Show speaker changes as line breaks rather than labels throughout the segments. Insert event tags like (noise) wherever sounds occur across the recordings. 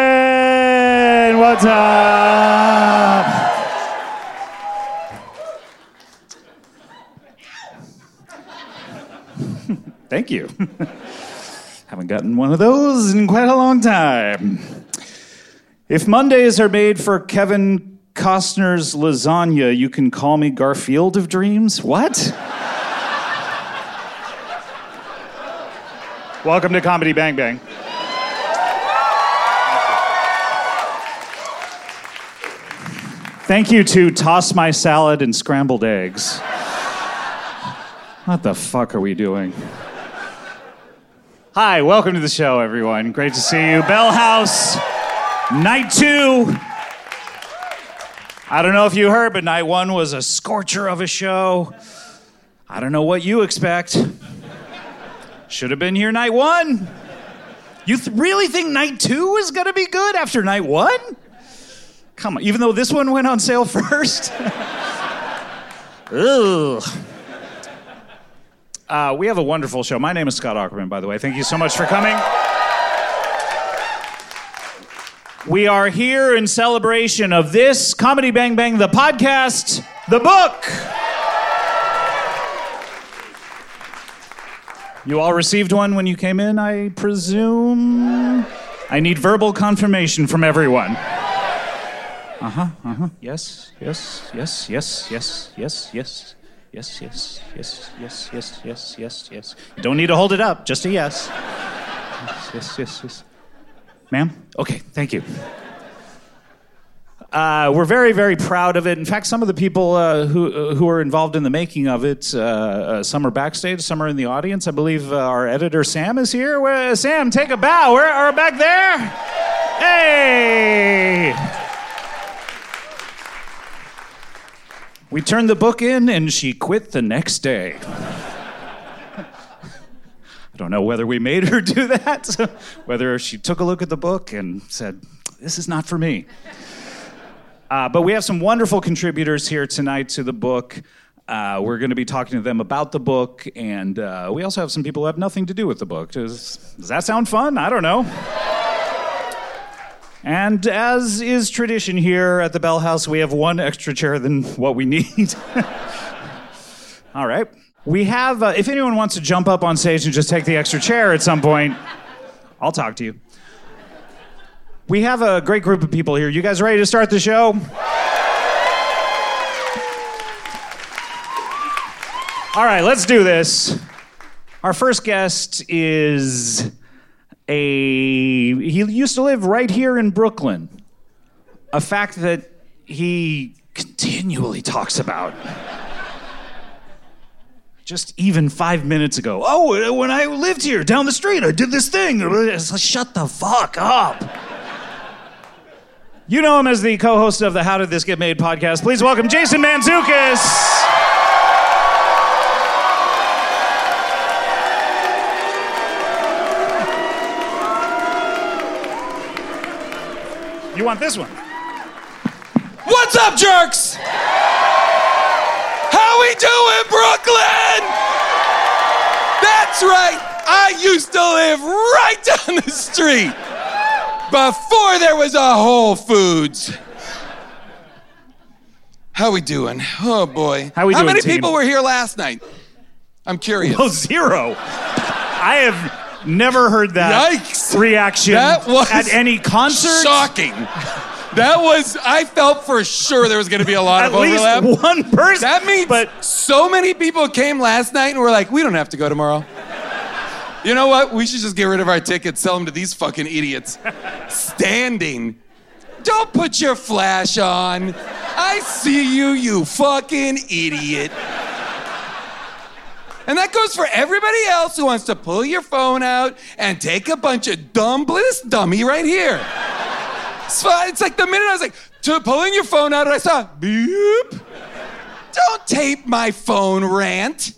Brooklyn, what's up? Thank you. (laughs) Haven't gotten one of those in quite a long time. If Mondays are made for Kevin Costner's lasagna, you can call me Garfield of Dreams? What? (laughs) Welcome to Comedy Bang Bang. Thank you to Toss My Salad and Scrambled Eggs. what the fuck are we doing? Hi, welcome to the show, everyone. Great to see you. Bell House, night two. I don't know if you heard, but night one was a scorcher of a show. I don't know what you expect. Should have been here night one. You th- really think night two is going to be good after night one? Come on, even though this one went on sale (laughs) first. Ugh. Uh, we have a wonderful show. My name is Scott Ackerman, by the way. Thank you so much for coming. We are here in celebration of this Comedy Bang Bang, the podcast, the book. You all received one when you came in, I presume? I need verbal confirmation from everyone. Yes, yes, yes, yes, yes, yes, yes, yes, yes, yes, yes, yes, yes, yes, yes. You don't need to hold it up, just a yes. Yes, yes, yes, yes. Ma'am? Okay, thank you. Uh, we're very, very proud of it. In fact, some of the people uh, who, who are involved in the making of it, uh, uh, some are backstage, some are in the audience. I believe uh, our editor Sam is here. Where, Sam, take a bow. We're, we're back there. Hey! We turned the book in and she quit the next day. I don't know whether we made her do that, (laughs) whether she took a look at the book and said, This is not for me. Uh, but we have some wonderful contributors here tonight to the book. Uh, we're going to be talking to them about the book, and uh, we also have some people who have nothing to do with the book. Does, does that sound fun? I don't know. And as is tradition here at the Bell House, we have one extra chair than what we need. (laughs) All right. We have, uh, if anyone wants to jump up on stage and just take the extra chair at some point, I'll talk to you. We have a great group of people here. You guys ready to start the show? All right, let's do this. Our first guest is a. He used to live right here in Brooklyn. A fact that he continually talks about just even five minutes ago. Oh, when I lived here down the street, I did this thing. It's like, Shut the fuck up. you know him as the co host of the How Did This Get Made podcast. Please welcome Jason Manzukis. You want this one?
What's up, jerks? How we doing, Brooklyn? That's right. I used to live right (laughs) down the street before there was a Whole Foods. How we doing? Oh boy.
How we
How
doing,
many
team?
people were here last night? I'm curious.
Oh, (laughs) zero. I have never heard that
Yikes.
reaction
That was
at any concert.
Shocking. That was. I felt for sure there was going to be a lot
At
of overlap.
least one person.
That means
but
so many people came last night and were like, we don't have to go tomorrow. You know what? We should just get rid of our tickets, sell them to these fucking idiots. Standing. Don't put your flash on. I see you, you fucking idiot. And that goes for everybody else who wants to pull your phone out and take a bunch of dumb, this dummy right here. It's, fine. it's like the minute I was like, to pulling your phone out, and I saw, beep. Don't tape my phone rant.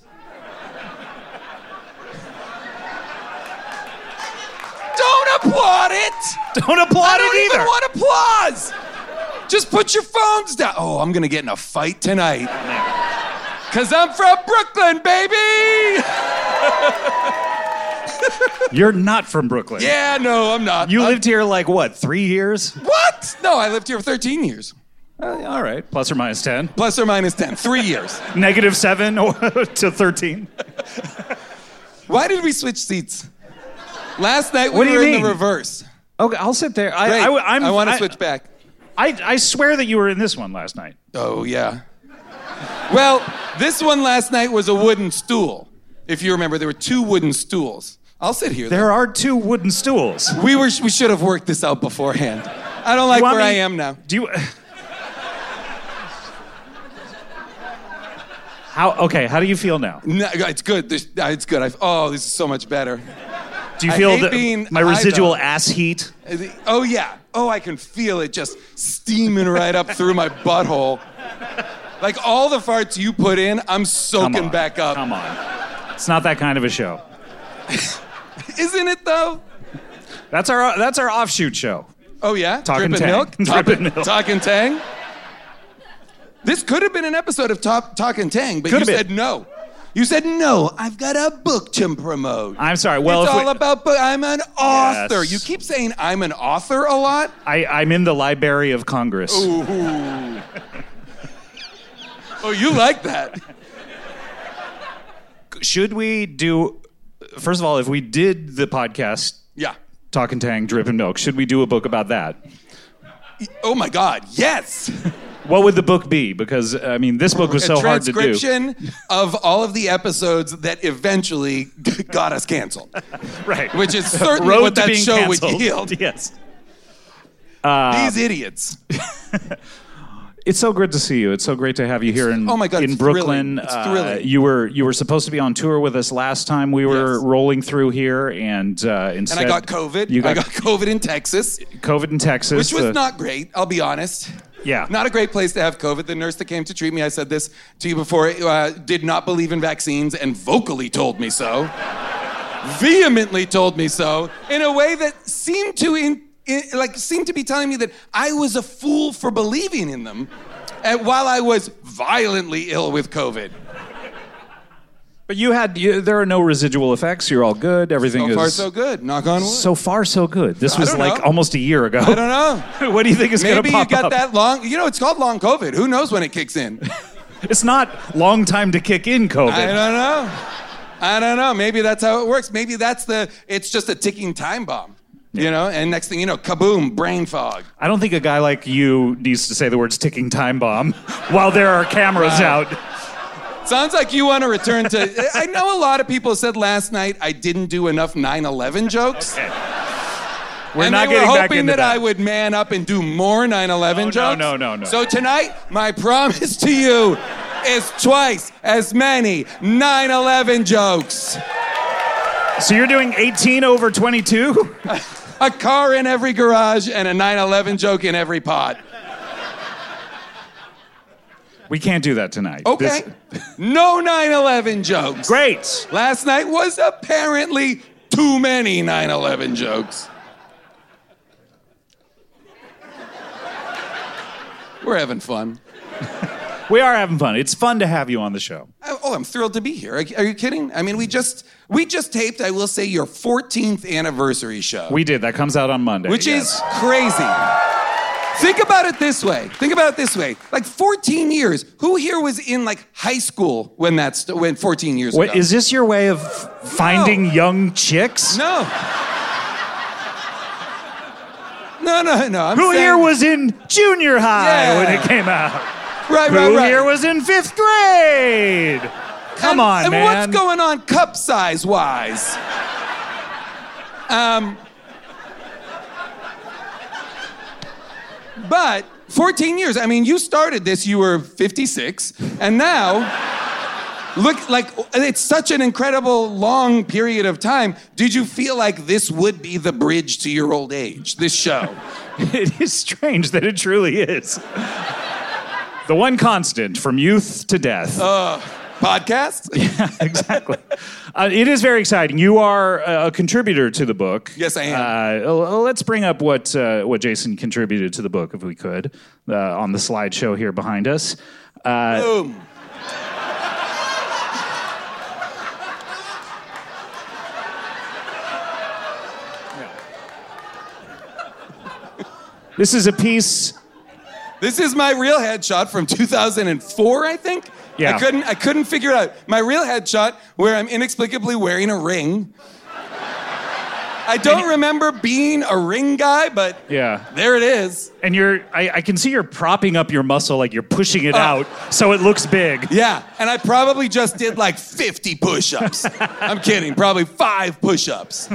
Don't applaud it.
don't
I
applaud
don't
it
even
either.
want applause. Just put your phones down. Oh, I'm gonna get in a fight tonight. Cause I'm from Brooklyn, baby.
You're not from Brooklyn.
Yeah, no, I'm not.
You
Uh,
lived here like what, three years?
what? No, I lived here for 13 years,
Uh, all right, plus or minus 10.
plus or minus 10, three years.
Negative 7 or (laughs) to 13.
Why did we switch seats? Last night we
What do you
were in
mean?
the reverse.
Okay, I'll sit there. I,
Great.
I,
I,
I'm,
want to switch back.
I, I swear that you were in this one last night.
Oh, yeah. Well, this one last night was a wooden stool. If you remember, there were two wooden stools. I'll sit here.
There are two wooden stools.
though. We, were, we should have worked this out beforehand. I don't like
You
where
want
I
me-
am now.
Do you? (laughs) How okay? How do you feel now?
No, it's good. There's, uh, it's good. I've, oh, this is so much better.
Do you
I
feel
hate
the,
being
my residual
eyeballed.
ass heat?
Uh, the- Oh, yeah. Oh, I can feel it just steaming right up through my butthole. Like all the farts you put in, I'm
Come
soaking
on,
back up.
Come on, it's not that kind of a show.
Isn't it though?
That's our that's our offshoot show.
Oh yeah,
Talking
dripping
Tang.
milk,
(laughs) Dripping milk.
talking tang. This could have been an episode of Top Talking Tang, but
Could
you
have been.
said no. You said no. I've got a book to promote.
I'm sorry. Well,
it's
if we-
all about book. I'm an author.
Yes.
You keep saying I'm an author a lot.
I I'm in the Library of Congress.
Oh, you like that?
Should we do? First of all, if we did the podcast
yeah.
Talking Tang Drip and Milk, should we do a book about that?
Oh my God. Yes.
What would the book be? Because I mean, this book was (laughs) so
a
hard to do.
transcription of all of the episodes that eventually (laughs) got us canceled,
Right.
which
(laughs)
is certainly
Road
what
to
that
being
show
canceled.
would yield.
(laughs) Yes.
These idiots.
It's so good to see you. It's so great to have you here in
oh my God,
in
it's
Brooklyn. Uh,
thrilling. It's thrilling.
you were you were supposed to be on tour with us last time we were
Yes.
rolling through here, and uh,
And
instead
I got COVID.
You
I
got,
got COVID in Texas,
COVID in Texas,
which was
the-
not great. I'll be honest.
Yeah.
Not a great place to have COVID. The nurse that came to treat me, I said this to you before, uh, did not believe in vaccines and vocally told me so. Vehemently told me so in a way that seemed to in, in, like seemed to be telling me that I was a fool for believing in them, and while I was violently ill with COVID.
But you had you, there are no residual effects. You're all good. Everything
So
is
far, so good. Knock on wood.
So far, so good. This was
don't
like
know.
almost a year ago.
I don't know.
(laughs) what do you think is going
Maybe
to
you
pop
got
up?
that long. You know, it's called long COVID. Who knows when it kicks in?
It's not long time to kick in
I
COVID.
don't know. I don't know. Maybe that's how it works. Maybe that's the. It's just a ticking time bomb. You know, and next thing you know, kaboom, brain fog.
I don't think a guy like you needs to say the words ticking time bomb (laughs) while there are cameras
Wow.
out.
Sounds like you want to return to. I know a lot of people said last night I didn't do enough 9 11 jokes.
We're
and
not
they were
getting
hoping
back into
that,
that.
I would man up and do more 9 11
No, no,
jokes.
no, no, no.
So tonight, my promise to you is twice as many 9 11 jokes.
So you're doing 18 over 22?
A car in every garage and a 9 11 joke in every pot.
We can't do that tonight.
Okay. No 9 11 jokes.
Great.
Last night was apparently too many 9 11 jokes. We're having fun.
We are having fun. It's fun to have you on the show.
I- Oh, I'm thrilled to be here. Are are you kidding? I mean, we just we just taped. I will say your 14th anniversary show,
We did. That comes out on Monday.
which
yes.
is crazy. Think about it this way. Think about it this way. Like 14 years. Who here was in like high school when that's when 14 years
What,
ago?
is this your way of finding young chicks?
No. No, no, no. I'm
Who
saying-
here was in junior high
Yeah.
when it came out?
right,
Who
right, right.
here was in fifth grade?
and,
Come on,
and
man.
what's going on cup size wise? Um, but 14 years. I mean, you started this. You were 56, and now. Look, like, it's such an incredible long period of time. Did you feel like this would be the bridge to your old age, this show?
(laughs) It is strange that it truly is. the one constant from youth to death.
Uh, Podcast?
exactly. Uh, it is very exciting. You are uh, a contributor to the book.
Yes, I am.
Uh, l- let's bring up what uh, what Jason contributed to the book, if we could, uh, on the slideshow here behind us. Uh,
Boom.
this is a piece.
This is my real headshot from 2004, I think.
Yeah.
I couldn't I couldn't figure it out. My real headshot where I'm inexplicably wearing a ring. I don't remember being a ring guy, but
Yeah,
there it is.
and you're. I, I can see you're propping up your muscle, like you're pushing
Oh.
it out, so it looks big.
Yeah, and I probably just did like 50 push-ups. I'm kidding, probably 5 push-ups.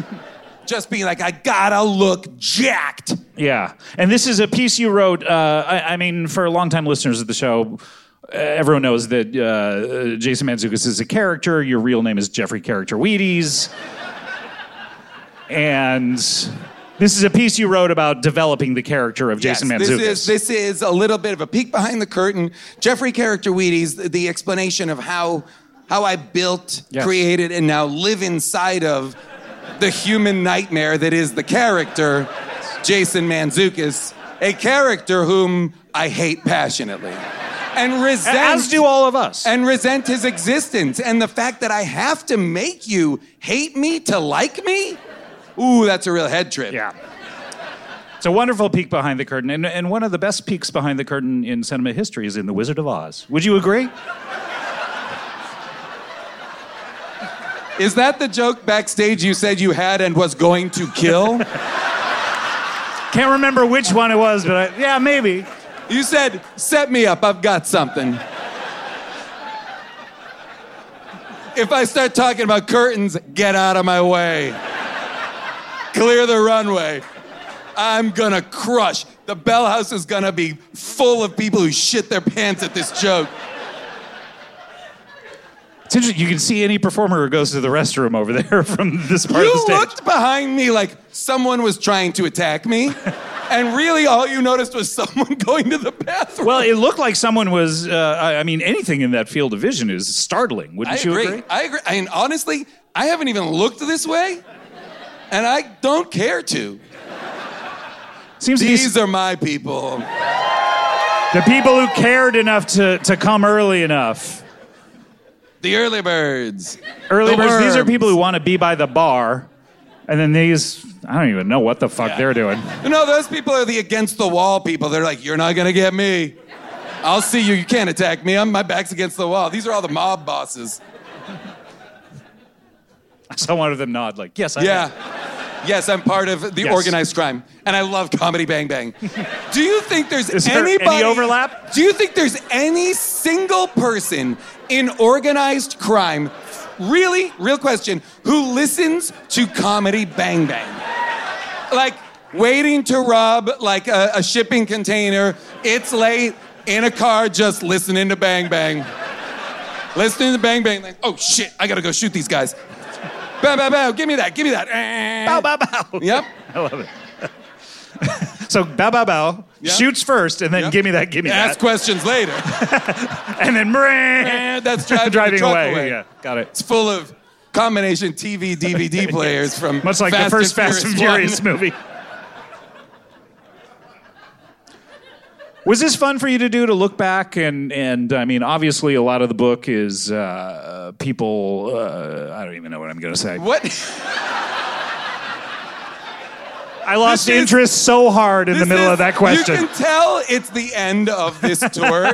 Just being like I got to look jacked.
Yeah, and this is a piece you wrote. Uh, I, I mean, for longtime listeners of the show, uh, everyone knows that uh, uh, Jason Mantzoukas is a character. Your real name is Jeffrey Character Wheaties, and this is a piece you wrote about developing the character of Jason
Yes,
Mantzoukas.
This is, this is a little bit of a peek behind the curtain. Jeffrey Character Wheaties, the, the explanation of how, how I built,
Yes.
created, and now live inside of the human nightmare that is the character, Jason Manzukis, a character whom I hate passionately. And resent
As do all of us.
and resent his existence and the fact that I have to make you hate me to like me. Ooh, that's a real head trip.
yeah. It's a wonderful peek behind the curtain, and, and one of the best peeks behind the curtain in cinema history is in The Wizard of Oz. Would you agree?
Is that the joke backstage you said you had and was going to kill?
Can't remember which one it was, but I, yeah, maybe.
you said, set me up, I've got something. If I start talking about curtains, get out of my way. Clear the runway. I'm gonna crush. The Bell House is gonna be full of people who shit their pants at this joke.
It's interesting. You can see any performer who goes to the restroom over (laughs) there from this part of the
You
stage.
looked behind me like someone was trying to attack me, and really all you noticed was someone (laughs) going to the bathroom.
well, it looked like someone was. Uh, I I mean, anything in that field of vision is startling. Wouldn't
I
you
agree. I agree. I mean, honestly, I haven't even looked this way, and I don't care to.
Seems
These
these
are my people.
the people who cared enough to to come early enough.
The early birds.
Early
The
birds. These are
worms.
people who want to be by the bar, and then these. I don't even know what the fuck they're doing.
No, those people are the against the wall people. They're like, you're not gonna get me. I'll see you. You can't attack me. I'm, my back's against the wall. These are all the mob bosses.
I saw one of them nod, like, yes, I
Yeah. Yes, I'm part of the
Yes.
organized crime, and I love comedy Bang Bang. Do you think there's
Is there any
anybody
overlap?
Do you think there's any single person in organized crime, really, real question, who listens to comedy Bang Bang? Like waiting to rob like a, a shipping container. It's late in a car, just listening to Bang Bang, listening to Bang Bang. Like, oh shit, I gotta go shoot these guys. Bow, bow, bow. Give me that. Give me that. Eh.
Bow, bow, bow.
Yep.
I love it. so, bow, bow, bow.
Yeah.
Shoots first, and then
Yep.
give me that, give me
Ask
that.
questions later.
and then,
Eh, That's
(laughs)
driving, the
driving
truck
away.
away.
Yeah, got it.
It's full of combination TV,
(laughs)
DVD (laughs) players from
Much like the
Fast
first Fast and Furious
(laughs) 1.
movie. Was this fun for you to do to look back and and I mean obviously a lot of the book is uh, people uh, I don't even know what I'm going to say.
What?
I lost
This is-
interest so hard in the
This
middle
is-
of that
You
question.
can tell it's the end of
(laughs)
this tour.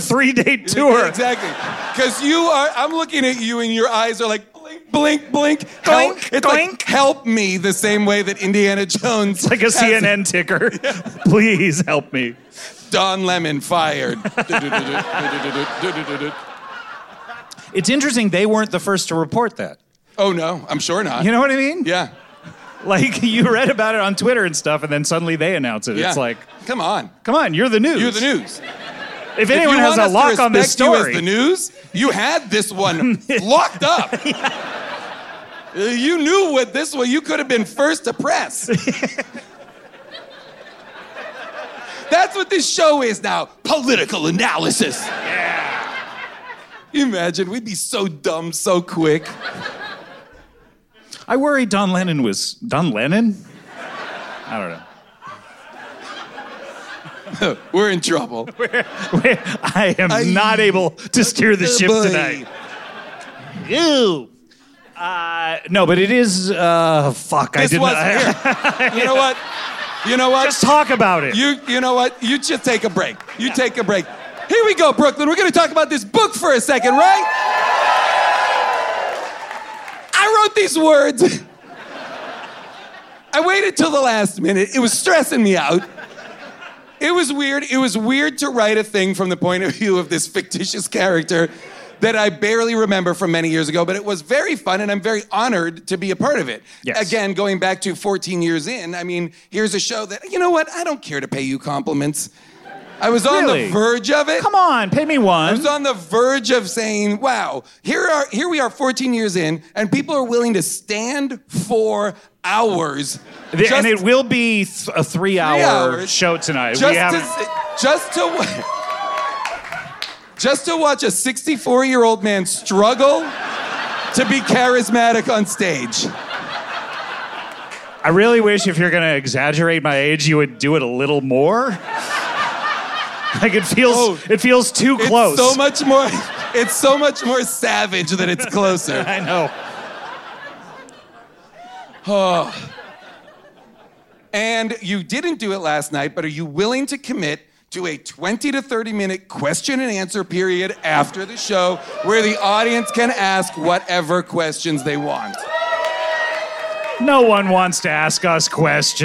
(laughs)
three day tour.
Exactly. Because you are, I'm looking at you and your eyes are like blink, blink, blink. Help.
Doink,
It's
doink.
like help me the same way that Indiana Jones.
Like a
has (laughs)
CNN ticker. Please help me.
Don Lemon fired.
(laughs)
(laughs)
It's interesting they weren't the first to report that.
oh no, I'm sure not.
You know what I mean?
yeah.
Like (laughs) you read about it on Twitter and stuff, and then suddenly they announce it.
Yeah.
It's like,
come on,
come on, you're the news.
you're the news. If
If anyone
you
has
want
a
us to
lock on this
respect you as
story,
the news, you had this
(laughs)
one locked up. Uh, You knew what this was. You could have been first to press.
(laughs)
That's what this show is now. Political analysis. Yeah. You imagine we'd be so dumb so quick.
I worry Don Lennon was Don Lennon. I don't know. (laughs)
We're in trouble.
I am
I-
not able to steer the ship
Boy.
tonight. Ew. Uh, no, but it is. Uh, fuck, I
This
didn't.
was here. You know what? You know what?
just talk about it.
You you know what? You just take a break. You take a break. Here we go, Brooklyn. We're gonna talk about this book for a second, right? I wrote these words. (laughs) I waited till the last minute. It was stressing me out. It was weird. It was weird to write a thing from the point of view of this fictitious character that I barely remember from many years ago, but it was very fun and I'm very honored to be a part of it.
Yes.
Again, going back to 14 years in, I mean, here's a show that, you know what? I don't care to pay you compliments. I was on
Really?
the verge of it.
Come on, pay me
I
one.
was on the verge of saying, "Wow, here are here we are 14 years in and people are willing to stand for hours."
The-
just
and it will be th- a three-hour
hours.
show tonight.
just
we have
to si- just to wa- just to watch a 64 year old man struggle to be charismatic on stage.
I really wish if you're gonna exaggerate my age, you would do it a little more. (laughs) like it feels,
Oh.
it feels too close.
It's so much more. It's so much more savage that it's closer.
(laughs) (laughs) I know.
and you didn't do it last night, but are you willing to commit? To a 20 to 30 minute question and answer period after the show where the audience can ask whatever questions they want.
No one wants to ask us questions.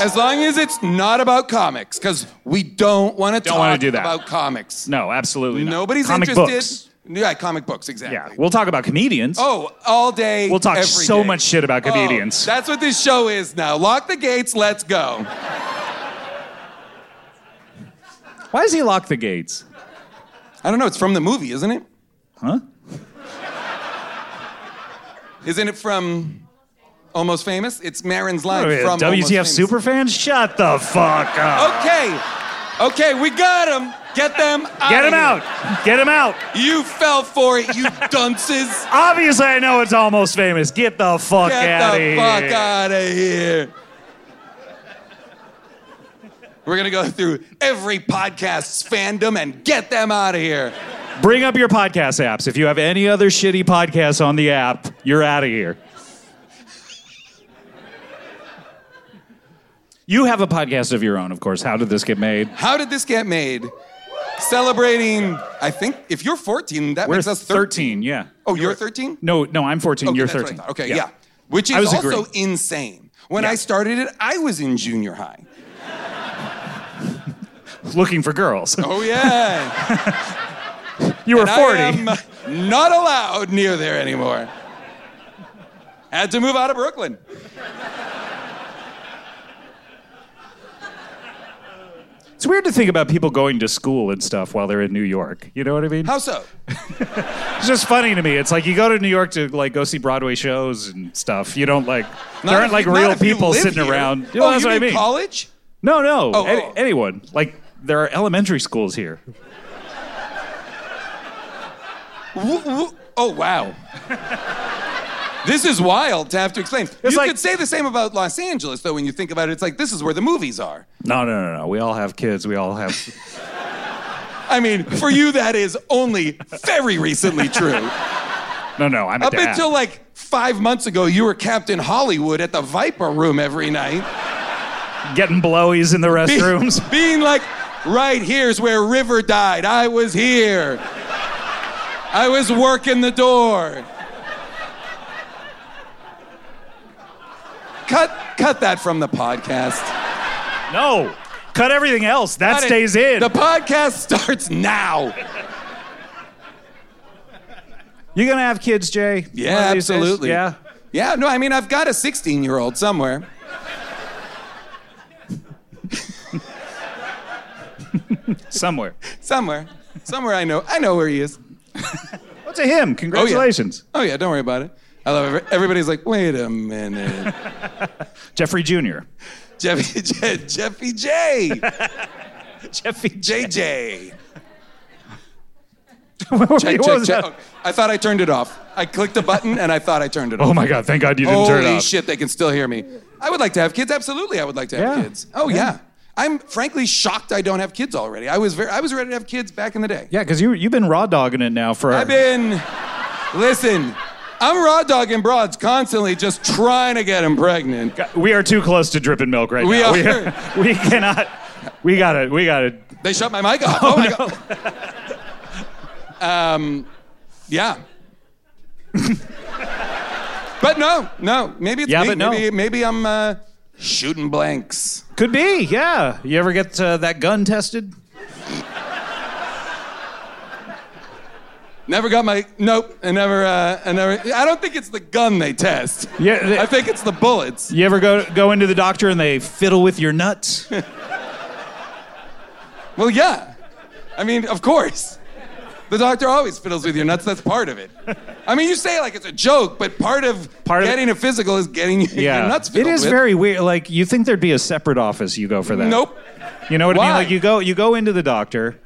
As long as it's not about comics, because we don't want to
Don't wanna
talk
do that.
about comics.
No, absolutely not.
Nobody's
Comic
interested.
Books.
Yeah, comic books, exactly.
Yeah, we'll talk about comedians.
oh, all day.
We'll talk
every
so
day.
much shit about
Oh,
comedians.
that's what this show is now. Lock the gates, let's go.
Why does he lock the gates?
I don't know, it's from the movie, isn't it?
Huh?
Isn't it from Almost Famous? It's Marin's line
Oh, yeah,
from Almost
WTF
Famous. Oh,
superfan? Shut the fuck up.
Okay, okay, we got him. Get them out.
Get him
of here.
out. Get him out.
You fell for it, you dunces.
Obviously, I know it's almost famous. Get the fuck
Get
out of
the
here.
fuck out of here. We're gonna go through every podcast's fandom and get them out of here.
Bring up your podcast apps. If you have any other shitty podcasts on the app, you're out of here. You have a podcast of your own, of course. How did this get made?
How did this get made? celebrating, I think, if you're 14, that
We're
makes us
13, yeah.
Oh, you're 13?
No, no, I'm 14.
Okay,
you're
that's what I
13.
thought. Okay, yeah. Which is
I was
also
agreeing.
insane. When
Yeah.
I started it, I was in junior high.
Looking for girls.
Oh, yeah.
you were
And (laughs)
40.
I am not allowed near there anymore. Had to move out of Brooklyn.
It's weird to think about people going to school and stuff while they're in New York. You know what I mean?
How so?
It's just funny to me. It's like you go to New York to like go see Broadway shows and stuff. You don't like there aren't
if-
like
not
real
if you
people
live
sitting
here.
around.
Oh,
Well, that's
you
what I
mean
mean.
college?
No, no.
Oh,
Any-
oh.
Anyone. Like there are elementary schools here.
Woo, woo. Oh, wow. (laughs) this is wild to have to explain. you
like-
could say the same about Los Angeles, though, when you think about it. It's like, this is where the movies are.
No, no, no, no. We all have kids. We
(laughs)
all have
I mean, for you, that is only very recently true.
No, no. I'm a
Up
dad.
until like five months ago, you were Captain Hollywood at the Viper Room every night.
getting blowies in
(laughs)
the restrooms.
Being like, right here's where River died. I was here. I was working the door. Cut, cut that from the podcast.
no. Cut everything else. That
Cut it.
stays in.
The podcast starts now.
You're gonna have kids, Jay.
Yeah,
One of these days?
absolutely.
Yeah.
Yeah, no, I mean, I've got a 16 year old somewhere. (laughs)
Somewhere.
Somewhere. Somewhere I know. I know where he is.
Well, to him. Congratulations.
Oh, yeah, don't worry about it. I love it. Everybody's like, wait a minute.
Jeffrey Jr.
Jeffy J. (laughs) Jeffy J.
Jeffy
JJ.
(laughs) what were you-
Check,
what
check,
was
check.
that?
Oh, I thought I turned it off. I clicked the button and I thought I turned it off.
Oh my God! Thank God you didn't turn it
Holy
off.
shit, they can still hear me. I would like to have kids. Absolutely, I would like to have
Yeah.
kids. Oh, yeah. I'm frankly shocked I don't have kids already. I was very, I was ready to have kids back in the day.
Yeah, because you you've been raw dogging it now for.
I've been, listen, I'm raw dogging broads constantly just trying to get them pregnant.
We are too close to dripping milk right
We
now.
are.
We We (laughs) cannot. We got to We got to
They shut my mic off. Oh, my god. um, yeah. but no, no. Maybe it's
Yeah,
me.
but no.
Maybe, maybe I'm uh, shooting blanks.
Could be. Yeah. You ever get uh, that gun tested?
Never got my nope. I never. Uh, I never. I don't think it's the gun they test.
Yeah, they-
I think it's the bullets.
You ever go go into the doctor and they fiddle with (laughs) your nuts?
Well, yeah. I mean, of course. The doctor always fiddles with your nuts. That's part of it. I mean, you say it like it's a joke, but part of
Part of-
getting a physical is getting your nuts
it
fiddled
is
with.
very weird. Like you think there'd be a separate office you go for that?
Nope.
You know what I
Why?
mean? Like you go you go into the doctor. and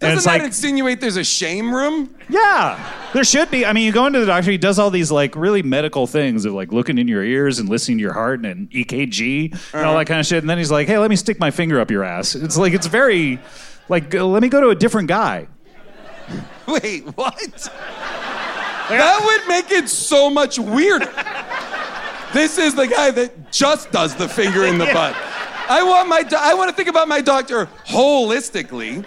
Doesn't
it's
that
like,
insinuate there's a shame room? (laughs)
yeah, there should be. I mean, you go into the doctor, he does all these like really medical things of like looking in your ears and listening to your heart and an EKG and
Uh-huh.
all that kind of shit. And then he's like, hey, let me stick my finger up your ass. It's like, it's very, like, uh, let me go to a different guy.
Wait, what? that would make it so much weirder. this is the guy that just does the finger in the butt. I want my do- I want to think about my doctor holistically,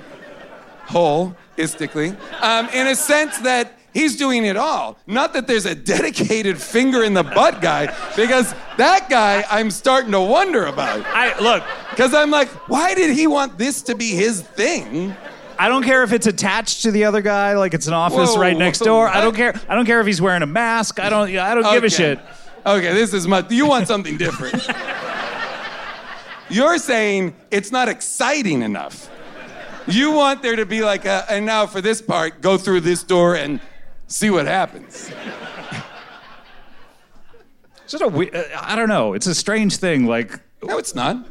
holistically, um, in a sense that he's doing it all. Not that there's a dedicated finger in the butt guy, because that guy I'm starting to wonder about.
I Look,
Because I'm like, why did he want this to be his thing?
I don't care if it's attached to the other guy, like it's an office
Whoa,
right next
whoa,
door. I don't
what?
care. I don't care if he's wearing a mask. I don't. I don't give a
Okay.
shit.
Okay, this is much. You want something different. You're saying it's not exciting enough. You want there to be like a, and now for this part, go through this door and see what happens.
It's just a we- uh, I don't know. It's a strange thing. Like
No, it's not.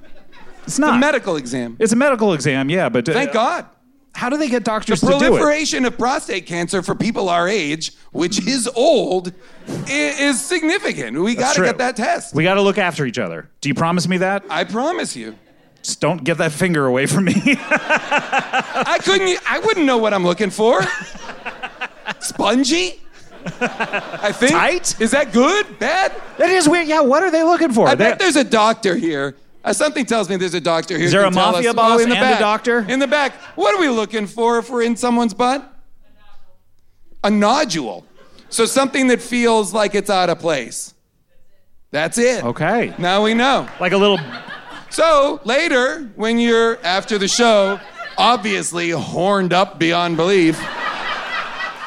it's not
A medical exam.
It's a medical exam, yeah, but uh,
Thank God.
How do they get doctors to do it?
Proliferation of prostate cancer for people our age, which is old, i- is significant. We got to
true.
get that test.
We got to look after each other. Do you promise me that?
I promise you.
Just don't get that finger away from me. (laughs)
I couldn't. e- I wouldn't know what I'm looking for. Spongy. I think.
Tight?
Is that good? Bad?
that is weird. Yeah, what are they looking for?
I
They-
bet there's a doctor here. Uh, something tells me there's a doctor here. Is
there a mafia boss
in the
and a
back,
doctor?
In the back. What are we looking for if we're in someone's butt? A nodule. So something that feels like it's out of place. That's it.
Okay.
Now we know.
Like a little
So later, when you're after the show, obviously horned up beyond belief,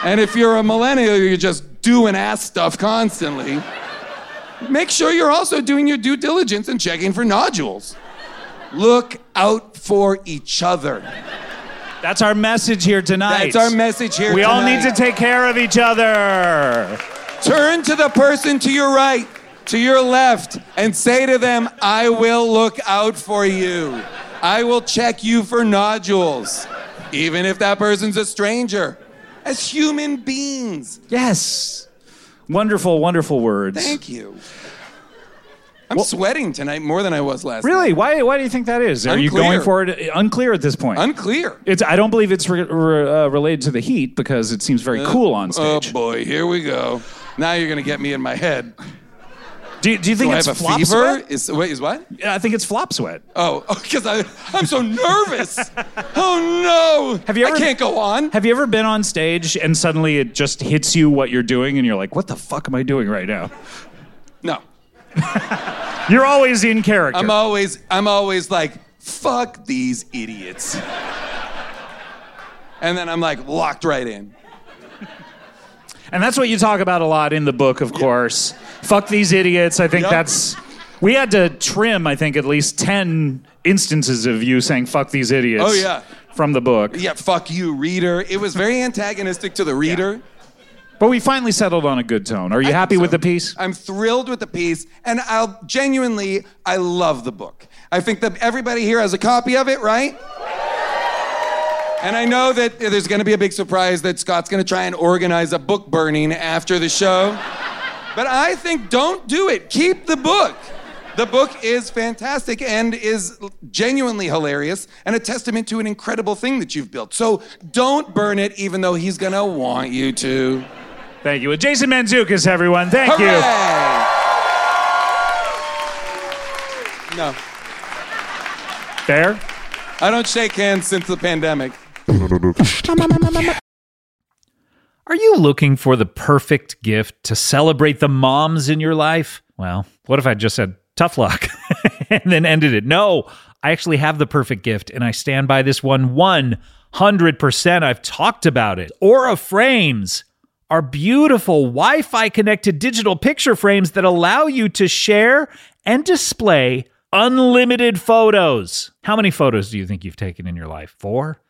and if you're a millennial, you're just doing ass stuff constantly. Make sure you're also doing your due diligence and checking for nodules. Look out for each other.
That's our message here tonight.
That's our message here.
We all need
tonight.
to take care of each other.
Turn to the person to your right, to your left, and say to them, I will look out for you. I will check you for nodules, even if that person's a stranger. As human beings.
Yes. Wonderful, wonderful words.
Thank you. I'm sweating tonight more than I was last
Really?
night.
Why, why do you think that is? Are you
Unclear.
going for it? Unclear at this point.
Unclear.
it's, I don't believe it's re- re- uh, related to the heat because it seems very cool on
Oh
stage.
boy, here we go. Now you're gonna get me in my head.
Do, do you think
Do I
it's
have a
flop
fever?
sweat?
Is wait, is what?
Yeah, I think it's flop sweat.
Oh, (laughs) because I I'm so
(laughs)
nervous. oh no.
Have you ever-
I can't go on.
Have you ever been on stage and suddenly it just hits you what you're doing and you're like, what the fuck am I doing right now?
No.
You're always in character.
I'm always I'm always like, fuck these idiots. and then I'm like locked right in.
and that's what you talk about a lot in the book, of course. Fuck these idiots. I think
Yep.
that's. We had to trim, I think, at least 10 instances of you saying fuck these idiots.
Oh, yeah.
From the book.
Yeah, fuck you, reader. It was very antagonistic to the reader.
But we finally settled on a good tone. Are you
I
happy
think
with
so.
the piece?
I'm thrilled with the piece, and I'll genuinely, I love the book. I think that everybody here has a copy of it, right? And I know that there's going to be a big surprise that Scott's going to try and organize a book burning after the show. But I think don't do it. Keep the book. The book is fantastic and is genuinely hilarious and a testament to an incredible thing that you've built. So don't burn it, even though he's going to want you to.
Thank you. Jason Manzukis, everyone. Thank you.
Hooray! No,
There.
I don't shake hands since the pandemic.
Are you looking for the perfect gift to celebrate the moms in your life? Well, what if I just said tough luck (laughs) and then ended it? No, I actually have the perfect gift and I stand by this one 100%. I've talked about it. Aura Frames are beautiful Wi Fi connected digital picture frames that allow you to share and display unlimited photos. How many photos do you think you've taken in your life? Four?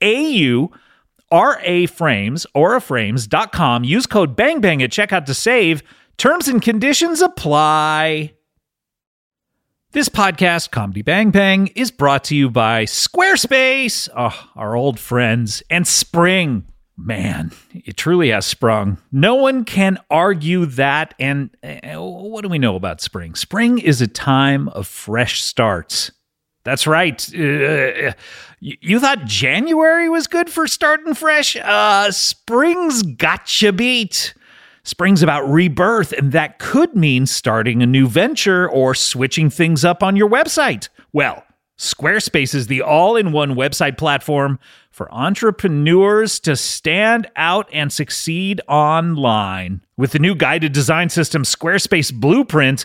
AU. RA Frames, auraframes.com. Use code BANGBANG at checkout to save. Terms and conditions apply. This podcast, Comedy Bang Bang, is brought to you by Squarespace, oh, our old friends, and Spring. Man, it truly has sprung. No one can argue that. And uh, what do we know about spring? Spring is a time of fresh starts. That's right. Uh, you you thought January was good for starting fresh? Uh, spring's gotcha beat. Spring's about rebirth, and that could mean starting a new venture or switching things up on your website. Well, Squarespace is the all in one website platform for entrepreneurs to stand out and succeed online. With the new guided design system, Squarespace Blueprint,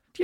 Do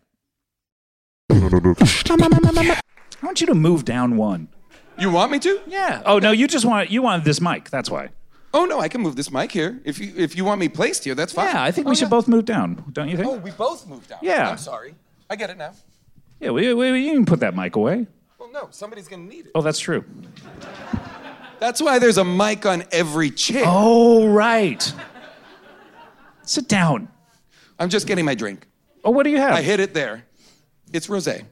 I want you to move down one.
You want me to?
Yeah. Oh no, you just want you wanted this mic. That's why.
Oh no, I can move this mic here. If you if you want me placed here, that's fine.
Yeah, I think
Oh,
we should
yeah.
both move down, don't you think?
Oh, we both moved out.
Yeah.
I'm sorry. I get it now.
Yeah, we, we, we, you can put that mic away.
Well, no, somebody's gonna need it.
Oh, that's true.
That's why there's a mic on every chair.
Oh, right. Sit down.
I'm just getting my drink.
Oh, what do you have?
I hit it there. It's rosé.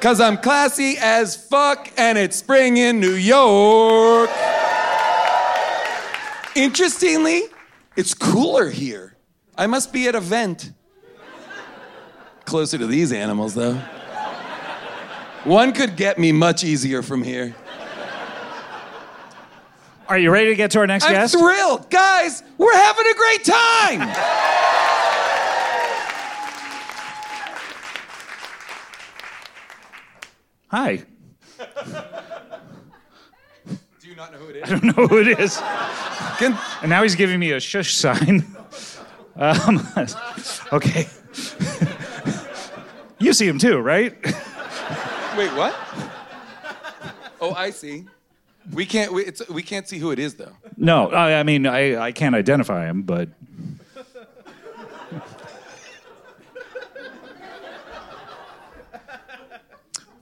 Cause I'm classy as fuck and it's spring in New York. Interestingly, it's cooler here. I must be at a vent. Closer to these animals though. One could get me much easier from here.
Are you ready to get to our next
I'm
guest?
thrilled. Guys, we're having a great time.
Hi. (laughs)
Do you not know who it is?
I don't know who it is.
Can-
And now he's giving me a shush sign. (laughs) Um, (laughs) okay. (laughs) you see him too, right?
Wait, what? (laughs) Oh, I see. We can't. We, it's, we can't see who it is though.
No, I, I mean, I, I can't identify him, but.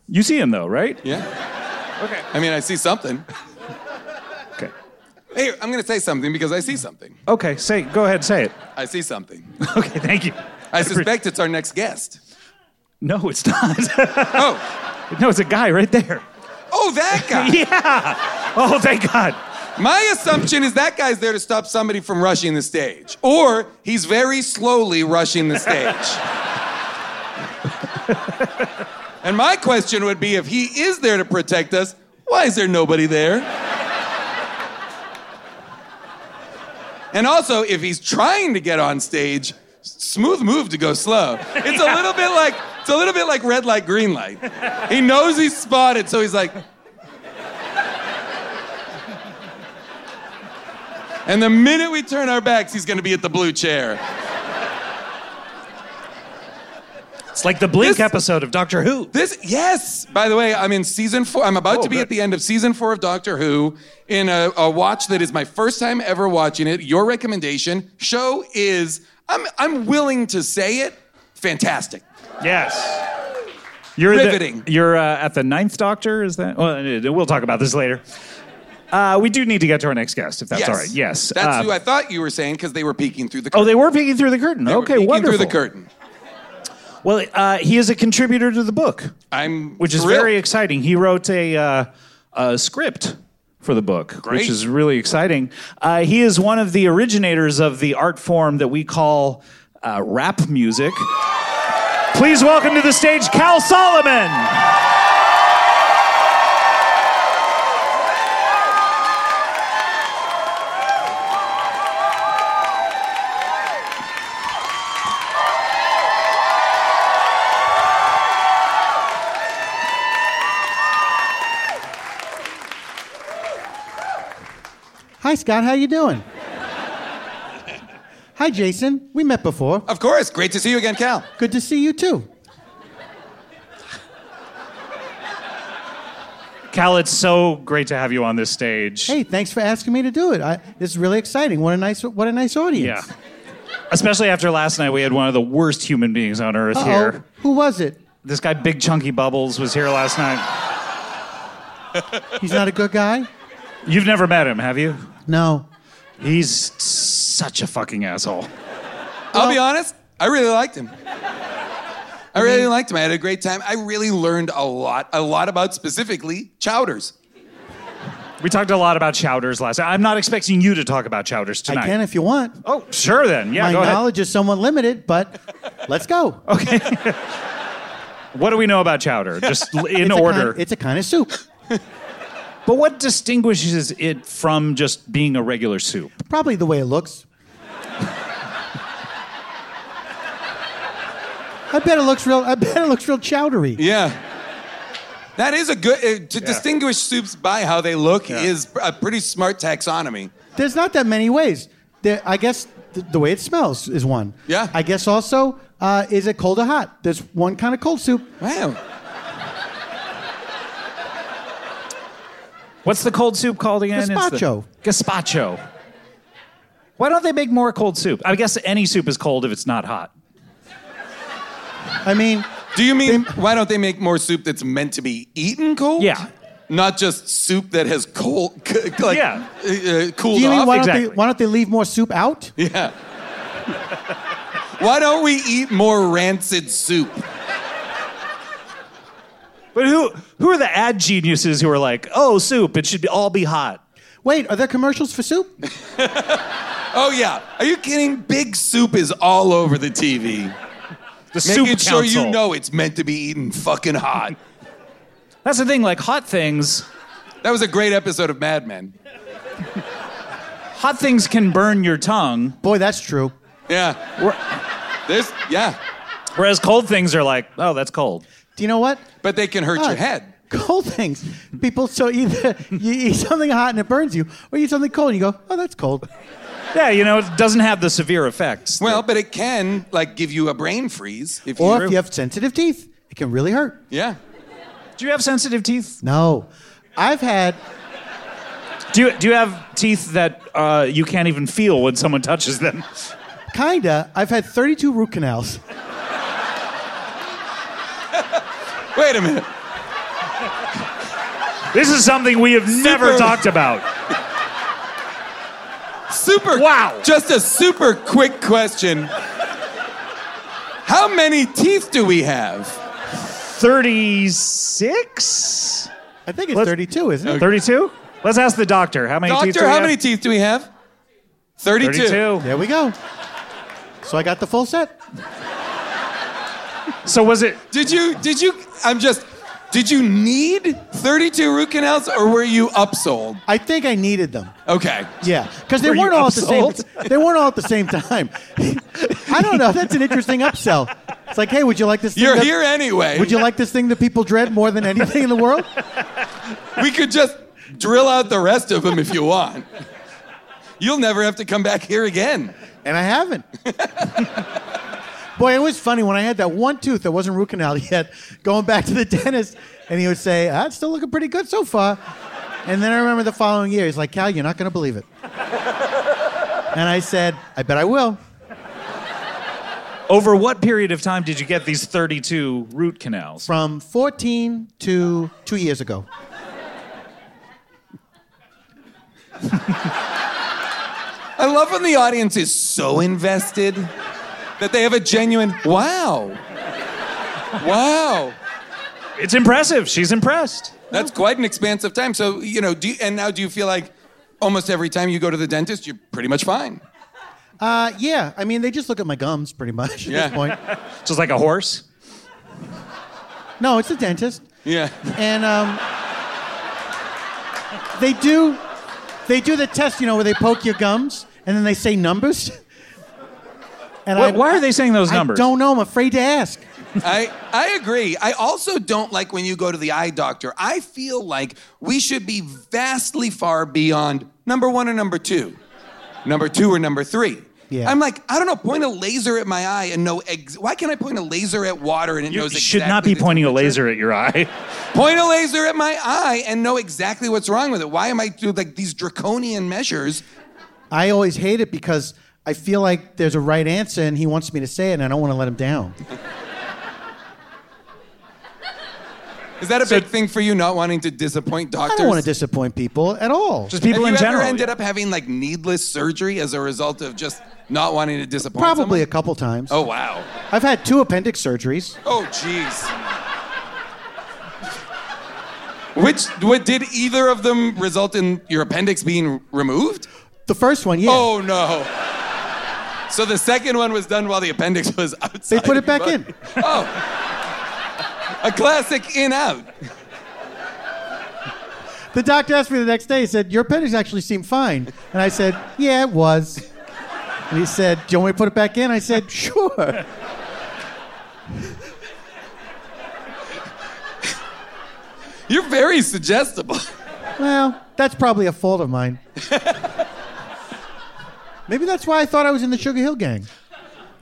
You see him though, right?
Yeah.
Okay.
I mean, I see something.
Okay.
Hey, I'm gonna say something because I see something.
Okay, say, go ahead, say it. (laughs)
I see something.
Okay, thank you.
I suspect it's our next guest.
No, it's not.
Oh,
(laughs) no, it's a guy right there.
oh, that guy.
Yeah. Oh, thank God.
My assumption is that guy's there to stop somebody from rushing the stage, or he's very slowly rushing the stage. and my question would be if he is there to protect us, why is there nobody there? And also, if he's trying to get on stage, smooth move to go slow. It's a little bit like it's a little bit like red light, green light. He knows he's spotted, so he's like, And the minute we turn our backs, he's going to be at the blue chair.
It's like the Blink
This-
episode of Doctor Who.
This, yes. By the way, I'm in season four. I'm about
Oh,
to be
good.
at the end of season four of Doctor Who in a, a watch that is my first time ever watching it. Your recommendation show is, I'm, I'm willing to say it, fantastic.
Yes. You're the-
Riveting.
you're uh, at the ninth Doctor, is that? Well, uh, we'll talk about this later. Uh, we do need to get to our next guest, if that's all right. Yes.
That's
uh,
who I thought you were saying because they were peeking through the curtain.
Oh, they were peeking through the curtain.
They were
okay,
peeking
wonderful.
through the curtain.
Well, uh, he is a contributor to the book,
I'm
which is
thrilled.
very exciting. He wrote a, uh, a script for the book,
Great.
which is really exciting. Uh, he is one of the originators of the art form that we call uh, rap music. Please welcome to the stage Cal Solomon.
Hi, Scott. How
(laughs)
you doing? Hi, Jason. We met before.
Of course. Great to see you again, Cal.
Good to see you too.
Cal, it's so great to have you on this stage.
Hey, thanks for asking me to do it. I, this is really exciting. What a nice, what a nice
Yeah.
audience.
Especially after last night, we had one of the worst human beings on earth
Uh-oh.
here.
Who was it?
This guy, Big Chunky Bubbles, was here last night.
He's not a good guy.
You've never met him, have you?
No.
He's such a fucking asshole.
I'll be honest, I really liked him. I really
Mm-hmm.
liked him. I had a great time. I really learned a lot, a lot about specifically chowders.
We talked a lot about chowders last night. I'm not expecting you to talk about chowders tonight.
I can if you want.
Oh, sure then. Yeah,
My
go
knowledge is somewhat limited, but
(laughs)
let's go. Okay,
ahead. What do we know about chowder?
(laughs)
Just l- in order.
it's a kind of soup.
but what distinguishes it from just being a regular soup?
Probably the way
(laughs)
it looks. I bet it looks real. I bet it looks real chowdery.
Yeah. That is a good, uh, to distinguish soups by how they look is a pretty smart taxonomy.
There's not that many ways. There, I guess th- the way it smells is one.
Yeah.
I guess also, uh, is it cold or hot? There's one kind of cold soup.
Wow.
What's the cold soup called again? It's the-
Gazpacho.
gazpacho. Why don't they make more cold soup? I guess any soup is cold if it's not hot.
(laughs)
I mean,
Do you mean, why don't they make more soup that's meant to be eaten cold?
Yeah.
Not just soup that has cold, (laughs) c- like,
Yeah.
uh, uh, cooled
do you
off.
mean why don't
exactly.
they why don't they leave more soup out?
(laughs) Yeah. Why don't we eat more rancid soup?
But who who are the ad geniuses who are like, oh, soup, it should be, all be hot?
Wait, are there commercials for soup?
Oh yeah. Are you kidding? Big soup is all over the TV.
The soup
Making sure you
council.
know it's meant to be eaten fucking hot.
That's the thing. Like hot things,
That was a great episode of Mad Men.
hot things can burn your tongue,
Boy, that's true.
Yeah.
We're-
There's yeah.
whereas cold things are like, oh, that's cold.
Do you know what?
But they can hurt
Ah,
your head.
(laughs) Cold things. People, so either (laughs) you eat something hot and it burns you, or you eat something cold and you go, oh, that's cold.
Yeah, you know, it doesn't have the severe effects.
Well, but it can like give you a brain freeze if
Or
you
if you have sensitive teeth, it can really hurt.
Yeah.
do you have sensitive teeth?
No. I've had,
Do you do you have teeth that uh, you can't even feel when someone touches them?
kinda, I've had 32 root canals.
Wait a minute.
This is something we have never
Super-
talked about.
Super
Wow.
Just a super quick question. How many teeth do we have?
36?
I think it's
Let's-
32, isn't it?
32? Let's ask the doctor. How many teeth do
Doctor,
we
how
have?
many teeth do we have? 32.
32.
There we go. So I got the full set.
So was it
Did you? Did you? I'm just. Did you need 32 root canals, or were you upsold?
I think I needed them.
Okay.
Yeah, because they
Were you
weren't all at the same.
upsold?
(laughs) They weren't all at the same time. (laughs) I don't know. That's an interesting upsell. It's like, hey, would you like this? Thing
You're
that-
here anyway.
Would you like this thing that people dread more than anything in the world?
We could just drill out the rest of them if you want. You'll never have to come back here again.
And I haven't. (laughs) Boy, it was funny when I had that one tooth that wasn't root canal yet, going back to the dentist, and he would say, ah, "It's still looking pretty good so far." And then I remember the following year, he's like, "Cal, you're not going to believe it." And I said, "I bet I will."
over what period of time did you get these 32 root canals?
From 14 to two years ago.
I love when the audience is so invested that they have a genuine wow. Wow.
It's impressive. She's impressed.
That's quite an expanse of time. So, you know, do you, and now do you feel like almost every time you go to the dentist, you're pretty much fine?
Uh, yeah, I mean, they just look at my gums pretty much at
Yeah.
this point.
Just like a horse.
No, it's a dentist.
Yeah.
and um, they do they do the test, you know, where they poke your gums and then they say numbers. (laughs) And
Why- why are they saying those
I
numbers?
don't know. I'm afraid to ask.
I, I agree. I also don't like when you go to the eye doctor. I feel like we should be vastly far beyond number one or number two, number two or number three.
Yeah.
I'm like, I don't know, point a laser at my eye and know ex- why can't I point a laser at water and it
You
knows exactly
should not be
the
pointing a
temperature?
laser at your
(laughs)
eye.
Point a laser at my eye and know exactly what's wrong with it. Why am I doing like these draconian measures?
I always hate it because I feel like there's a right answer and he wants me to say it, and I don't want to let him down.
Is that a big thing for you not wanting to disappoint
I
doctors?
don't want to disappoint people at all.
Just people
Have
in
you
general.
ever ended up having like needless surgery as a result of just not wanting to disappoint?
Probably a
someone?
couple times.
Oh wow.
I've had two appendix surgeries.
Oh jeez. Which what did either of them result in your appendix being removed?
The first one, yeah.
Oh no. So the second one was done while the appendix was outside.
They put it
of your
back in.
body. Oh. A classic in out.
The doctor asked me the next day, he said, Your appendix actually seemed fine. And I said, Yeah, it was. And he said, Do you want me to put it back in? I said, Sure.
You're very suggestible. (laughs)
Well, that's probably a fault of mine. Maybe that's why I thought I was in the Sugar Hill Gang.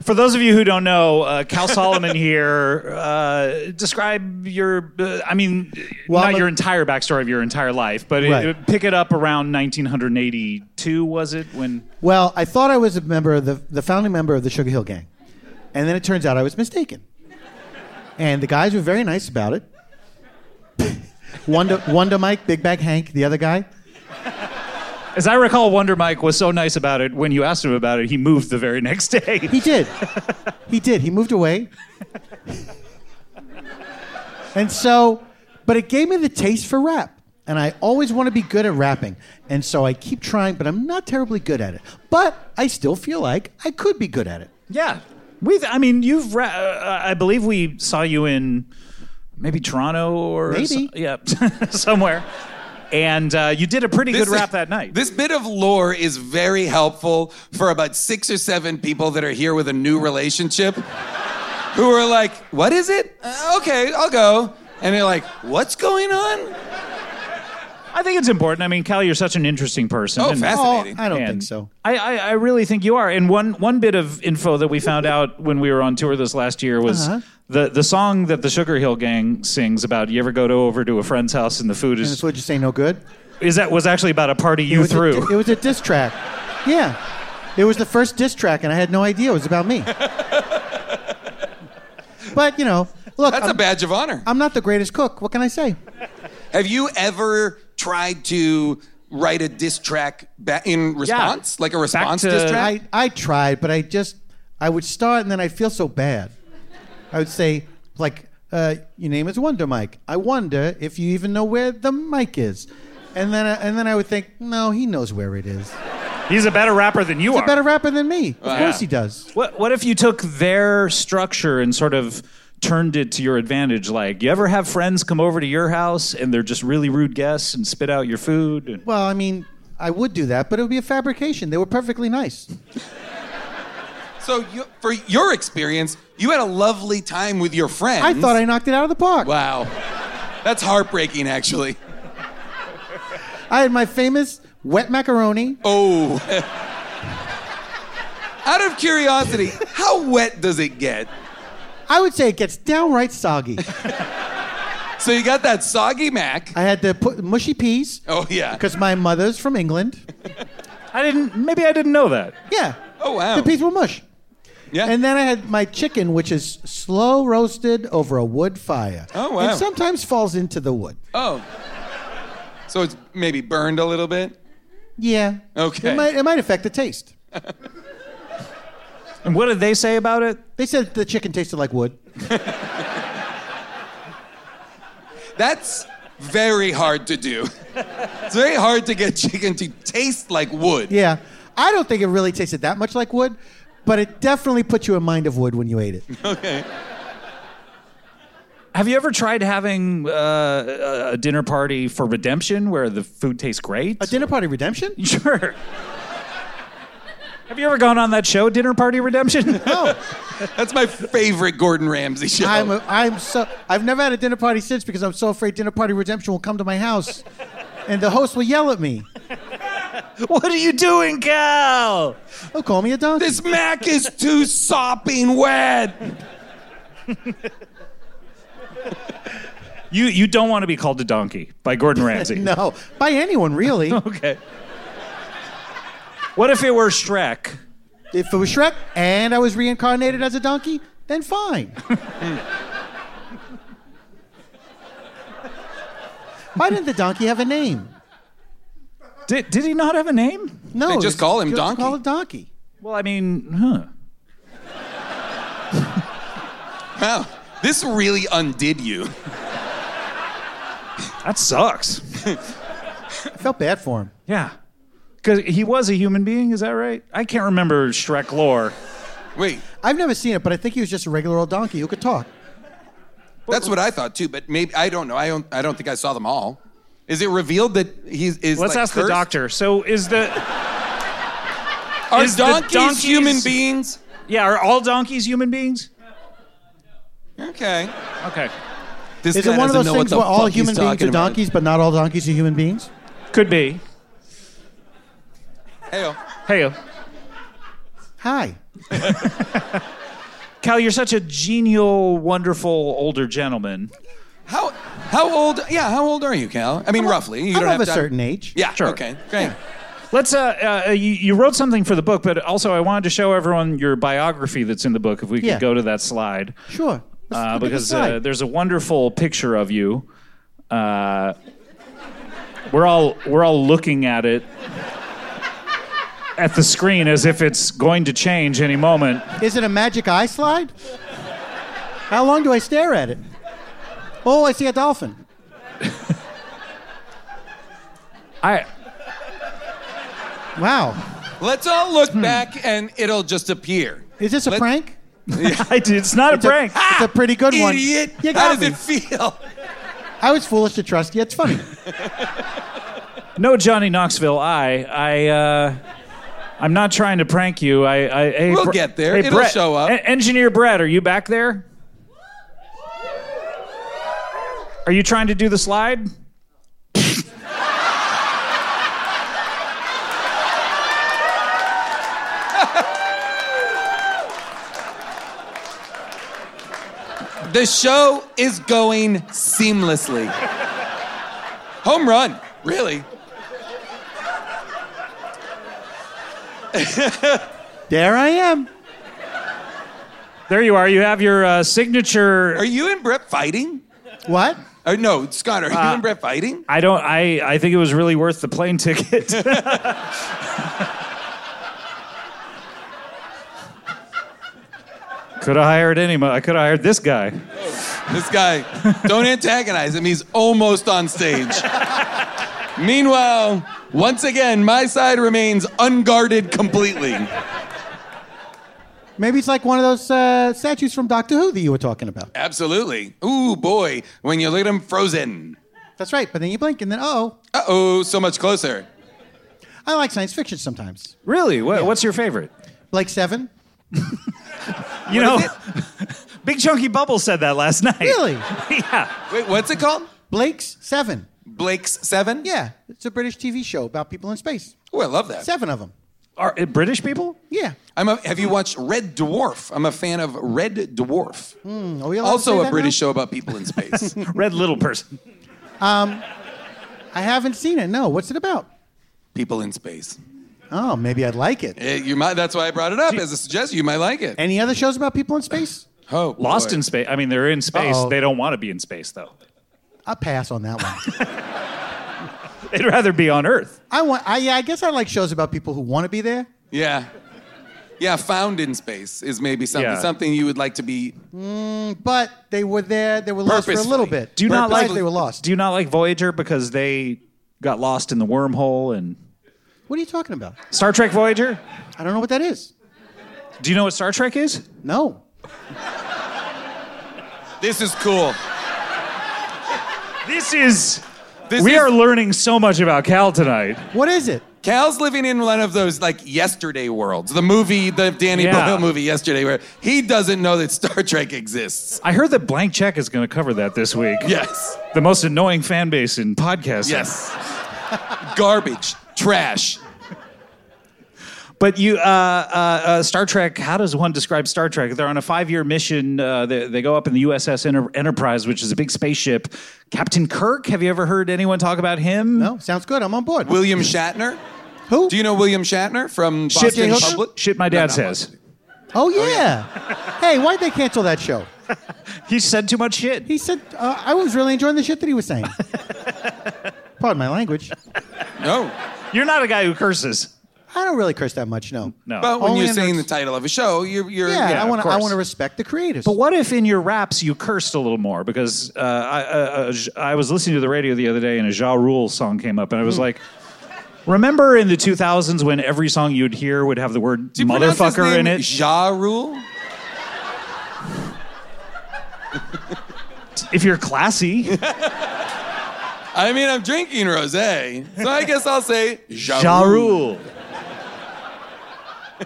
For those of you who don't know, uh, Cal Solomon (laughs) here. Uh, describe your, uh, I mean,
Well,
not
I'm a-
your entire backstory of your entire life, but it-
Right.
it- pick it up around 1982, was it? When
Well, I thought I was a member of the, the founding member of the Sugar Hill Gang. And then it turns out I was mistaken. And the guys were very nice about it. (laughs) Wonder, Wonder Mike, Big Bag Hank, the other guy.
As I recall, Wonder Mike was so nice about it. When you asked him about it, he moved the very (laughs) next day.
He did. he did. He moved away. and so, but it gave me the taste for rap. And I always want to be good at rapping. And so I keep trying, but I'm not terribly good at it. But I still feel like I could be good at it.
yeah, we. I mean, you've. Ra- uh, I believe we saw you in maybe Toronto or
Maybe.
so- yeah, (laughs) somewhere. And uh, you did a pretty good rap that night.
This bit of lore is very helpful for about six or seven people that are here with a new relationship (laughs) who are like, What is it? Uh, okay, I'll go. And they're like, What's going on?
I think it's important. I mean, Cal, you're such an interesting person.
Oh,
and-
fascinating.
Oh, I don't
and
think so.
I, I, I really think you are. And one one bit of info that we found out when we were on tour this last year was
Uh-huh.
the the song that the Sugar Hill Gang sings about. You ever go to over to a friend's house and the food
And
is
this would just say no good.
is that was actually about a party you
was a-
threw.
it was a diss track. Yeah. It was the first diss track, and I had no idea it was
(laughs)
about me. but, you know, look,
That's a
Um,
I'm,
badge of honor.
I'm not the greatest cook. What can I say?
Have you ever tried to write a diss track ba- in response? Like a response
to-
diss track?
Uh, I, I tried, but I just I would start and then I feel so bad. I would say like uh, your name is Wonder Mike. I wonder if you even know where the mic is. And then I, and then I would think, no, he knows where it is.
He's a better rapper than you
He's
are.
a better rapper than me. Of
Wow.
course he does.
what what if you took their structure and sort of turned it to your advantage? Like, you ever have friends come over to your house and they're just really rude guests and spit out your food? And,
Well, I mean, I would do that, but it would be a fabrication. They were perfectly nice.
So, you, for your experience, you had a lovely time with your friends.
I thought I knocked it out of the park.
Wow. That's heartbreaking, actually.
I had my famous wet macaroni.
Oh. (laughs) Out of curiosity, how wet does it get?
I would say it gets
(laughs)
downright soggy.
So you got that soggy mac.
I had to put mushy peas
Oh yeah.
because my mother's from England.
I didn't. Maybe I didn't know that.
Yeah.
Oh, wow.
The peas were mush.
Yeah.
And then I had my chicken, which is slow roasted over a wood fire.
Oh, wow.
And sometimes falls into the wood.
oh. So it's maybe burned a little bit.
Yeah.
Okay.
It might, it might affect the taste.
And what did they say about it?
They said the chicken tasted like wood.
That's very hard to do. It's very hard to get chicken to taste like wood.
Yeah. I don't think it really tasted that much like wood, but it definitely put you in mind of wood when you ate it.
Okay.
Have you ever tried having uh, a dinner party for redemption where the food tastes great?
A dinner party redemption?
(laughs) sure. Have you ever gone on that show, Dinner Party Redemption? (laughs)
No.
That's my favorite Gordon Ramsay show.
I'm, a, I'm so I've never had a dinner party since because I'm so afraid dinner party redemption will come to my house and the host will yell at me.
what are you doing, Cal?
Oh, call me a donkey.
this mac is too sopping wet.
You you don't want to be called a donkey by Gordon Ramsay.
(laughs) no, by
(laughs)
anyone really.
Okay. What if it were Shrek?
if it was Shrek and I was reincarnated as a donkey, then fine. Why didn't the donkey have a name?
Did did he not have a name?
No,
They just
it's-
call him
just
donkey.
Call it donkey.
Well, I mean, huh.
Wow. This really undid you.
That sucks.
I felt bad for him.
Yeah. Because he was a human being, is that right? I can't remember Shrek lore.
Wait,
I've never seen it, but I think he was just a regular old donkey who could talk.
that's what I thought too, but maybe I don't know. I don't I don't think I saw them all. Is it revealed that he's is
Let's
like,
ask the
cursed?
doctor. So is the
Are
Is the
donkeys,
donkeys-
human beings?
yeah, are all donkeys human beings?
Okay.
Okay.
This
Is
guy
it one of
doesn't
those
know what
things
the
where all
fuck he's
human beings
talking
are
about.
donkeys, but not all donkeys are human beings?
Could be.
Hey-o.
Hey.
Hi.
Cal, you're such a genial, wonderful older gentleman.
How how old? Yeah, how old are you, Cal? I mean, roughly. You
I'm
don't
of
have
a
to-
certain age.
Yeah.
Sure.
Okay. Great.
Let's. Uh, uh, you, you wrote something for the book, but also I wanted to show everyone your biography that's in the book. If we could
Yeah.
go to that slide,
Sure. Let's
uh,
look at the
because
slide.
uh, there's a wonderful picture of you. Uh, we're all we're all looking at it at the screen as if it's going to change any moment.
Is it a magic eye slide? How long do I stare at it? Oh, I see a dolphin.
I
Wow.
Let's all look
Hmm.
back, and it'll just appear.
Is this a
Let-
prank?
I did. It's not a prank.
It's a pretty good one.
Idiot.
You
how
got
does
me.
it feel?
I was foolish to trust you. It's funny.
(laughs)
No, Johnny Knoxville. I, I, uh, I'm not trying to prank you. I, I hey,
We'll
Bre-
get there.
Hey,
It'll
Brett,
show up.
En- Engineer Brett, are you back there? Are you trying to do the slide?
The show is going
(laughs)
seamlessly. Home run, really.
There I am.
There you are. You have your uh, signature.
Are you and Brett fighting?
What?
Or Oh, no, Scott, are you
Uh,
and Brett fighting?
I don't. I, I think it was really worth the plane ticket. (laughs) could have hired any. mo- I could have hired this guy.
This guy, don't antagonize him. He's almost on stage. Meanwhile, once again, my side remains unguarded completely.
Maybe it's like one of those uh, statues from Doctor Who that you were talking about.
Absolutely. Ooh, boy, when you look at him frozen.
That's right. But then you blink, and then oh,
Uh oh, so much closer.
I like science fiction sometimes.
Really? What, What's your favorite?
Like Seven.
You know, (laughs) Big Chunky Bubble said that last night.
Really?
yeah.
Wait, what's it called?
Blake's Seven.
Blake's Seven?
Yeah, it's a British TV show about people in space.
Ooh, I love that.
Seven of them.
Are uh, British people?
Yeah.
I'm a, have you watched Red Dwarf? I'm a fan of Red Dwarf.
Are we allowed to say
Also, a
that
British
now?
show about people in
(laughs)
space.
Red little person.
I haven't seen it. No. What's it about?
people in space.
Oh, maybe I'd like it.
Eh, you might, that's why I brought it up as a suggestion. You might like it.
Any other shows about people in space?
oh,
Lost
boy.
in space. I mean, they're in space.
Uh-oh.
They don't want to be in space, though.
I'll pass on that one.
They'd rather be on Earth.
I want. I, yeah, I guess I like shows about people who want to be there.
Yeah. Yeah, found in space is maybe something
Yeah.
something you would like to be.
But they were there. They were lost for a little
Purposefully.
bit.
Do you not
Purposely
like
they were lost?
Do you not like Voyager because they got lost in the wormhole and
what are you talking about?
Star Trek Voyager?
I don't know what that is.
Do you know what Star Trek is?
No.
This is cool.
This is.
This
we
is-
are learning so much about Cal tonight.
What is it?
Cal's living in one of those like yesterday worlds. The movie, the Danny
Yeah.
Boyle movie yesterday, where he doesn't know that Star Trek
(laughs)
exists.
I heard that Blank Check is going to cover that this week.
Yes.
The most annoying fan base in podcasting.
Yes. Garbage. Trash.
But you, uh, uh, uh, Star Trek. How does one describe Star Trek? They're on a five-year mission. Uh, they, they go up in the USS Enter- Enterprise, which is a big spaceship. Captain Kirk. Have you ever heard anyone talk about him?
No. Sounds good. I'm on board.
William Shatner.
Who?
Do you know William Shatner from
Shit,
Boston
sh-
Public?
shit my
No,
dad
not
says.
Boston.
oh yeah. hey, why'd they cancel that show?
He said too much shit.
He said uh, I was really enjoying the shit that he was saying. Pardon my language.
No.
You're not a guy who curses.
I don't really curse that much. No.
No.
But when
Only
you're
in the-
saying the title of a show, you're, you're
Yeah,
Yeah,
I
of
want to. I
course.
want to respect the creators.
But what if in your raps you cursed a little more? Because uh, I, uh, I was listening to the radio the other day and a Ja Rule song came up, and I
Hmm.
was like, remember in the 2000s when every song you'd hear would have the word
Do you pronounce his
motherfucker in
name
it?
Ja Rule.
If you're classy,
I mean, I'm drinking rosé, so I guess I'll say Ja,
Ja
Rule.
Rule.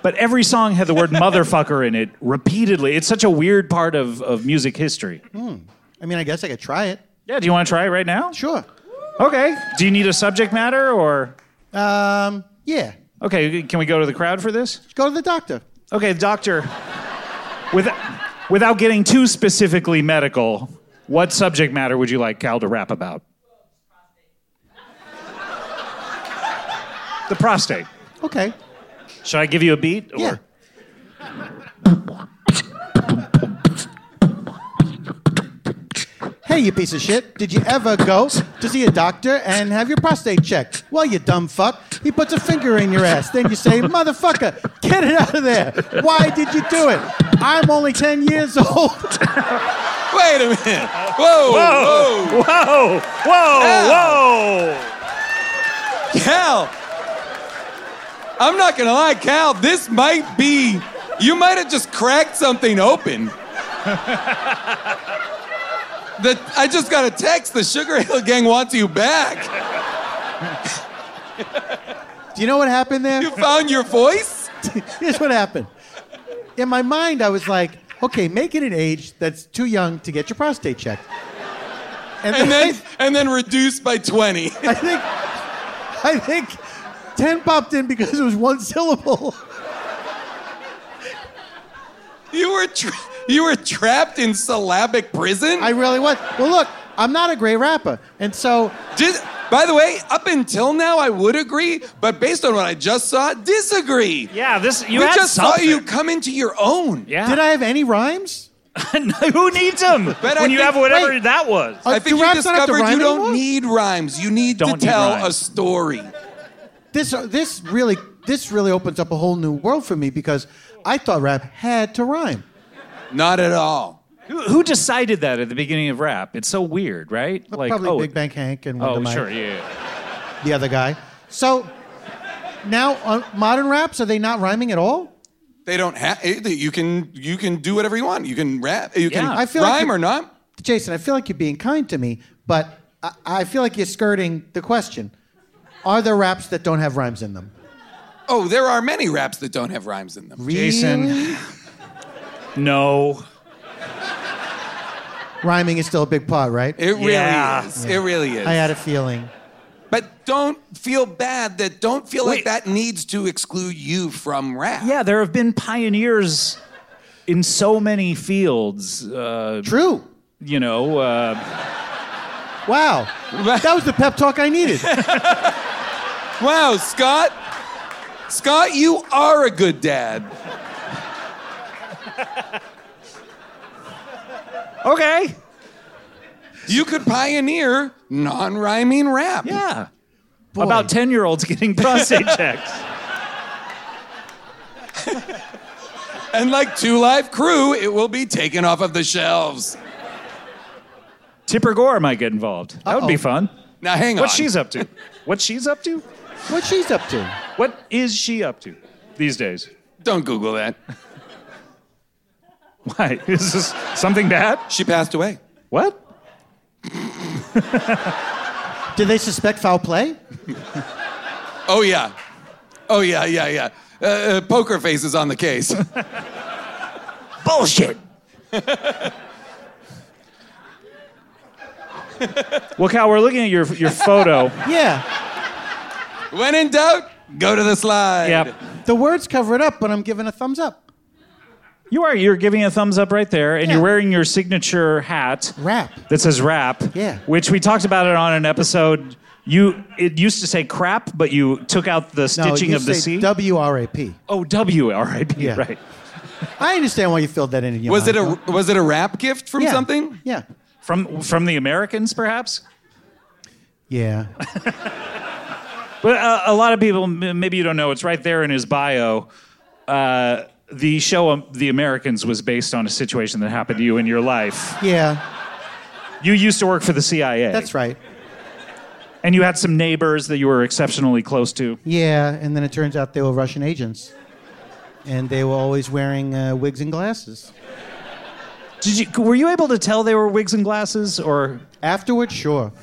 But every song had the word motherfucker in it repeatedly. It's such a weird part of, of music history.
I mean, I guess I could try it.
Yeah, do you want to try it right now?
Sure.
Okay. Do you need a subject matter or.
Um. Yeah.
Okay, can we go to the crowd for this?
Go to the doctor.
Okay, doctor, with, without getting too specifically medical, what subject matter would you like Cal to rap about? The prostate.
Okay.
Should I give you a beat? Or?
Yeah. Hey, you piece of shit. Did you ever go to see a doctor and have your prostate checked? Well, you dumb fuck. He puts a finger in your ass. Then you say, motherfucker, get it out of there. Why did you do it? I'm only 10 years (laughs) old.
Wait a minute. Whoa, whoa,
Whoa! Whoa! Whoa!
Cal. I'm not gonna lie, Cal. This might be. You might have just cracked something open. (laughs) the, I just got a text. The Sugar Hill Gang wants you back.
Do you know what happened there?
You found your voice.
Here's what happened. In my mind, I was like, okay, make it an age that's too young to get your prostate checked.
and
(laughs)
then and then reduced by 20.
I think I think ten popped in because it was one syllable.
(laughs) You were tra- you were trapped in syllabic prison.
I really was. Well, look, I'm not a great rapper, and so
Just, by the way, up until now I would agree, but based on what I just saw, disagree.
Yeah, this you
we
had
just
something.
saw you come into your own.
Yeah.
(laughs)
did I have any rhymes?
Who needs (laughs) them?
But I
when you
think-
have whatever
wait.
that was.
Uh,
I think
do
you
raps not have to
discovered
rhyme
you don't
anymore?
need rhymes. You need
Don't
to
need
tell a
rhymes.
story.
This uh, this really this really opens up a whole new world for me because I thought rap had to rhyme.
Not at all.
Who, who decided that at the beginning of rap? It's so weird, right?
Probably Big Bang Hank and
Oh,
Wonder Mike,
sure, yeah. yeah.
the other guy. So now uh, modern raps are they not rhyming at all?
They don't have. You can you can do whatever you want. You can rap. You can
Yeah.
I feel like
rhyme
you-
or not.
Jason, I feel like you're being kind to me, but I, I feel like you're skirting the question. Are there raps that don't have rhymes in them?
Oh, there are many raps that don't have rhymes in them.
Really?
Jason. No.
Rhyming is still a big part, right?
It really
Yeah.
is. It really is.
I had a feeling.
But don't feel bad that don't feel
Wait.
like that needs to exclude you from rap.
Yeah, there have been pioneers in so many fields. Uh,
True.
you know, uh,
Wow. That was the pep talk I
(laughs)
needed.
Wow, Scott. Scott, you are a good dad.
okay.
You could pioneer non-rhyming rap.
Yeah.
(laughs)
About 10 year olds getting prostate checked.
and like Two Live Crew, it will be taken off of the shelves.
Tipper Gore might get involved. That would be
Uh-oh.
fun.
Now, hang on.
What she's up to? What she's up to?
What she's up to?
What is she up to these days?
Don't Google that.
(laughs) Why is this something bad?
She passed away.
What?
Do they suspect foul play?
Oh, yeah. Oh, yeah, yeah, yeah. Uh, uh, poker face is on the case.
Bullshit. well, Cal, we're looking at your (laughs) your photo.
Yeah.
when in doubt, go to the slide.
yep.
The words cover it up, but I'm giving a thumbs up.
You are. You're giving a thumbs up right there, and
Yeah.
you're wearing your signature hat
Rap.
that says "rap."
Yeah.
Which we talked about it on an episode. You it used to say "crap," but you took out the stitching
you
of the
say
C.
W R A P.
oh, W R I P.
Yeah.
Right. (laughs)
I understand why you filled that in. in your
Was it
mind,
a
Phil.
was it a rap gift from
yeah.
something?
Yeah.
From from the Americans, perhaps.
Yeah.
But uh, a lot of people, m- maybe you don't know, it's right there in his bio. Uh, the show um, The Americans was based on a situation that happened to you in your life.
Yeah.
You used to work for the CIA.
That's right.
And you had some neighbors that you were exceptionally close to.
Yeah. And then it turns out they were Russian agents. And they were always wearing uh, wigs and glasses.
Did you were you able to tell they were wigs and glasses or
Afterwards, sure.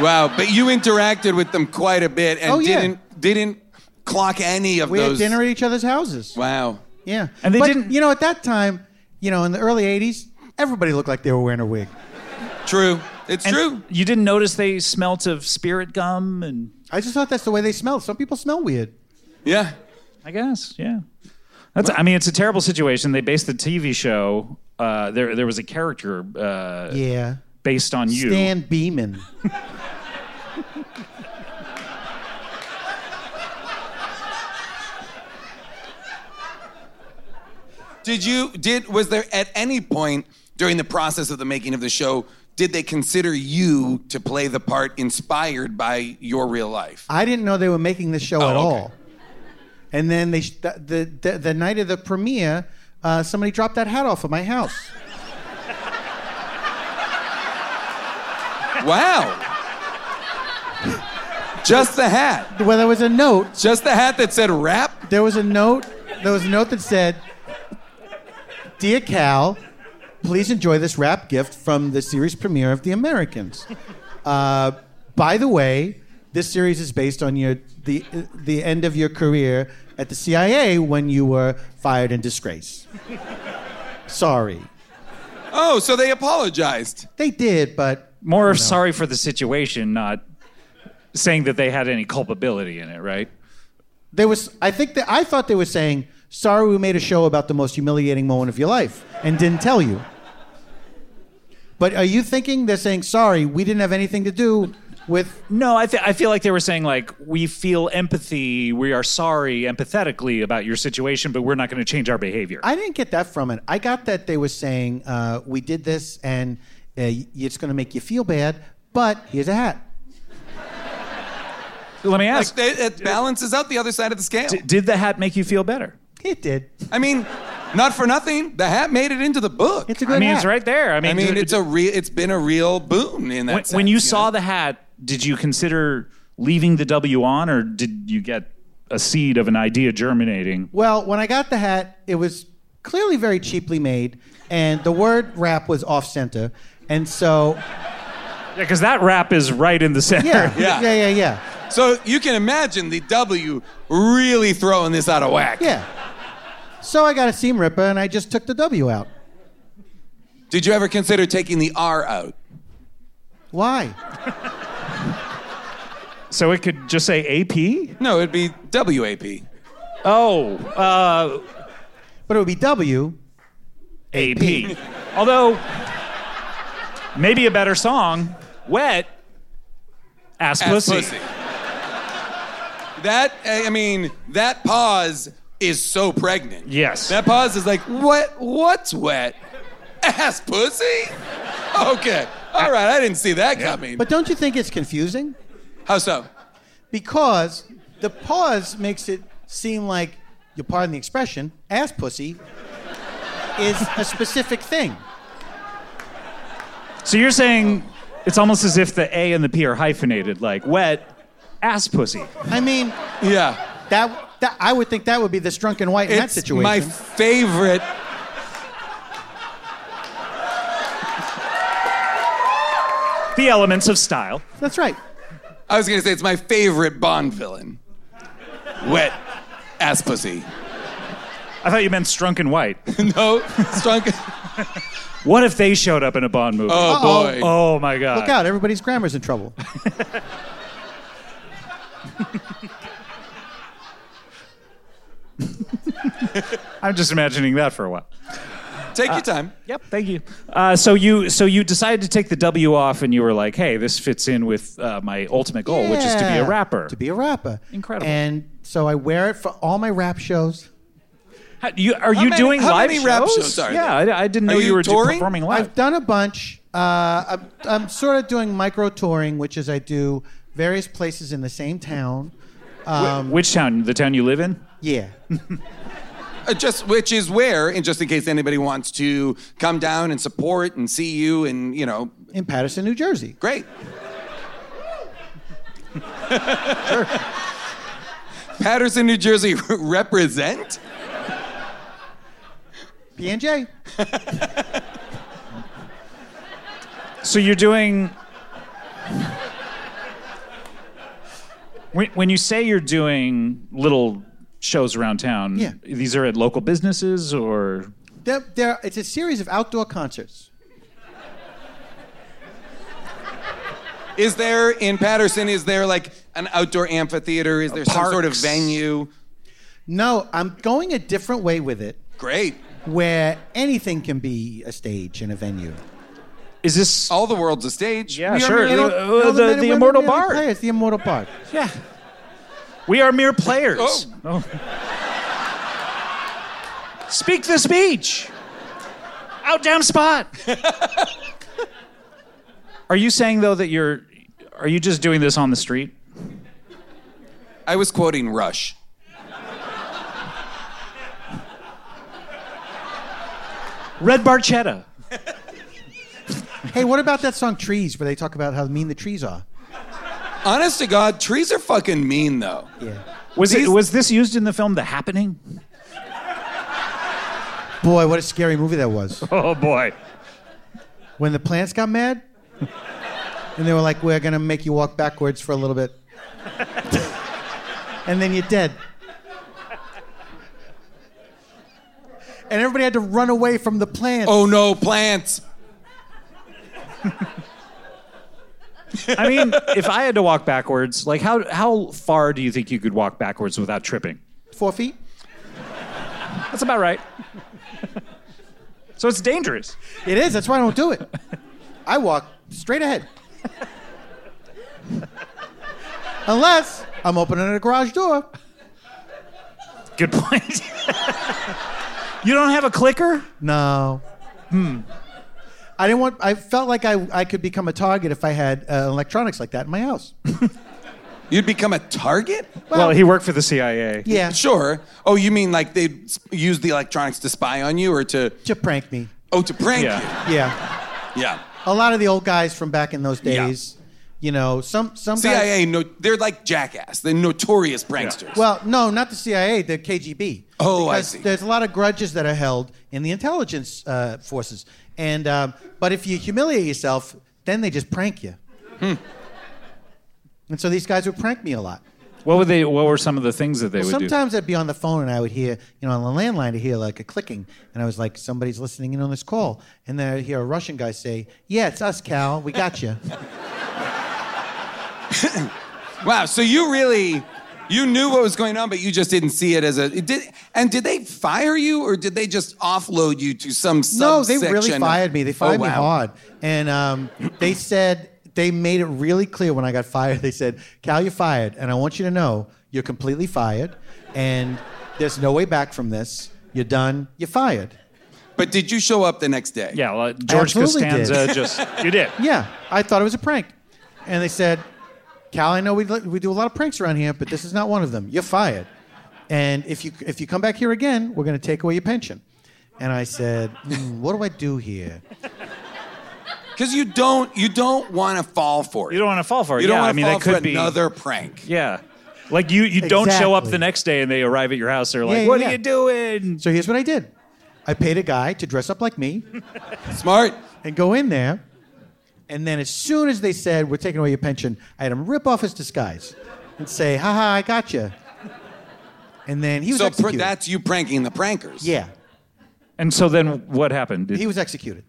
Wow, but you interacted with them quite a bit and
Oh, yeah.
didn't didn't clock any of
We
those.
had dinner at each other's houses.
wow.
Yeah.
And they
but,
didn't-
You know, at that time, you know, in the early 80s, everybody looked like they were wearing a wig.
True. It's
And
true.
You didn't notice they smelt of spirit gum and
I just thought that's the way they smelled. Some people smell weird.
Yeah.
I guess, yeah. That's. I mean, it's a terrible situation. They based the TV show. Uh, there, there was a character uh,
Yeah.
based on you.
Stan Beeman.
Did you did was there at any point during the process of the making of the show did they consider you to play the part inspired by your real life?
I didn't know they were making this show at
Oh, okay.
all. And then they, sh- the, the, the, the night of the premiere, uh, somebody dropped that hat off at my house.
Wow. Just the hat.
Well, there was a note.
Just the hat that said rap.
There was a note. There was a note that said, "Dear Cal, please enjoy this wrap gift from the series premiere of The Americans. Uh, by the way, this series is based on your the the end of your career at the CIA when you were fired in disgrace. (laughs) Sorry,
Oh, so they apologized.
they did, but."
more of sorry for the situation, not saying that they had any culpability in it, right?
There was, I think that I thought they were saying, "Sorry, we made a show about the most humiliating moment of your life and didn't tell you." But are you thinking they're saying, "Sorry, we didn't have anything to do with"?
No, I, th- I feel like they were saying like we feel empathy, we are sorry empathetically about your situation, but we're not going to change our behavior.
I didn't get that from it. I got that they were saying, uh, "We did this, and uh, y- it's going to make you feel bad, but here's a hat."
Let me
Like
ask:
they, it balances out the other side of the scale.
d- Did the hat make you feel better?
It did.
I mean, not for nothing, the hat made it into the book.
It's a good
I mean,
hat.
it's right there. I mean,
I mean,
d-
it's a real. It's been a real boon in that.
when,
sense,
when you
know?
saw the hat, did you consider leaving the W on, or did you get a seed of an idea germinating?
Well, when I got the hat, it was clearly very cheaply made, and the word "rap" was off center, and so
Yeah, because that wrap is right in the center.
yeah,
Yeah.
yeah, yeah, yeah.
so you can imagine the W really throwing this out of whack.
Yeah. So I got a seam ripper and I just took the W out.
Did you ever consider taking the R out?
Why?
(laughs) So it could just say AP.
No, it'd be WAP.
Oh, uh,
But it would be W.
AP. Although, maybe a better song, Wet, Ass,
Ass
pussy.
That I I mean, that pause is so pregnant.
Yes.
That pause is like, what? What's wet? Ass pussy. (laughs) Okay. All right. I didn't see that coming.
But don't you think it's confusing?
How so?
Because the pause makes it seem like you'll pardon the expression, ass pussy is a specific thing.
So you're saying it's almost as if the A and the P are hyphenated, like wet ass pussy.
I mean,
Yeah.
that, that I would think that would be the drunken white in that
It's
situation.
my favorite.
The elements of style.
That's right.
I was gonna say it's my favorite Bond villain. Wet ass pussy.
I thought you meant strunk and white.
No, strong.
What if they showed up in a Bond movie?
Oh boy.
Oh my god.
Look out, everybody's grammar's in trouble.
I'm just imagining that for a while.
Take your time.
Yep, thank you. Uh, so you so you decided to take the W off, and you were like, "Hey, this fits in with uh, my ultimate goal, which is to be a
Yeah,
rapper."
To be a rapper.
Incredible.
And so I wear it for all my rap shows.
How- you- are you
many-
doing
how
live
many
shows?
rap shows are
yeah,
there?
I, I didn't
Oh, Are
know you,
you
were do-
touring?
performing live.
I've done a bunch. Uh, I'm, I'm sort of doing micro touring, which is I do various places in the same town. Uh,
Which town? The town you live in?
Yeah.
Uh, just which is where, and just in case anybody wants to come down and support and see you, and you know,
(laughs) In Patterson, New Jersey.
great. Patterson, New Jersey, (laughs) represent.
PNJ.
So you're doing. When, when you say you're doing little shows around town,
Yeah.
these are at local businesses or
There, there, it's a series of outdoor concerts.
Is there in Patterson? Is there like an outdoor amphitheater? Is there some sort of
Parks.
venue?
No, I'm going a different way with it,
Great.
where anything can be a stage and a venue.
is this?
All the world's a stage.
yeah,
We are
sure.
merely-
The,
no,
uh, the,
men
the
and women
Immortal
merely
Bard.
Players, the Immortal Bard.
Yeah. We are mere players. Oh.
Oh.
Speak the speech. Out down spot. (laughs) are you saying though that you're are you just doing this on the street?
I was quoting Rush.
Red Barchetta.
Hey, what about that song Trees, where they talk about how mean the trees are?
Honest to God, trees are fucking mean though.
Yeah.
Was
These-
it was this used in the film The Happening?
Boy, what a scary movie that was.
Oh boy.
when the plants got mad and they were like we're going to make you walk backwards for a little bit and then you're dead and everybody had to run away from the plants
Oh no, plants.
I mean, if I had to walk backwards, like how how far do you think you could walk backwards without tripping?
four feet
That's about right. so it's dangerous.
it is that's why i don't do it i walk straight ahead unless i'm opening a garage door
(laughs)
Good point. you don't have a clicker?
No. Hmm. I didn't want. I felt like I, I could become a target if I had uh, electronics like that in my house.
You'd become a target?
Well, he worked for the CIA.
Yeah.
Sure. Oh, you mean like they'd s- use the electronics to spy on you or to
To prank me.
oh to prank
Yeah.
Yeah.
you? Yeah.
A lot of the old guys from back in those
Yeah.
days. You know, some some Guys,
CIA, no, they're like jackass. They're notorious pranksters.
well, no, not the CIA, the KGB.
Oh, I
Because
see.
There's a lot of grudges that are held in the intelligence uh, forces, and um, but if you humiliate yourself, then they just prank you.
Hmm.
And so these guys would prank me a lot.
What were they? What were some of the things that they would
Sometimes I'd be on the phone and I would hear, you know, on the landline, I'd hear like a clicking. And I was like, somebody's listening in on this call. And then I'd hear a Russian guy say, Yeah, it's us, Cal. We got you.
Wow. So you really, you knew what was going on, but you just didn't see it as a. It did, and did they fire you, or did they just offload you to some
no, they really
subsection?
fired me. They fired
Oh,
me
wow.
hard. And um,
(clears throat)
they said, they made it really clear when I got fired. They said, Cal, you're fired. And I want you to know you're completely fired. And there's no way back from this. You're done. You're fired.
But did you show up the next day?
do? Yeah, well, George
absolutely
Costanza just you did.
Yeah, I thought it was a prank. And they said, Cal, I know we, we do a lot of pranks around here, but this is not one of them. You're fired. And if you if you come back here again, we're going to take away your pension. And I said, "Hmm, what do I do here?
Because you don't you don't want to fall for it.
You don't want to fall for it.
You don't
yeah,
want to
I mean,
fall
that could
for
be
another prank.
Yeah. Like you, you don't show up
Exactly.
the next day and they arrive at your house. They're like,
Yeah, yeah,
"What
yeah.
are you doing?"
So here's what I did. I paid a guy to dress up like me
Smart.
and go in there. And then as soon as they said, we're taking away your pension, I had him rip off his disguise and say, "Ha ha, I got you. And then he was
So pr-
executed.
that's you pranking the prankers.
yeah,
And so then what happened?
he was executed.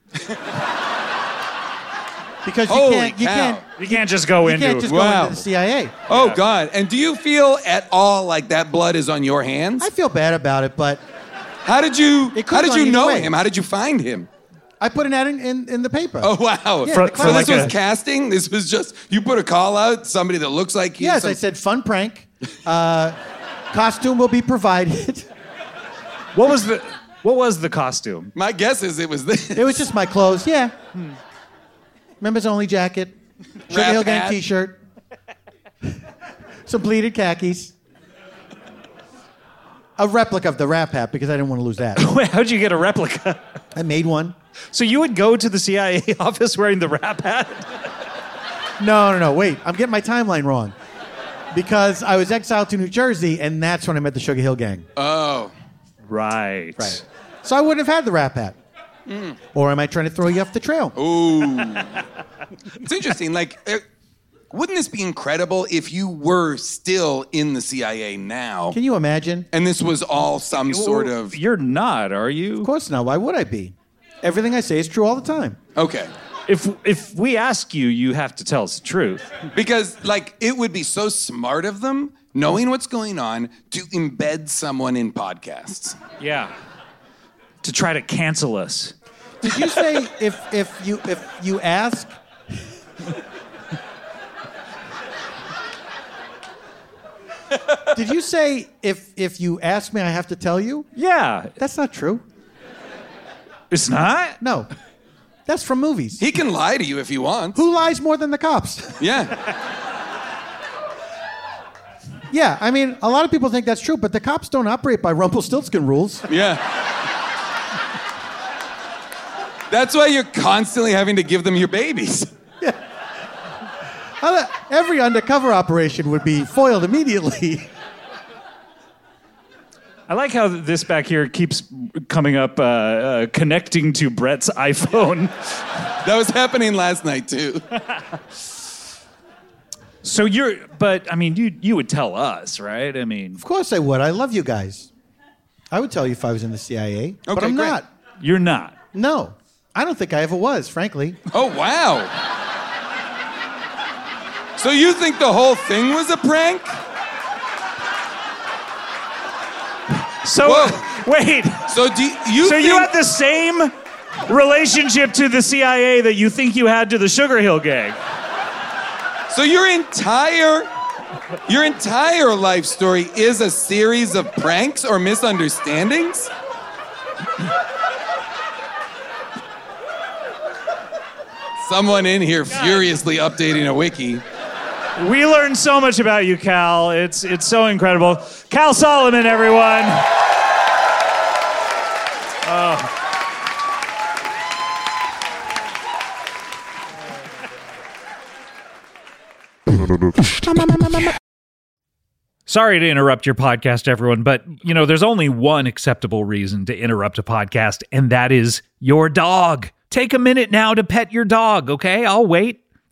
because you
Holy
can't, you
cow.
can't,
you can't just go
you
into
can't just go
Wow.
into the CIA.
Oh God! And do you feel at all like that blood is on your hands?
I feel bad about it, but
How did you?
It could
How did
have
you
gone
know
either way.
him? How did you find him?
I put an ad in, in, in the paper.
Oh wow!
Yeah,
For- for
the clown-
so
like
this was
a-
casting. This was just you put a call out. Somebody that looks like you.
Yes,
some-
I said fun prank. Uh, costume will be provided. (laughs)
What was the What was the costume? (laughs)
My guess is it was this.
It was just my clothes. Yeah. Remember's only jacket,
Wrap
Sugar Hill Gang
hat.
T-shirt, some pleated khakis, a replica of the rap hat because I didn't want to lose that.
Wait, how'd you get a replica?
I made one.
So you would go to the CIA (laughs) office wearing the rap hat?
No, no, no. Wait, I'm getting my timeline wrong because I was exiled to New Jersey, and that's when I met the Sugar Hill Gang.
Oh,
Right.
Right. So I wouldn't have had the rap hat. Or am I trying to throw you off the trail?
it's interesting. Like, eh, wouldn't this be incredible if you were still in the CIA now,
Can you imagine?
and this was all some sort of
You're not, are you?
Of course not. Why would I be? Everything I say is true all the time.
okay?
If If we ask you, you have to tell us the truth.
Because like it would be so smart of them, knowing what's going on, to embed someone in podcasts.
Yeah. To try to cancel us.
Did you say if if you if you ask? Did you say if if you ask me, I have to tell you?
Yeah.
That's not true.
It's not.
No, that's from movies.
He can lie to you if he wants.
Who lies more than the cops?
Yeah.
yeah, I mean, a lot of people think that's true, but the cops don't operate by Rumpelstiltskin rules.
Yeah. That's why you're constantly having to give them your babies.
Other- Every undercover operation would be foiled immediately.
I like how this back here keeps coming up, uh, uh, connecting to Brett's (laughs) iPhone.
That was happening last night too.
so you're, but I mean, you you would tell us, right? I mean,
Of course I would. I love you guys. I would tell you if I was in the CIA, but
Okay,
I'm
great.
not.
you're not.
No, I don't think I ever was, frankly.
Oh wow. So you think the whole thing was a prank?
So (laughs)
Whoa.
wait.
So do you
So
think
you had the same relationship to the CIA that you think you had to the Sugar Hill Gang.
So your entire your entire life story is a series of pranks or misunderstandings? Someone in here furiously updating a wiki.
We learned so much about you, Cal. It's it's so incredible. Cal Solomon, everyone. Sorry to interrupt your podcast, everyone, but you know, there's only one acceptable reason to interrupt a podcast, and that is your dog. Take a minute now to pet your dog, okay? I'll wait.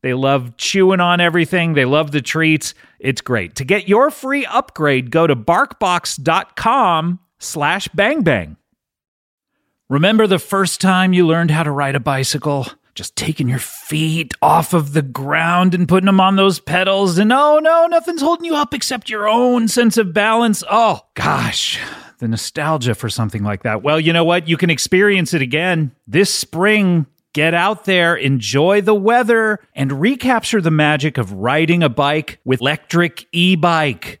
They love chewing on everything. They love the treats. It's great. To get your free upgrade, go to barkbox.com slash bangbang. Remember the first time you learned how to ride a bicycle? Just taking your feet off of the ground and putting them on those pedals, and oh no, nothing's holding you up except your own sense of balance. Oh gosh, the nostalgia for something like that. Well, you know what? You can experience it again this spring. Get out there, enjoy the weather, and recapture the magic of riding a bike with electric e bike.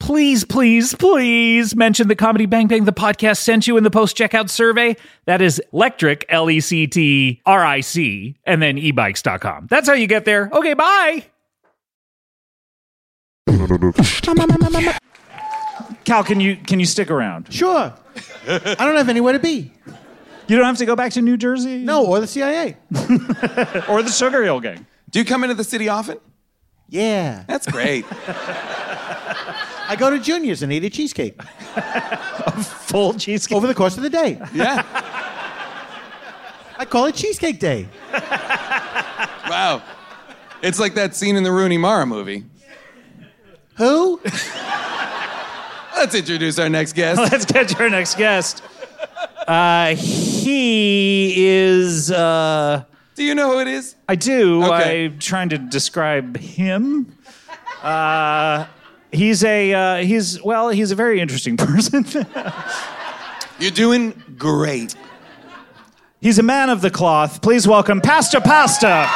please, please, please mention the Comedy Bang Bang the podcast sent you in the post checkout survey. That is electric, L E C T R I C, and then ebikes.com. That's how you get there. Okay, bye.
Cal, can you can you stick around?
Sure. I don't have anywhere to be.
You don't have to go back to New Jersey.
No, or the CIA.
Or the Sugar Hill Gang.
Do you come into the city often?
Yeah.
That's great.
I go to Junior's and eat a cheesecake
Full cheesecake.
over the course of the day.
yeah.
I call it Cheesecake Day.
Wow. It's like that scene in the Rooney Mara movie.
Who?
Let's introduce our next guest.
(laughs) Let's get your next guest. Uh, he is. Uh,
Do you know who it is?
I do.
Okay.
I'm trying to describe him. Uh, he's a uh, he's well, he's a very interesting (laughs) person.
You're doing great.
he's a man of the cloth. Please welcome Pastor Pasta.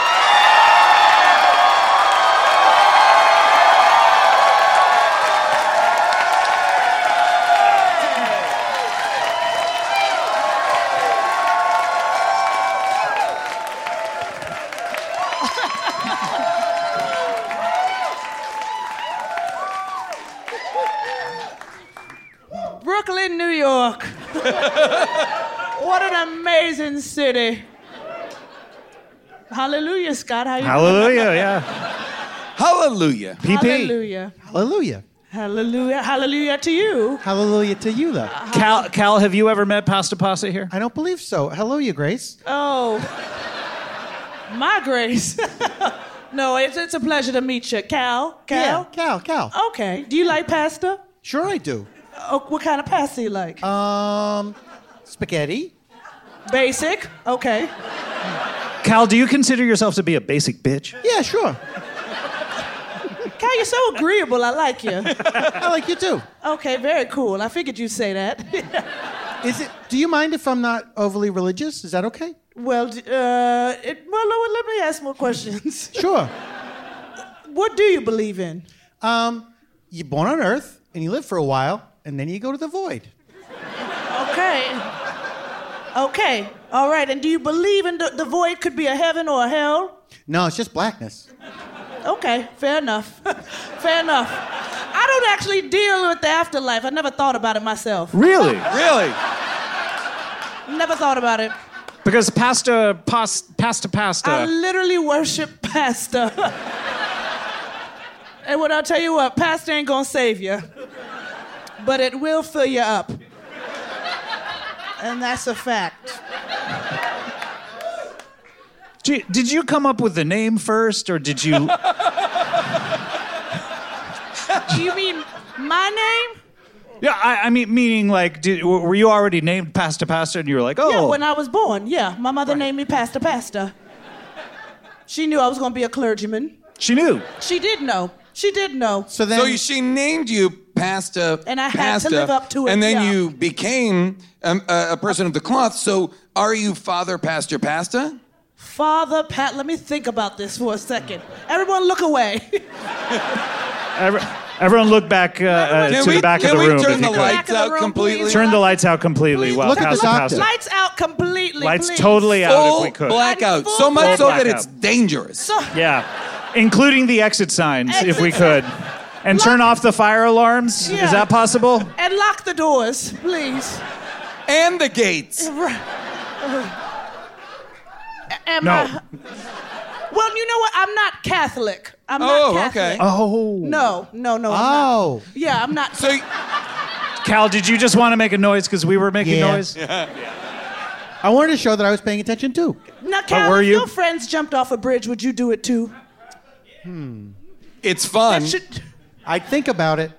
Brooklyn, New York. what an amazing city. Hallelujah, Scott. How you
Hallelujah! Yeah.
Hallelujah.
PP.
Hallelujah.
Hallelujah.
Hallelujah. Hallelujah to you.
Hallelujah to you, though.
Cal, Cal, have you ever met Pasta Pasta here?
I don't believe so. Hello, you Grace.
Oh, my grace. (laughs) no, it's, it's a pleasure to meet you. Cal? Cal?
Yeah, Cal, Cal.
Okay. Do you like pasta?
Sure, I do.
Oh, what kind of pasta you like?
Um, spaghetti.
Basic? Okay.
Cal, do you consider yourself to be a basic bitch?
Yeah, sure.
Cal, you're so agreeable. I like you.
I like you too.
Okay, very cool. I figured you'd say that.
Is it? Do you mind if I'm not overly religious? Is that okay?
Well, d- uh, it, well, let- let me ask more (laughs) questions.
Sure.
what do you believe in?
Um, you're born on Earth and you live for a while, and then you go to the void.
Okay. Okay. All right. And do you believe in the, the void could be a heaven or a hell?
No, it's just blackness.
Okay. Fair enough. (laughs) fair enough. I don't actually deal with the afterlife. I never thought about it myself.
Really?
Really?
Never thought about it.
Because Pasta pas, Pasta Pasta.
I literally worship pasta. (laughs) and what I'll tell you what, pasta ain't gonna save you, but it will fill you up. And that's a fact.
Gee, Did you come up with the name first, or did you? (laughs)
Do you mean my name?
yeah, I, I mean, meaning like, did, w- were you already named Pasta Pasta, and you were like, oh,
Yeah, when I was born. Yeah, my mother named me Pastor Pastor. She knew I was going to be a clergyman.
she knew.
She did know. She did know.
So then,
So you- she named you Pasta.
And I had to
Pasta,
live up to it,
And then
yeah.
you became um, a, a person of the cloth. So are you Father Pastor Pasta?
Father Pat, let me think about this for a second. Everyone, look away.
Every, everyone, look back uh, uh,
Can
to
we-
the back of
can
the
we
room.
turn
if
the
you could.
lights
Back of the
out
room,
completely?
please.
Turn the lights out completely.
Please
Well,
Look at the
Pasta Pasta.
doctor.
Lights out completely.
Lights
please.
totally out if
Full
we could.
blackout.
Full
So much so that
blackout.
it's dangerous.
So,
Yeah, including the exit signs if we
Exit
could, and turn off the fire alarms.
Yeah.
Is that possible?
and lock the doors, please.
and the gates.
Am
No.
I- well, you know what? I'm not Catholic. I'm
Oh,
not
okay.
Catholic.
Oh,
No, no, no. I'm not.
oh,
Yeah, I'm not.
So
Cal, did you just want to make a noise because we were making
Yeah.
noise?
I wanted to show that I was paying attention too.
now, Cal,
were
if
you?
your friends jumped off a bridge, would you do it too?
it's fun.
That should.
I'd think about it.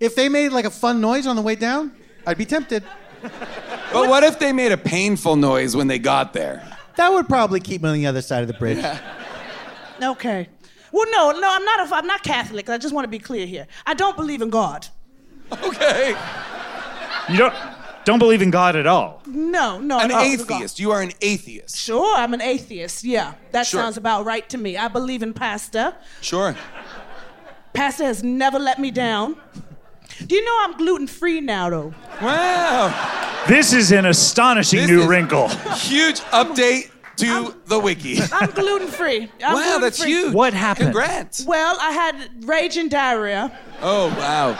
If they made like a fun noise on the way down, I'd be tempted.
But what if they made a painful noise when they got
(laughs)
there?
That would probably keep me on the other side of the bridge.
Okay. Well, no, no, I'm not. A, I'm not Catholic. I just want to be clear here. I don't believe in God.
Okay.
You don't don't believe in God at all.
No, no. I
An
don't believe in God.
atheist. You are an atheist.
Sure, I'm an atheist. Yeah, that
Sure.
sounds about right to me. I believe in Pastor.
Sure.
Pastor has never let me down. Do you know I'm gluten free now, though?
Wow.
This is an astonishing
This
new
is-
wrinkle.
Huge update to the wiki. (laughs)
I'm gluten free.
Wow, that's huge.
What happened?
Congrats.
Well, I had raging diarrhea,
Oh, wow.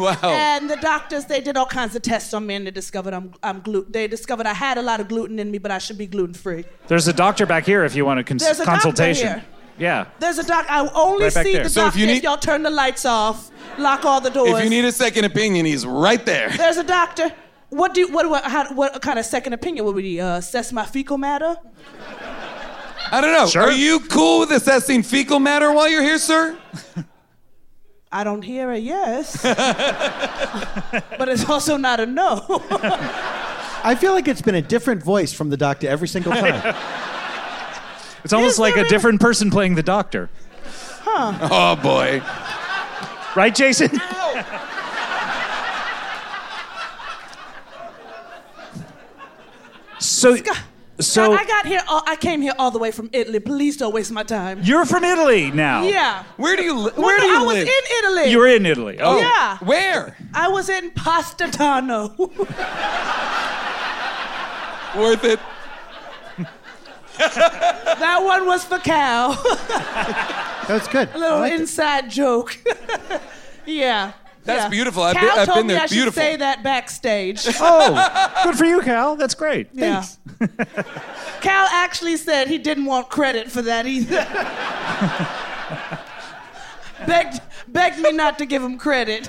Wow.
and the doctors they did all kinds of tests on me, and they discovered I'm I'm gluten. They discovered I had a lot of gluten in me, but I should be gluten free.
There's a doctor back here if you want a, cons-
There's a
consultation.
doctor here.
Yeah.
There's a doc. I only
Right back
see
there.
the
So if
doctor
you
if,
need-
y'all turn the lights off, lock all the doors.
If you need a second opinion, he's right there.
There's a doctor. What do what what, how, what kind of second opinion would we uh, assess my fecal matter?
I don't know.
Sure.
Are you cool with assessing fecal matter while you're here, sir?
I don't hear
(laughs)
a yes, but it's also not a no. (laughs)
I feel like it's been a different voice from the doctor every single time.
It's almost
Is
like a
there really-
different person playing the doctor.
Oh, boy.
Right, Jason? so so
I got here. All, I came here all the way from Italy. Please don't waste my time.
you're from Italy now.
yeah.
Where do you, li-
Well,
where do
no,
you
I was
live?
in Italy.
You're in Italy. Oh.
Yeah.
Where?
I was in Pastatano.
Worth it.
(laughs) that one was for Cal. (laughs)
That's good.
little
I like it.
inside joke. (laughs) yeah.
That's
yeah.
beautiful. I've
Cal
been- I've
told
been
me
there.
I should
Beautiful.
say that backstage.
Oh, good for you, Cal. That's great.
yeah. Cal actually said he didn't want credit for that either. (laughs) begged, begged me not to give him credit.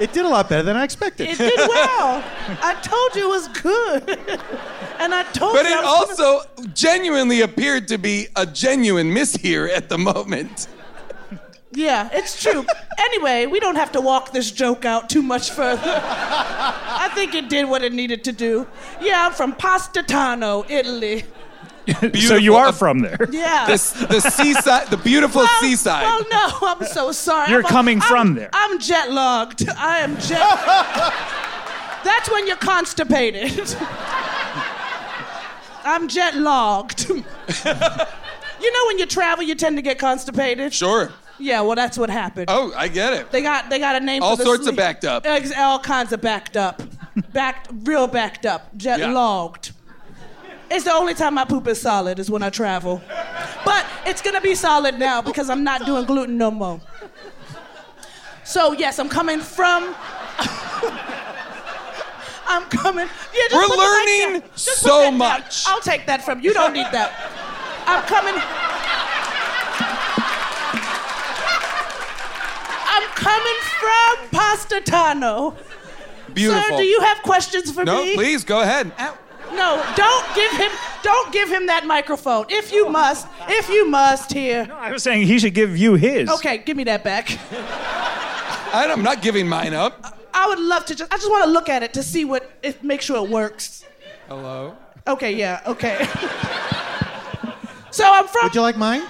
It did a lot better than I expected. (laughs)
It did well. I told you it was good. and I told
But
you. I
it
was gonna-
also genuinely appeared to be a genuine mishear at the moment.
Yeah, it's true. anyway, we don't have to walk this joke out too much further. I think it did what it needed to do. Yeah, I'm from Pastatano, Italy.
So you
Beautiful.
are from there.
Yeah.
This-
(laughs)
the seaside, the beautiful
well,
seaside.
Well, no, I'm so sorry.
You're
I'm-
coming
I'm-
from there.
I'm jet logged. I am jet. (laughs) That's when you're constipated. (laughs) I'm jet logged. (laughs) you know when you travel, you tend to get constipated.
Sure.
Yeah, well, that's what happened.
Oh, I get it.
They got they got a name.
All
for the
sorts of
sleep.
backed up.
Ex- all kinds of backed up, backed real backed up, jet
Yeah.
logged. It's the only time my poop is solid is when I travel, but it's gonna be solid now because I'm not doing gluten no more. So yes, I'm coming from. (laughs) I'm coming. Yeah, just
We're
put the mic down.
learning
Just put
so
that down.
much.
I'll take that from you. You Don't need that. I'm coming. I'm coming from Pastatano.
Beautiful.
Sir, do you have questions for
no,
me?
please go ahead. Ow.
No, don't give him. Don't give him that microphone. If you must, if you must, here.
I was saying he should give you his.
Okay, give me that back.
I- I'm not giving mine up.
I would love to just, I just want to look at it to see what, if, make sure it works.
Hello.
Okay, yeah, okay. (laughs) so I'm from,
Would you like mine?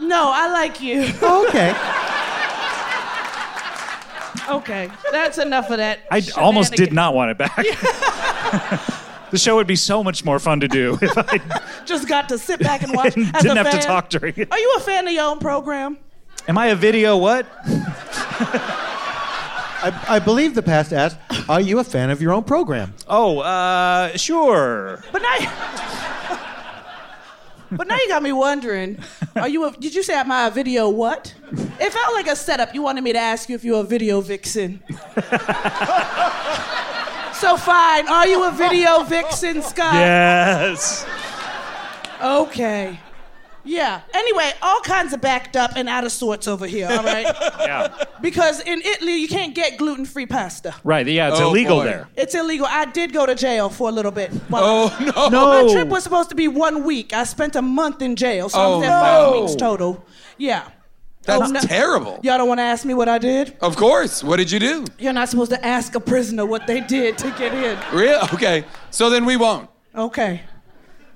no, I like you. (laughs)
Oh, okay.
Okay, that's enough of that.
I almost did
shenanigan-
not want it back. (laughs) the show would be so much more fun to do
(laughs)
if I
Just got to sit back and
(laughs)
watch.
didn't
as a
have to
fan.
talk during it.
Are you a fan of your own program?
Am I a video what?
I, I believe the past asked, are you a fan of your own program?
Oh, uh, sure.
But now, but now you got me wondering. Are you? A, did you say am I a video what? It felt like a setup. You wanted me to ask you if you're a video vixen. so fine. Are you a video vixen, Scott?
Yes.
Okay. Yeah. Anyway, all kinds of backed up and out of sorts over here. All right.
Yeah.
because in Italy you can't get gluten-free pasta.
Right. Yeah, it's
Oh,
illegal
boy.
there.
It's illegal. I did go to jail for a little bit. While
Oh no.
My
No.
trip was supposed to be one week. I spent a month in jail, so I
Oh,
was there five
no.
weeks total. Yeah.
That's
Oh, no.
terrible.
Y'all don't want to ask me what I did?
Of course. What did you do?
You're not supposed to ask a prisoner what they did to get in.
Real? Okay. So then we won't.
Okay.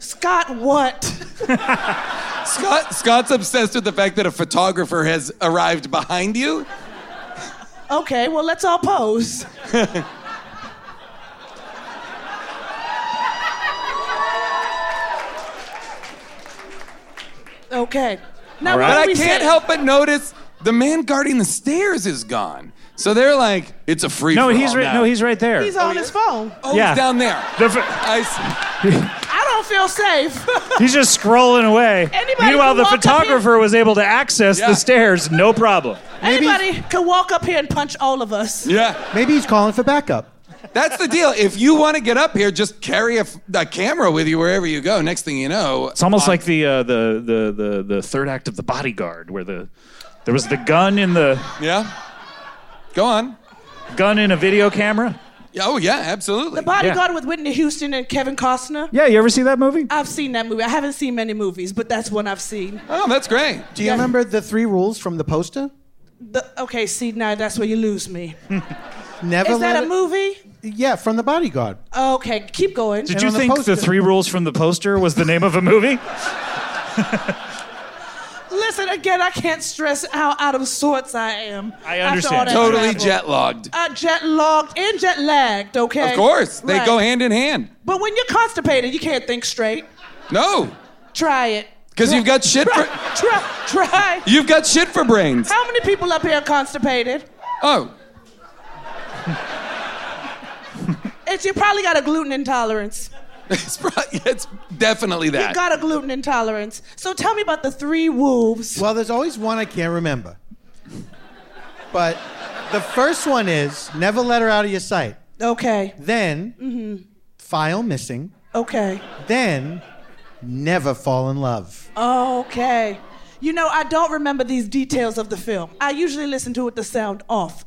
Scott, what?
Scott Scott's obsessed with the fact that a photographer has arrived behind you.
Okay, well, let's
(laughs)
all pose. okay. Now,
All
what
right.
But
do
I
we
can't
say?
help but notice the man guarding the stairs is gone. So they're like, it's a free.
No,
for
he's
all
right. No, he's right there.
He's on his phone.
Oh,
Yeah.
he's down there.
The fr-
I s-
I don't
(laughs)
feel safe.
he's just scrolling away.
Anybody
Meanwhile,
can
the
walk up
photographer was able to access
Yeah.
the stairs, no problem.
Anybody could walk up here and punch all of us.
yeah.
Maybe he's calling for backup.
That's the deal. If you want to get up here, just carry a, f- a camera with you wherever you go. Next thing you know,
It's almost like the, uh, the the the the third act of The Bodyguard, where the there was the gun in the
yeah. Go on.
gun in a video camera.
Yeah, Oh yeah, absolutely.
The Bodyguard with Whitney Houston and Kevin Costner.
Yeah, you ever see that movie?
I've seen that movie. I haven't seen many movies, but that's one I've seen.
oh, that's great.
Do you remember the three rules from the poster?
The, okay, see, now that's where you lose me.
Never
Is
let
that a
it-
movie?
Yeah, from the bodyguard.
Okay, keep going.
Did
And
you
on the
think
poster-
the three rules from the poster was the name of a movie?
Listen again. I can't stress how out of sorts I am.
I
after all
understand.
that
Totally
travel.
jet logged.
Uh, jet logged and jet lagged. Okay.
Of course, they
Right.
go hand in hand.
But when you're constipated, you can't think straight.
No,
Try it.
because you've got shit
(laughs) Try.
for
Try. Try.
you've got shit for brains.
How many people up here are constipated?
Oh, (laughs)
It's you probably got a gluten intolerance.
it's probably, it's definitely
You
that.
got a gluten intolerance. So tell me about the three wolves.
Well, there's always one I can't remember. But the first one is never let her out of your sight.
Okay.
Then file missing.
Okay.
Then never fall in love.
Okay. You know, I don't remember these details of the film. I usually listen to it with the sound off.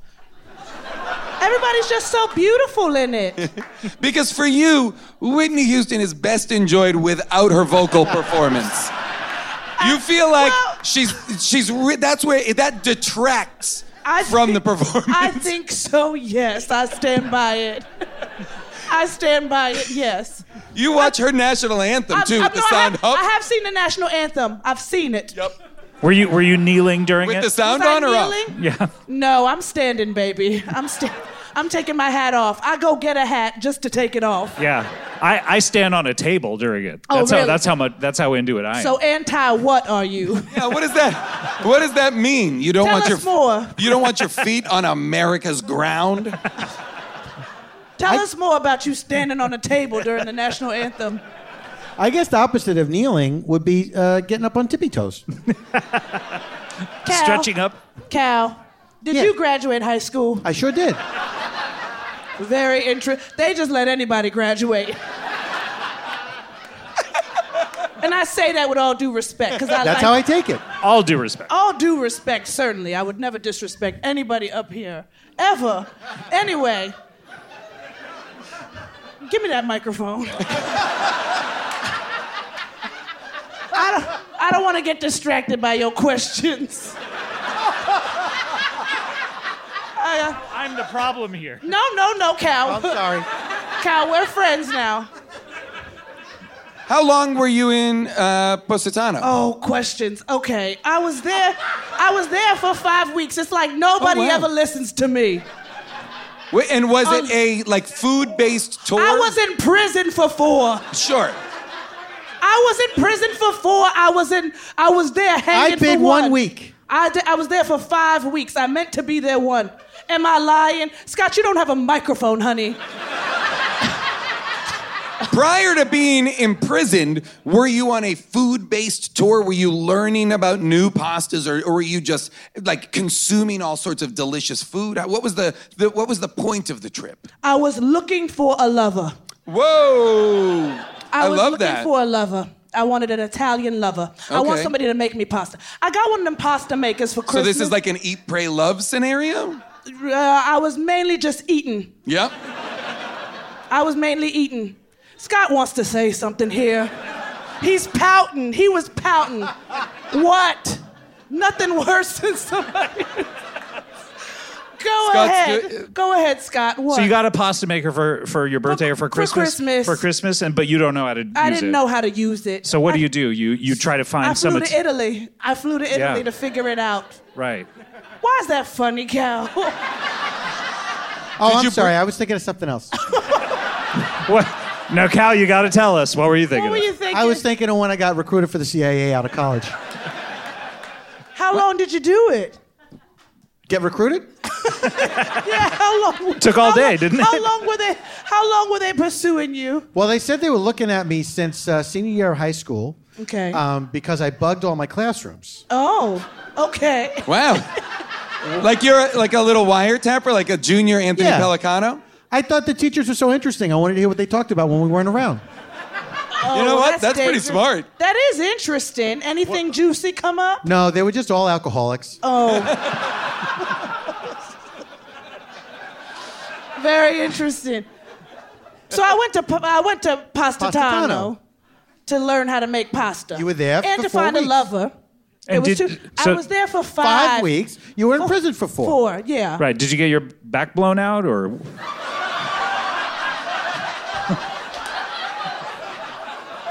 Everybody's just so beautiful in it.
Because for you, Whitney Houston is best enjoyed without her vocal performance. You feel like
well-
she's she's re- that's where that detracts
I
(laughs) from
thi-
the performance.
I think so, yes. I stand by it. (laughs) I stand by it, yes.
you watch her national anthem
I've-
too,
I've-
with the
no, I
sound oh,
have,
up,
I have seen the national anthem. I've seen it.
Yep.
Were you were you kneeling during
with
it?
the sound
Was I
on or off.
kneeling?
yeah.
No, I'm standing, baby. I'm sta- I'm taking my hat off. I go get a hat just to take it off.
Yeah, I, I stand on a table during it.
Oh,
That's how
really?
that's how much that's how into it I am.
So anti what are you?
Yeah, what does that? What does that mean? You don't
Tell
want
us
your
more.
you don't want your feet on America's ground.
Tell us more about you standing on a table during the national anthem.
I guess the opposite of kneeling would be uh, getting up on tippy toes.
Cal,
Stretching up.
Cal, did
Yeah.
you graduate high school?
I sure did.
Very interesting. They just let anybody graduate. and I say that with all due respect, because I
That's
like
how I take it.
All due respect.
all due respect, certainly. I would never disrespect anybody up here, ever. Anyway, give me that microphone. I don't, I don't want to get distracted by your questions. I, uh,
I'm the problem here.
no, no, no, Cal.
I'm sorry.
Cal, we're friends now.
How long were you in uh, Positano?
Oh, questions. Okay, I was there. I was there for five weeks. It's like nobody
Oh, wow.
ever listens to me.
Wait, And was it
Um,
a like food-based tour?
I was in prison for four.
Sure.
I was in prison for four. I was in. I was there hanging
I bid
for
one week.
I, di- I was there for five weeks. I meant to be there one. Am I lying, Scott? You don't have a microphone, honey.
Prior to being imprisoned, were you on a food-based tour? Were you learning about new pastas, or, or were you just like consuming all sorts of delicious food? What was the, the what was the point of the trip?
I was looking for a lover.
Whoa!
I, was
love
looking
that.
for a lover. I wanted an Italian lover. I want
Okay.
somebody to make me pasta. I got one of them pasta makers for
so
Christmas.
this is like an eat, pray, love scenario.
Uh, I was mainly just eating.
Yep.
I was mainly eating. Scott wants to say something here. He's pouting. He was pouting. What? Nothing worse than somebody. Go
Scott's
ahead.
good-
Go ahead, Scott. What?
So you got a pasta maker for, for your birthday or for
for
Christmas?
Christmas.
For Christmas, and but you don't know how to use
I didn't
it.
know how to use it.
So what
I,
do you do? You you try to find
I
some
flew
Ita-
to Italy. I flew to Italy
Yeah.
to figure it out.
right.
Why is that funny, (laughs) Cal?
Oh,
Did
I'm
you
sorry.
bring-
I was thinking of something else.
What? Now, Cal, you got to tell us. What were you thinking?
what were you
of?
thinking?
I was thinking of when I got recruited for the CIA out of college.
how long did you do it?
Get recruited?
Yeah, (laughs) how long?
Took all
how
day,
long-
didn't it?
How long were they? How long were they pursuing you?
Well, they said they were looking at me since uh, senior year of high school.
Okay.
Um, because I bugged all my classrooms.
Oh, okay.
Wow. (laughs) like you're a- like a little wiretapper, like a junior Anthony
Yeah.
Pelicano.
I thought the teachers were so interesting. I wanted to hear what they talked about when we weren't around.
you know
Oh,
what? That's, pretty
dangerous.
smart.
That is interesting. Anything juicy come up?
No, they were just all alcoholics.
Oh. Very interesting. So I went to pa- I went to Pastatano
Pastatano.
to learn how to make pasta.
You were there
and
for
to
four
find a
weeks.
lover.
And
it was
did-
two,
so-
I was there for five,
five, weeks. You were in prison for four.
Four, yeah.
Right. Did you get your back blown out or? (laughs)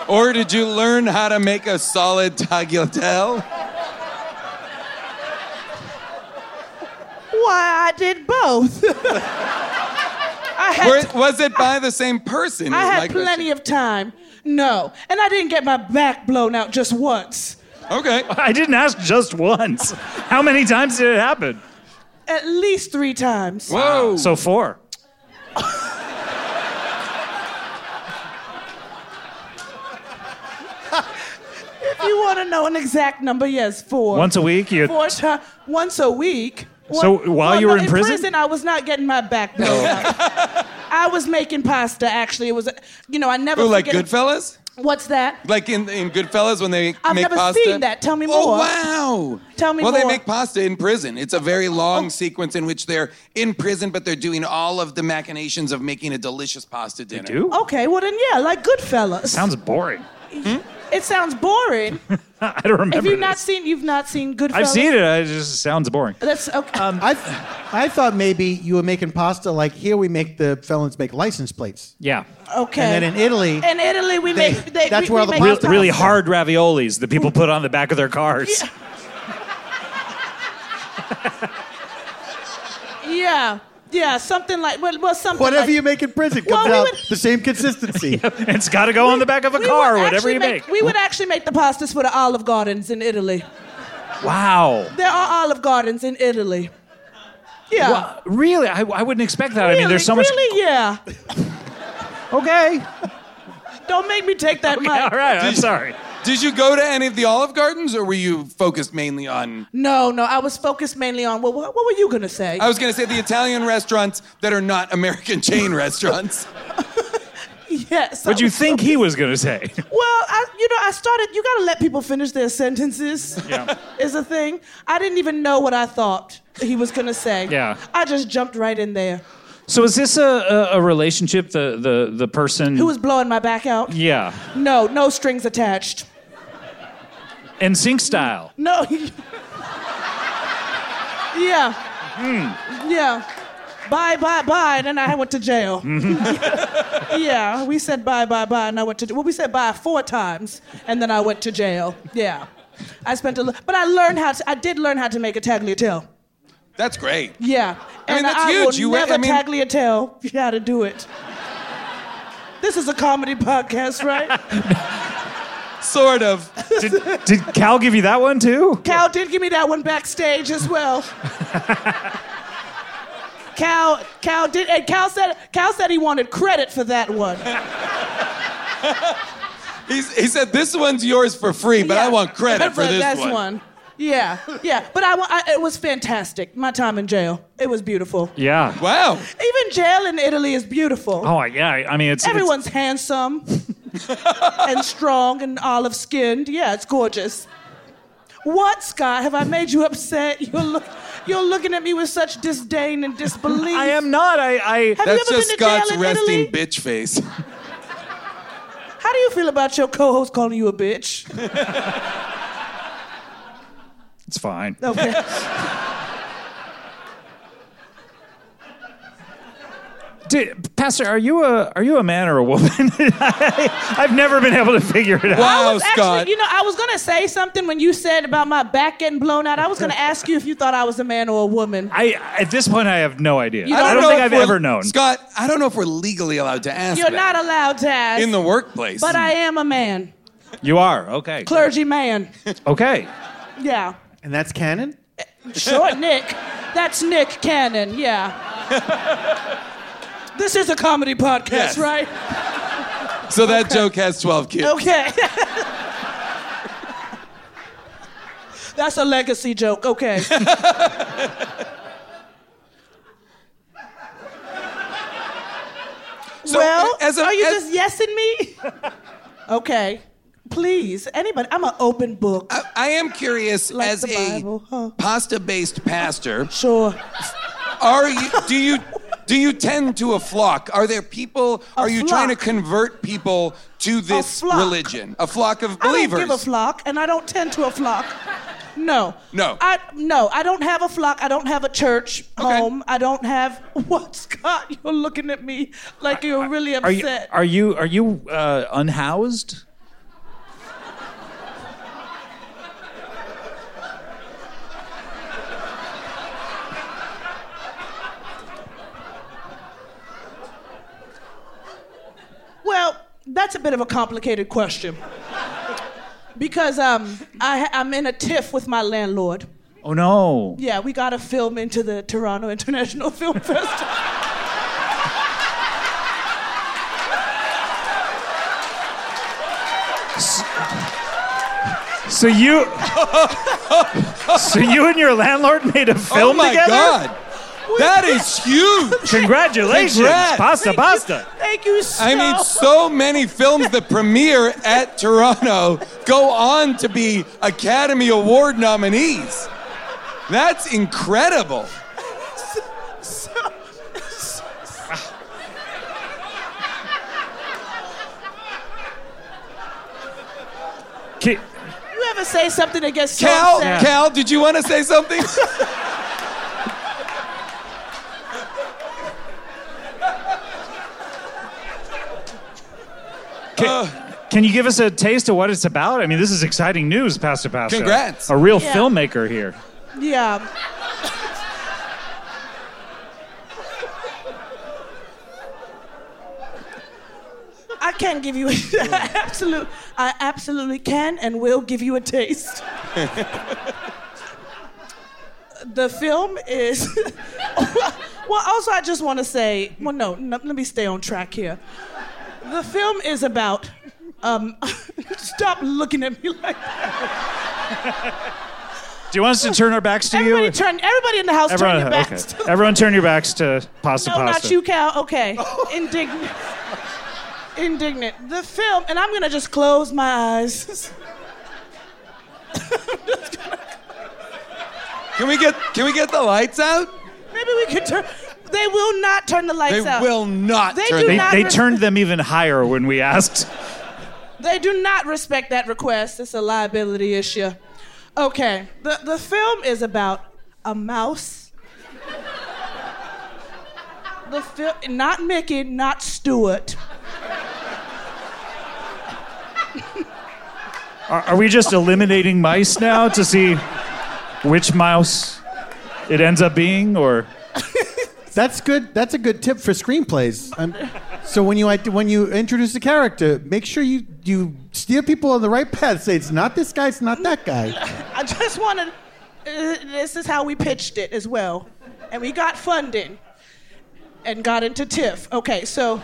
Or did you learn how to make a solid
(laughs)
tagliatelle?
Why I did both. (laughs) I had
Or was it by the same person?
I
is
had
my
plenty of time. No. And I didn't get my back blown out just once.
question.
(laughs)
Okay.
I didn't ask just once. How many times did it happen?
At least three times.
Whoa.
So four.
If you want to know an exact number, yes, four.
Once a week. You.
Four ti- once a week.
So
One-
while
well,
you were
no,
in prison?
I was not getting my back blown out. I was making pasta. Actually, it was you know I never
Ooh, like
forget it.
Goodfellas?
What's that?
Like in, in Goodfellas when they
I've
make
never
pasta?
seen that. Tell me more.
Oh, wow.
Tell me
well,
more. Oh.
they make pasta in prison. It's a very long sequence in which they're in prison, but they're doing all of the machinations of making a delicious pasta dinner.
do?
Okay, well then yeah, like Goodfellas.
Sounds boring.
it
(laughs)
sounds boring.
I don't remember.
Have you not
this.
seen? You've not seen Goodfellas.
I've seen it. It just sounds boring.
That's okay.
I, I thought maybe you were making pasta like here we make the felons make license plates.
Yeah.
okay.
And then in Italy,
In Italy, we
they-
make they,
that's
we,
where all
we
the
make
real-
Really,
pasta.
really hard raviolis that people put on the back of their cars.
Yeah, yeah, something like well, well something.
whatever
like-
you make in prison
Well,
comes
we
out
would-
the same
(laughs)
consistency.
(laughs) It's got to go on the back of a
We
car,
would
whatever
actually
you make.
We would actually make the pastas for the Olive Gardens in Italy.
Wow.
There are Olive Gardens in Italy. Yeah.
Wha- really? I, I wouldn't expect that. I mean,
Really,
there's so much.
Really, yeah.
Okay.
Don't make me take that
Okay,
mic.
all right. I'm sorry.
Did you go to any of the Olive Gardens, or were you focused mainly on?
No, no. I was focused mainly on well, what, what were you gonna say?
Uh,
I was going to say the Italian restaurants that are not American chain
(laughs)
restaurants.
(laughs) yes. I
What'd you
was-
think he was going to say?
(laughs) Well, I, you know, I started. You gotta let people finish their sentences.
Yeah.
Is a thing. I didn't even know what I thought he was gonna say.
Yeah.
I just jumped right in there.
So is this a, a, a relationship? The the the person
Who was blowing my back out?
Yeah.
No, no strings attached.
And sync style.
No. (laughs) yeah.
Hmm.
Yeah. Bye, bye, bye. And then I went
(laughs)
to jail.
Mm-hmm.
(laughs) yeah, we said bye, bye, bye, and I went to. Well, we said bye four times, and then I went to jail. Yeah, I spent a. l- But I learned how to. I did learn how to make a tagliatelle.
That's great. I
Yeah,
mean,
and
that's
I
huge.
will
You went-
never
I mean-
tagliatelle (laughs) how to do it. This is a comedy
(laughs)
podcast, right?
Sort of.
Did, did Cal give you that one too?
Cal did give me that one backstage
(laughs)
as well. Cal, Cal did, and Cal said, Cal said he wanted credit for that one.
He's, he said, This one's yours for free, (laughs) but I
Yeah.
want
(laughs)
credit for this
that's
one.
Yeah, yeah, but I, wa- I, it was fantastic. My time in jail, it was beautiful.
Yeah.
Wow.
Even jail in Italy is beautiful.
Oh yeah. I mean, it's it's-
Everyone's handsome (laughs) and strong and olive skinned. Yeah, it's gorgeous. What, Scott? Have I made you upset? (laughs) You're, look, you're looking at me with such disdain and disbelief.
I am not. I. I
Have
That's
you ever
just
been to
Scott's
jail in
resting
Italy?
bitch face.
How do you feel about your co-host calling you
(laughs)
a bitch?
it's fine.
Okay.
Did, Pastor, are you a are you a man or a woman? (laughs) I, I've never been able to figure it out.
Wow,
was actually,
Scott.
you know, I was gonna say something when you said about my back getting blown out. I was gonna ask you if you thought I was a man or a woman.
I at this point I have no idea.
You
I
don't
don't
know
think
if
I've
we're-
ever known.
Scott, I don't know if we're legally allowed to ask
You're
that
not allowed to ask,
in the workplace.
but I am a man,
You are okay.
clergy man.
(laughs)
Okay.
Yeah.
And that's canon?
Short Nick. That's Nick Cannon, yeah.
(laughs)
this is a comedy podcast,
Yes.
right?
so that joke has 12 kids.
Okay. (laughs) That's a legacy joke, okay.
So,
well,
as a-
are you
as-
just yesing me?
(laughs)
okay. Please, anybody. I'm an open book.
I, I am curious,
Like
as
the
a
Bible, huh?
pasta-based pastor,
Sure.
are you? Do you? Do you tend to a flock? Are there people?
A
are you trying to
flock.
convert people to this
flock.
religion? A flock of
I
believers.
don't give a flock, and I don't tend to a flock. No.
No.
I no. I don't have a flock. I don't have a church
Okay.
home. I don't have (laughs) what Scott. You're looking at me like you're really
Are you
upset.
are you are you uh, unhoused?
well, that's a bit of a complicated question because um, I, I'm in a tiff with my landlord.
Oh no.
Yeah, we got a film into the Toronto International (laughs) Film Festival.
So you So you and your landlord made a
oh
film
my
together?
God, that is huge.
Congratulations.
Congrats.
Pasta pasta.
Thank you so. (laughs)
I mean, so many films that premiere at Toronto go on to be Academy Award nominees. That's incredible.
Ki-
you ever say something that gets so
Cal,
upset?
Cal, did you want to say something?
(laughs)
ki-
Uh.
can you give us a taste of what it's about? I mean, this is exciting news, Pastor Pastor.
Congrats.
A real
Yeah.
filmmaker here.
Yeah. I can give you I (laughs) absolute. I absolutely can and will give you a taste. (laughs) the film is. (laughs) well, also I just want to say. Well, no, no, let me stay on track here. The film is about. Um, (laughs) stop looking at me like.
Do you want us to turn our backs to
Everybody
you?
turn. Everybody in the house turn your
Everyone-
backs.
okay. Everyone turn your backs to pasta
No,
pasta.
not you, Cal. Okay. (laughs) Indignant. Indignant. The film, and I'm going to just close my eyes. (laughs)
Can we get can we get the lights out?
Maybe we could turn. They will not turn the lights
They
out.
will not
They
turn
do
them.
not-
They, they turned them even higher when we asked.
They do not respect that request. It's a liability issue. Okay, the, the film is about a mouse. The fil- not Mickey, not Stuart.
Are, are we just eliminating mice now to see which mouse it ends up being, or?
That's good. That's a good tip for screenplays. Um, so when you when you introduce a character, make sure you you steer people on the right path. Say it's not this guy, it's not that
(laughs)
guy.
I just wanted. Uh, this is how we pitched it as well, and we got funding, and got into TIFF. Okay, so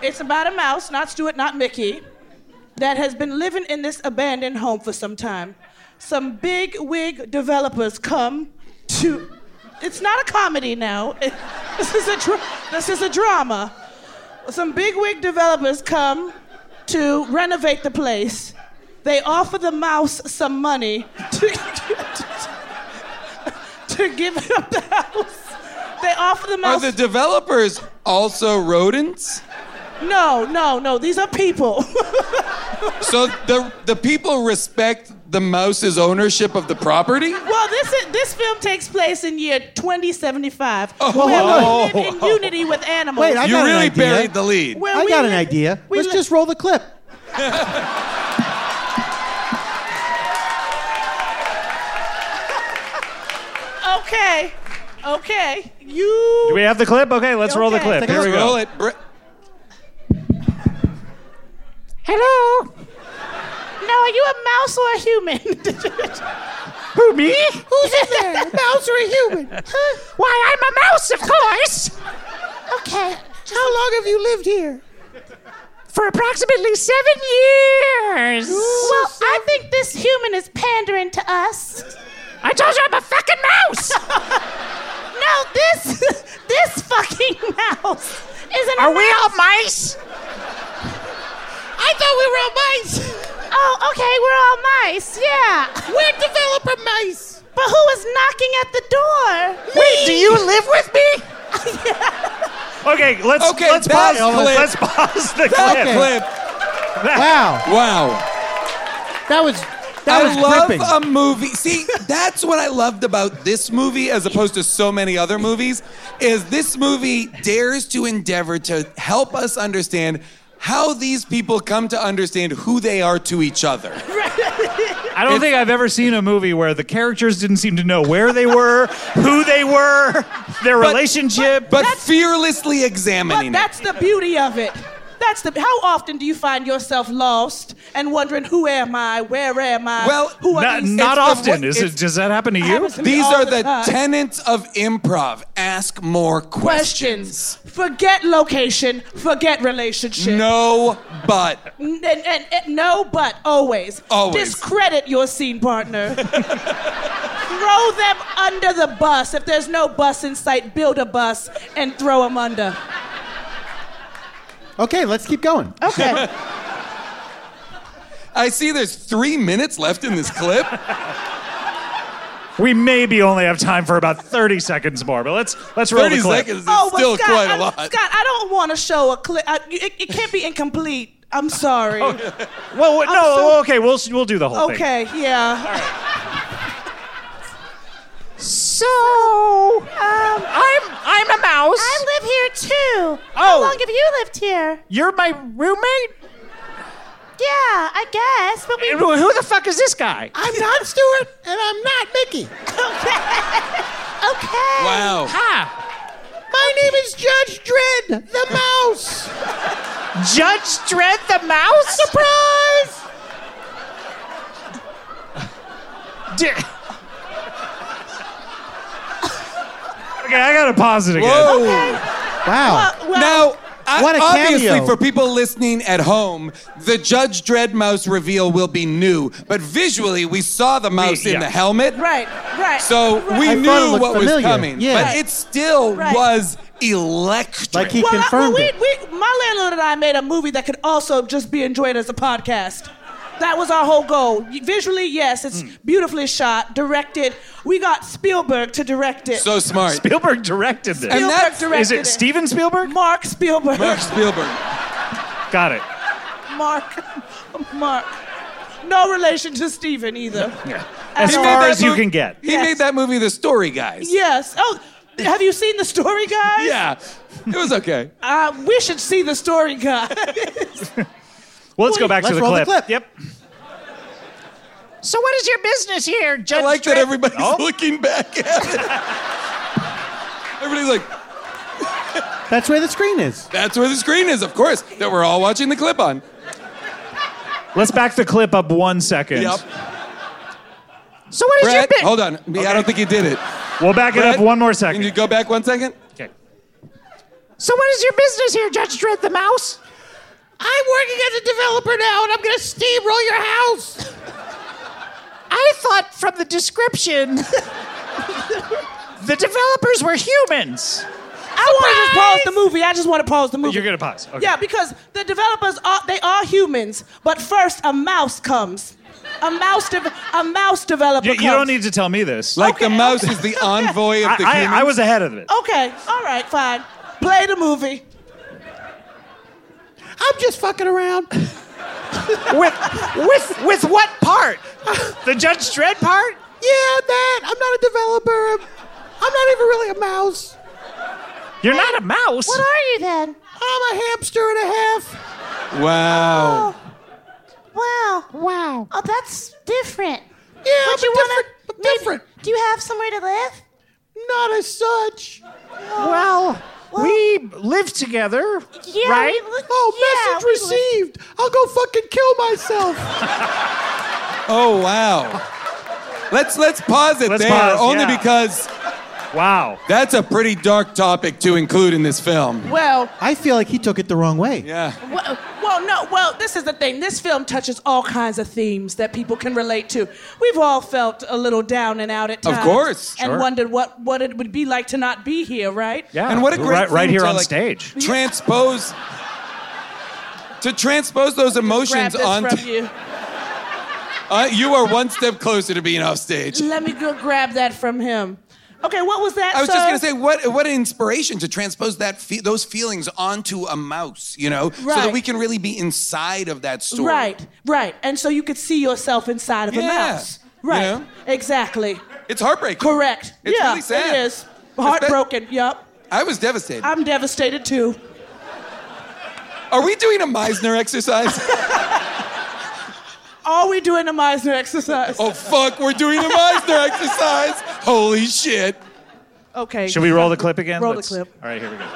it's about a mouse, not Stuart, not Mickey, that has been living in this abandoned home for some time. Some big wig developers come to. It's not a comedy now. (laughs) It- this is a dra- this is a drama. Some big wig developers come to renovate the place. They offer the mouse some money (laughs) to, to give him the house. They offer the
Are
mouse.
the developers also rodents?
no, no, no. These are people. (laughs)
So the the people respect the mouse's ownership of the property?
well, this is, this film takes place in year 2075,
Well,
where
hold
we live in unity with animals.
Wait, I
You
got an
really
idea.
buried the lead.
Where
I
we
got an
live-
idea.
we
Let's
li-
just roll the
(laughs)
clip.
Okay, okay. You.
Do we have the clip? Okay, let's roll the
Okay.
clip.
Take a
Here we
Roll
go.
it. Br-
Hello. No, are you a mouse or a human? (laughs)
Who, me?
Who's in there? A mouse or a human? Why, I'm a mouse, of course. Okay. How long have you lived here? For approximately seven years. well, I think this human is pandering to us. I told you I'm a fucking mouse. no, this (laughs) this fucking mouse isn't. Are we all mice? I thought we were all mice. Oh, okay, we're all mice. Yeah. We're developer mice. But who is knocking at the door? Wait, do you live with me?
Okay, let's
Okay,
let's pause.
that's clip.
Let's pause the
That
clip.
clip.
Wow,
Wow.
that was that was
I love
gripping.
a movie. See, that's what I loved about this movie as opposed to so many other movies is this movie dares to endeavor to help us understand how these people come to understand who they are to each other.
I don't think I've ever seen a movie where the characters didn't seem to know where they were, (laughs) who they were, their relationship.
But fearlessly examining
But
it.
that's the beauty of it. That's the. How often do you find yourself lost and wondering who am I, where am I?
Well,
who are
not
these?
not
the
often.
one-
Is it?
it's-
Does that happen to you?
happens to me
These
all
are
the
the
time.
tenets of improv. Ask more questions.
questions. Forget location. Forget relationship.
No, but
N- and- and- and no, but always.
Always.
Discredit your scene partner. throw them under the bus. If there's no bus in sight, build a bus and throw them under.
Okay, let's keep going.
Okay.
I see there's three minutes left in this
(laughs)
clip.
We maybe only have time for about thirty seconds more, but let's let's roll
30
the clip.
seconds is
oh,
still
well, Scott,
quite a
I'm-
lot.
Scott, I don't want to show a clip. It, it can't be incomplete. I'm sorry.
Well, wait, no,
so-
okay, we'll we'll do the whole thing.
okay, yeah.
So, um, I'm I'm a mouse. I live here too.
Oh.
How long have you lived here?
You're my roommate.
Yeah, I guess, but we.
Who the fuck is this guy?
I'm not Stuart, and I'm not Mickey.
Okay.
Wow.
My name is Judge Dredd, the mouse.
Judge Dredd the mouse. Surprise!
okay, I gotta pause it again.
Whoa.
Wow.
Well,
Now, I-
What a
obviously,
cameo.
for people listening at home, the Judge Dread mouse reveal will be new. But visually, we saw the mouse in
yeah.
the helmet.
right, right.
So we
I thought it
knew
looked
what was
familiar.
coming.
Yeah.
But it still
Right.
was electric.
Like he
well, I-
confirmed
well,
it.
we, we, my landlord and I made a movie that could also just be enjoyed as a podcast. That was our whole goal. Visually, yes, it's beautifully shot, directed. We got Spielberg to direct it.
so smart.
Spielberg directed this.
And
Spielberg
that's-
directed
is it Steven Spielberg?
Mark Spielberg.
Mark Spielberg.
Got it.
(laughs) Mark. Mark. No relation to Stephen either.
As
He made
far
that
as you
move-
can get.
He
Yes.
made that movie The Story Guys.
Yes. Oh, have you seen the story, guys?
Yeah. It was okay.
Uh, we should see the story, guys. (laughs)
Well, let's go back
Let's
to the
roll the
clip.
clip.
Yep.
So what is your business here, Judge?
I like that
Dredd?
everybody's
Oh.
looking back at it. everybody's like,
That's where the screen is.
that's where the screen is, of course, that we're all watching the clip on.
Let's back the clip up one second.
Yep.
So what is your
Brett,
business?
hold on. I don't think he did it.
We'll back it up
Brett,
one more
Can you
second.
go back one second?
Okay.
So what is your business here, Judge Dredd the Mouse? I'm working as a developer now, and I'm going to steamroll your house. I thought from the description, (laughs) the developers were humans.
I want to just pause the movie. I just want to pause the movie.
You're gonna pause. Okay.
Yeah, because the developers are they are humans, but first a mouse comes. A mouse de- a mouse developer
You,
comes.
you don't need to tell me this.
Like the
Okay,
mouse
okay.
is
(laughs)
the envoy of the
I,
humans.
I, I was ahead of it.
Okay, all right, fine. Play the movie.
I'm just fucking around.
With with with what part?
The Judge Dredd part?
Yeah, that. I'm not a developer. I'm, I'm not even really a mouse.
You're not a mouse.
What are you then?
I'm a hamster and a half.
wow.
Wow.
Wow.
Oh, that's different.
Yeah, but
Would you want
different. but
to?
different.
Do you have somewhere to live?
Not as such.
Well, we live together.
Yeah.
Right?
we li-
Oh,
yeah,
message
we live-
received. I'll go fucking kill myself.
Oh wow. Let's let's pause it
Let's
there
pause,
only
yeah.
because
Wow.
that's a pretty dark topic to include in this film.
Well,
I feel like he took it the wrong way.
Yeah.
well, well, no, well, this is the thing. This film touches all kinds of themes that people can relate to. We've all felt a little down and out at
Of
times.
course,
And
sure.
wondered what, what it would be like to not be here, right?
Yeah.
And what a great
right, right
thing
here
to,
on
like-
stage.
(laughs) Transpose to transpose those
Grab
emotions
this
on
from you.
uh, you are one step closer to being off stage.
Let me go grab that from him. Okay, what was that?
I was just
sir?
gonna say, what what an inspiration to transpose that fe- those feelings onto a mouse, you know, so that
Right.
we can really be inside of that story.
Right, right. And so you could see yourself inside of a
Yeah.
mouse. Right.
Yeah.
Exactly.
It's heartbreaking.
Correct.
It's
yeah,
really sad.
It is. Heartbroken. Yep.
I was devastated.
I'm devastated too.
Are we doing a Meisner
(laughs)
exercise?
Are we doing a Meisner exercise?
oh fuck, we're doing a Meisner exercise. Holy shit.
Okay.
Should we roll the clip again?
Roll the
Let's-
clip.
All right, here we go.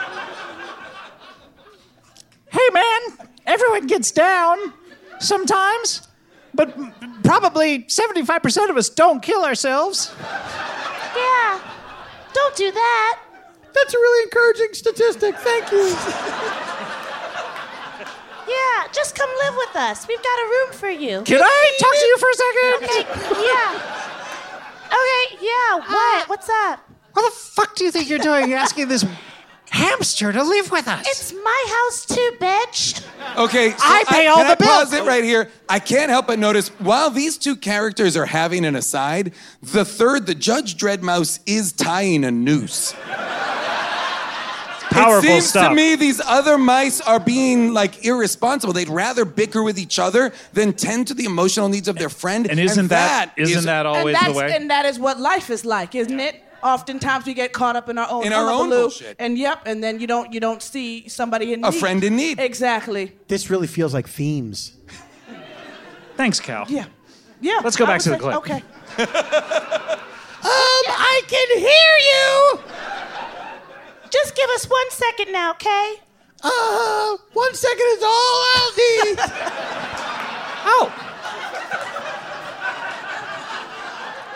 Hey, man, everyone gets down sometimes, but probably 75% of us don't kill ourselves.
Yeah. Don't do that.
That's a really encouraging statistic. Thank you.
Yeah. Just come live with us. We've got a room for you.
Can I talk to you for a
Okay.
second?
yeah. Okay. Yeah.
Ah.
What? What's up?
What the fuck do you think you're doing asking this hamster to live with us?
It's my house too, bitch.
Okay, so
I pay all
can
the
I pause
bills.
it right here. I can't help but notice while these two characters are having an aside, the third, the Judge Dreadmouse, is tying
(laughs)
a noose.
Powerful
it seems
stuff.
to me these other mice are being like irresponsible. They'd rather bicker with each other than tend to the emotional needs of their friend.
and isn't that
is
isn't that
and
always
that's
the way?
and that is what life is like, isn't it? Oftentimes we get caught up in our own
In our own
hullabaloo,
bullshit.
and yep, and then you don't you don't see somebody in
A
need.
friend in need.
Exactly.
This really feels like themes.
Thanks, Cal.
Yeah. Yeah.
Let's go
I
back to
would
the
say-
clip.
(laughs)
Okay. Um,
I can hear you!
Just give us one second now, okay?
Uh, one second is all I'll
(laughs)
need.
Oh,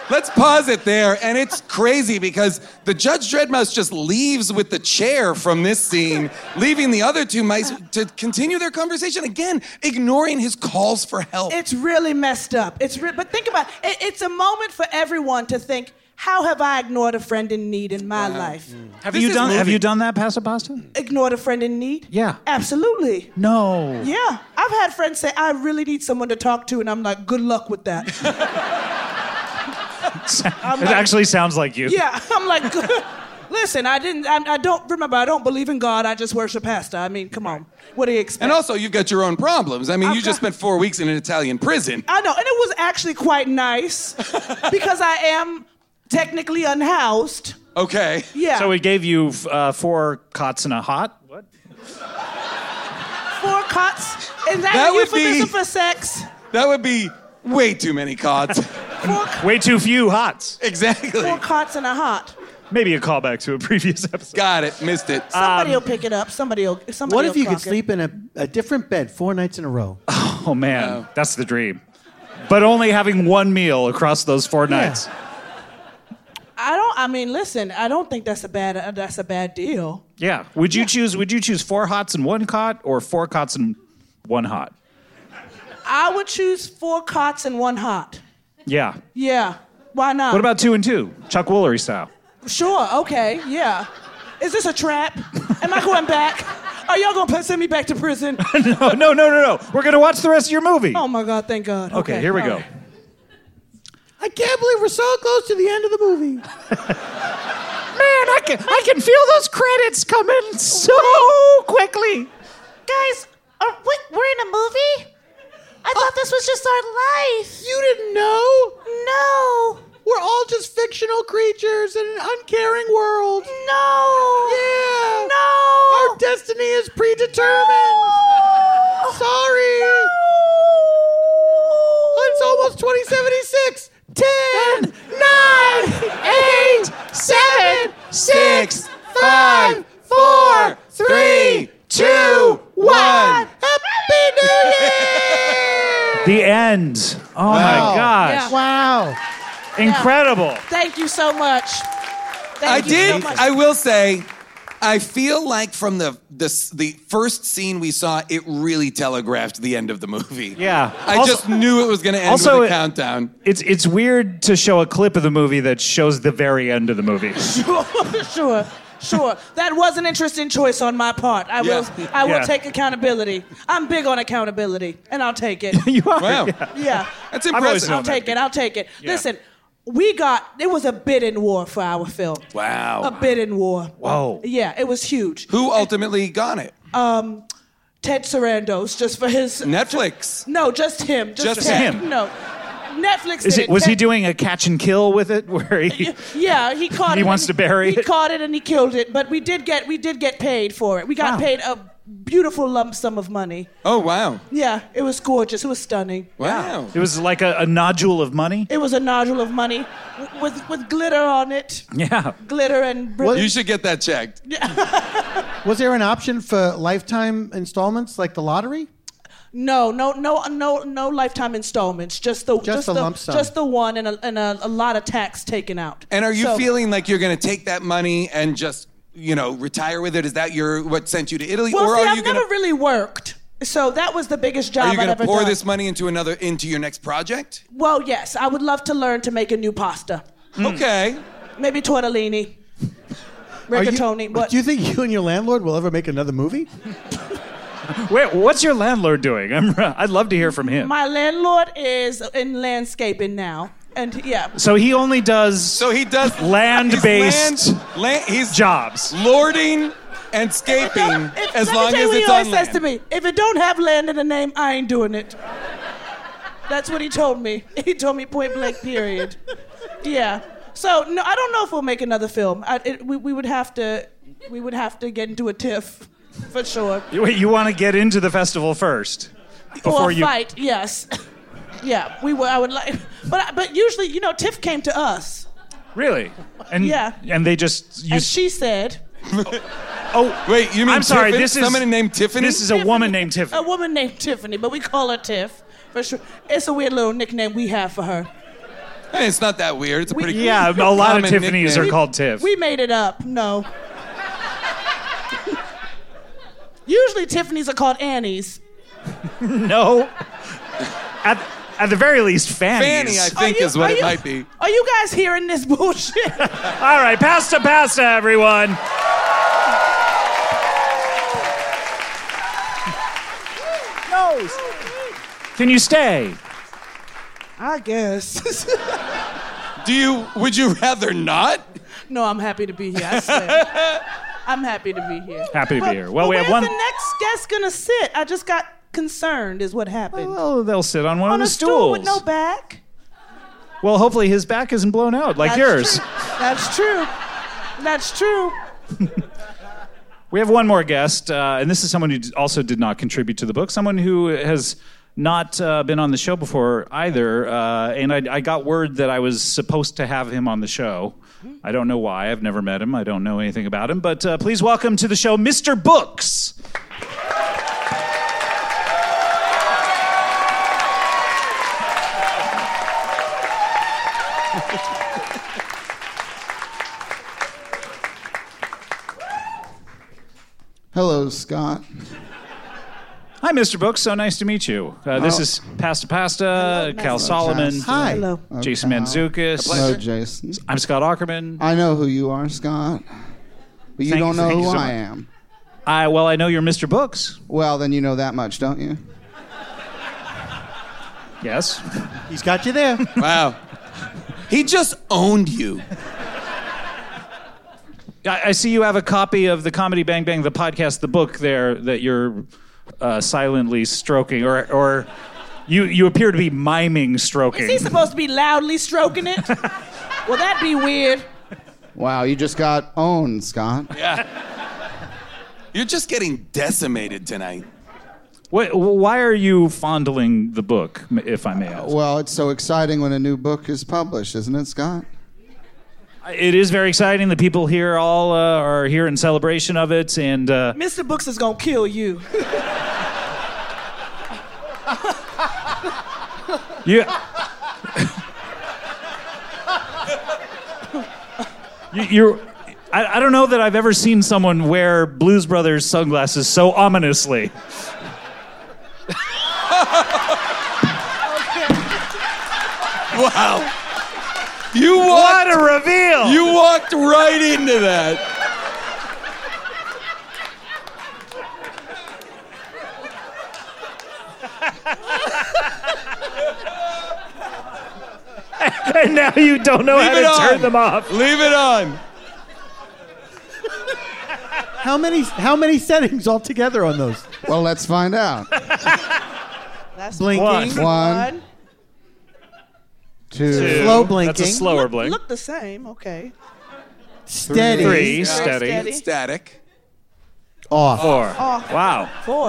Let's pause it there. And it's crazy because the Judge Dreadmouse just leaves with the chair from this scene, leaving the other two mice to continue their conversation again, ignoring his calls for help.
It's really messed up. It's re- but think about it. It's a moment for everyone to think. How have I ignored a friend in need in my life?
Have
This
you
is
done Have
moving.
you done that, Pasta Pasta?
Ignored a friend in need?
Yeah.
Absolutely.
No.
Yeah. I've had friends say, I really need someone to talk to, and I'm like, good luck with that.
(laughs)
it actually sounds like you.
yeah. I'm like, (laughs) good, Listen, I didn't. I, I don't remember. I don't believe in God. I just worship pasta. I mean, come on. What do you expect?
And also, you've got your own problems. I mean, you
I've
just
got-
spent four weeks in an Italian prison.
I know, and it was actually quite nice because I am technically unhoused.
Okay.
Yeah,
So we gave you uh, four cots and a hot. What?
four cuts. Is that,
That
a
would be-
euphemism for sex?
That would be way too many cots.
Four, cu-
Way too few hots.
exactly.
four cuts and a hot.
Maybe a callback to a previous episode.
Got it. Missed it.
Somebody
Um,
will pick it up. Somebody will. Somebody
What
will
if you could
clock it.
sleep in a, a different bed four nights in a row?
Oh man, that's the dream. But only having one meal across those four nights.
I don't. I mean, listen. I don't think that's a bad. Uh, that's a bad deal.
Yeah. Would you choose? Would you choose four hots and one cot, or four cots and one hot?
I would choose four cots and one hot.
Yeah.
Yeah. Why not?
What about two and two, Chuck Woolery style? (laughs)
Sure. Okay. Yeah. Is this a trap? Am I going back? Are y'all gonna put- send me back
(laughs)
to prison?
no, no, no, no, no. We're gonna watch the rest of your movie.
Oh my God! Thank God.
okay, here we
all
go.
right.
I can't believe we're so close to the end of the movie.
Man, I can I can feel those credits coming so quickly.
Guys, are we, we're in a movie? I thought this was just our life.
You didn't know?
No.
We're all just fictional creatures in an uncaring world.
No.
Yeah.
No.
Our destiny is predetermined. Sorry. It's almost 2076. 10, 9, 8, 7, 6, 5, 4, 3, 2, 1. Happy New Year!
The end. Oh
Wow.
my gosh.
Wow.
Incredible.
Thank you so much. Thank
I
you So
did.
much. (laughs)
I will say, I feel like from the the s- the first scene we saw, it really telegraphed the end of the movie.
Yeah.
I
Also-
just knew it was going to end
also
with
it-
a countdown.
It's it's weird to show a clip of the movie that shows the very end of the movie.
sure, sure, sure. That was an interesting choice on my part. I will,
Yeah.
I will
Yeah.
take accountability. I'm big on accountability, and I'll take it.
(laughs) (laughs) you are.
Wow,
(laughs)
(laughs)
Yeah,
that's
I've always
impressive.
I'll
known
take it. I'll take it. Listen, we got it was a bidding war for our film.
Wow.
a bidding war.
Whoa.
Yeah, it was huge.
Who ultimately got it?
Ted Sarandos, just for his
Netflix.
no, just him, just,
Just
Ted.
him.
No, Netflix.
Is
did
it, was
Ted-
he doing a catch and kill with it (laughs) where he
Yeah, he caught it.
He
and
wants to bury
He
it?
caught it and he killed it, but we did get we did get paid for it. We got
Wow.
paid a beautiful lump sum of money.
Oh wow,
Yeah, it was gorgeous. It was stunning.
wow.
it was like a, a nodule of money?
It was a nodule of money w- with with glitter on it,
Yeah.
glitter and bri-
What-
You should get that checked.
Was there an option for lifetime installments like the lottery?
no, no, no, no, no lifetime installments. Just the just,
a
the
lump sum.
just the one and a, and a, a lot of tax taken out.
And are you
So-
feeling like you're going to take that money and just you know retire with it? Is that your what sent you to Italy,
Well,
or
see,
are
I've
you
never
going to
really worked, so that was the biggest job
are you
I've
going
ever
to pour
done.
this money into another into your next project?
well, yes, I would love to learn to make a new pasta.
Okay.
Maybe tortellini,
Are you-
rigatoni. But
Do you think you and your landlord will ever make another movie?
Wait, what's your landlord doing? I'm, I'd love to hear from him.
my landlord is in landscaping now, and yeah,
so he only does
So he does
(laughs) Land-based
he's land, land, he's
jobs.
lording and scaping
If-
as
let
long
me tell
as it's
you what he
on
always
land.
says to me, if it don't have land in the name, I ain't doing it. That's what he told me. (laughs) He told me point blank. Period. yeah. So no, I don't know if we'll make another film. I, it, we, we would have to, we would have to get into a tiff, for sure,
Wait, you want to get into the festival first
or
before
a
you
fight. Yes. (laughs) yeah. We would. I would like. But I- but usually, you know, tiff came to us,
Really? And
Yeah.
and they just you
and she said,
Oh,
Wait, you mean
I'm sorry,
Tiffin-
this is-
somebody named Tiffany?
this is a woman named
a
Tiffany.
woman named Tiffany, but we call her Tiff. For sure. It's a weird little nickname we have for her.
Hey, it's not that weird. It's a
We-
pretty
Yeah, a lot of
Common
Tiffany's
nickname.
are called Tiff.
We made it up. No. (laughs) Usually Tiffany's are called Annie's.
no. At, at the very least, Fanny's.
Fanny, I think, is what it might be.
Are you guys hearing
(laughs)
this bullshit?
All right, pasta, pasta, everyone. Can you stay?
I guess.
Do you? Would you rather not?
(laughs) No, I'm happy to be here. I swear. I'm happy to be here.
Happy to be
But-
here. Well,
but
we have one.
where's the next guest gonna sit? I just got concerned. Is what happened.
Well, they'll sit on one of
On a
the
stool
stools.
with no back.
well, hopefully his back isn't blown out like
That's
yours.
true. That's true. That's true.
We have one more guest, uh, and this is someone who d- also did not contribute to the book, someone who has not uh, been on the show before either. Uh, and I, I got word that I was supposed to have him on the show. I don't know why. I've never met him. I don't know anything about him. But uh, please welcome to the show, Mr. Books.
Hello, Scott.
Hi, Mr. Books. So nice to meet you. Uh, this
Oh.
is Pasta Pasta, Cal
Mr.
Solomon,
Pasta.
Hi.
Hello.
Jason
Cal.
Manzukis.
Hello, Jason.
I'm Scott Ackerman.
I know who you are, Scott, but you
Thank-
don't know
thank
who
you so
I
much.
am.
I, well, I know you're Mr. Books.
Well, then you know that much, don't you?
Yes.
He's got you there.
Wow. He just owned you.
I, I see you have a copy of the Comedy Bang Bang, the podcast, the book there that you're uh, silently stroking, or or you you appear to be miming
Is
stroking.
he supposed to be loudly stroking it? Well, that'd be weird.
Wow, you just got owned, Scott.
You're just getting decimated tonight.
Wh- why are you fondling the book, m- if I may? ask?
Well, it's so exciting when a new book is published, isn't it, Scott?
It is very exciting. The people here all uh, are here in celebration of it, and uh,
Mr. Books is gonna kill you.
you. you you're. I, I don't know that I've ever seen someone wear Blues Brothers sunglasses so ominously.
Wow. You walked,
What a reveal!
you walked right into that.
and now you don't know
Leave it
how to
on.
turn them off.
Leave it on.
How many how many settings altogether on those?
Well, let's find out.
That's
Blinking.
One.
One, two,
Slow blinking.
That's a slower
Look,
blink.
look the same. Okay.
Steady.
Three, steady.
Steady.
Static.
Off.
Oh.
Four,
Four.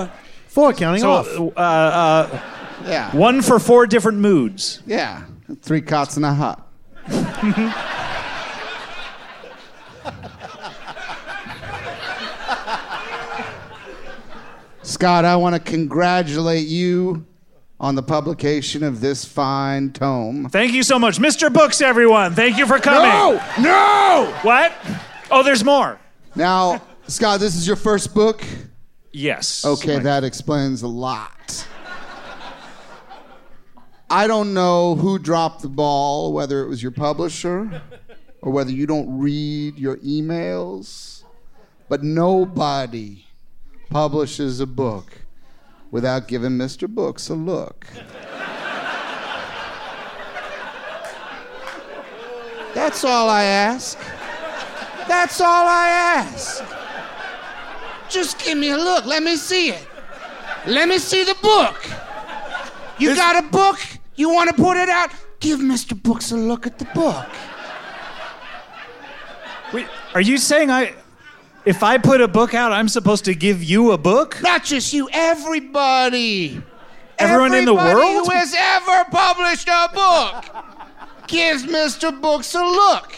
Wow.
Four.
counting
So,
off.
uh, uh,
yeah,
one for four different moods.
yeah. Three cots in a hut. Scott, I want to congratulate you on the publication of this fine tome.
Thank you so much, Mr. Books. Everyone, thank you for coming.
No!
What? Oh, there's more.
Now, Scott, this is your first book.
Yes.
Okay, that explains a lot. I don't know who dropped the ball, whether it was your publisher or whether you don't read your emails, but nobody publishes a book without giving Mr. Books a look. That's all I ask. That's all I ask. Just give me a look. Let me see it. Let me see the book. You got a book? You want to put it out? Give Mr. Books a look at the book.
Wait, are you saying I? If I put a book out, I'm supposed to give you a book?
Not just you, everybody.
Everyone in the
Everybody
world?
who has ever published a book gives Mr. Books a look.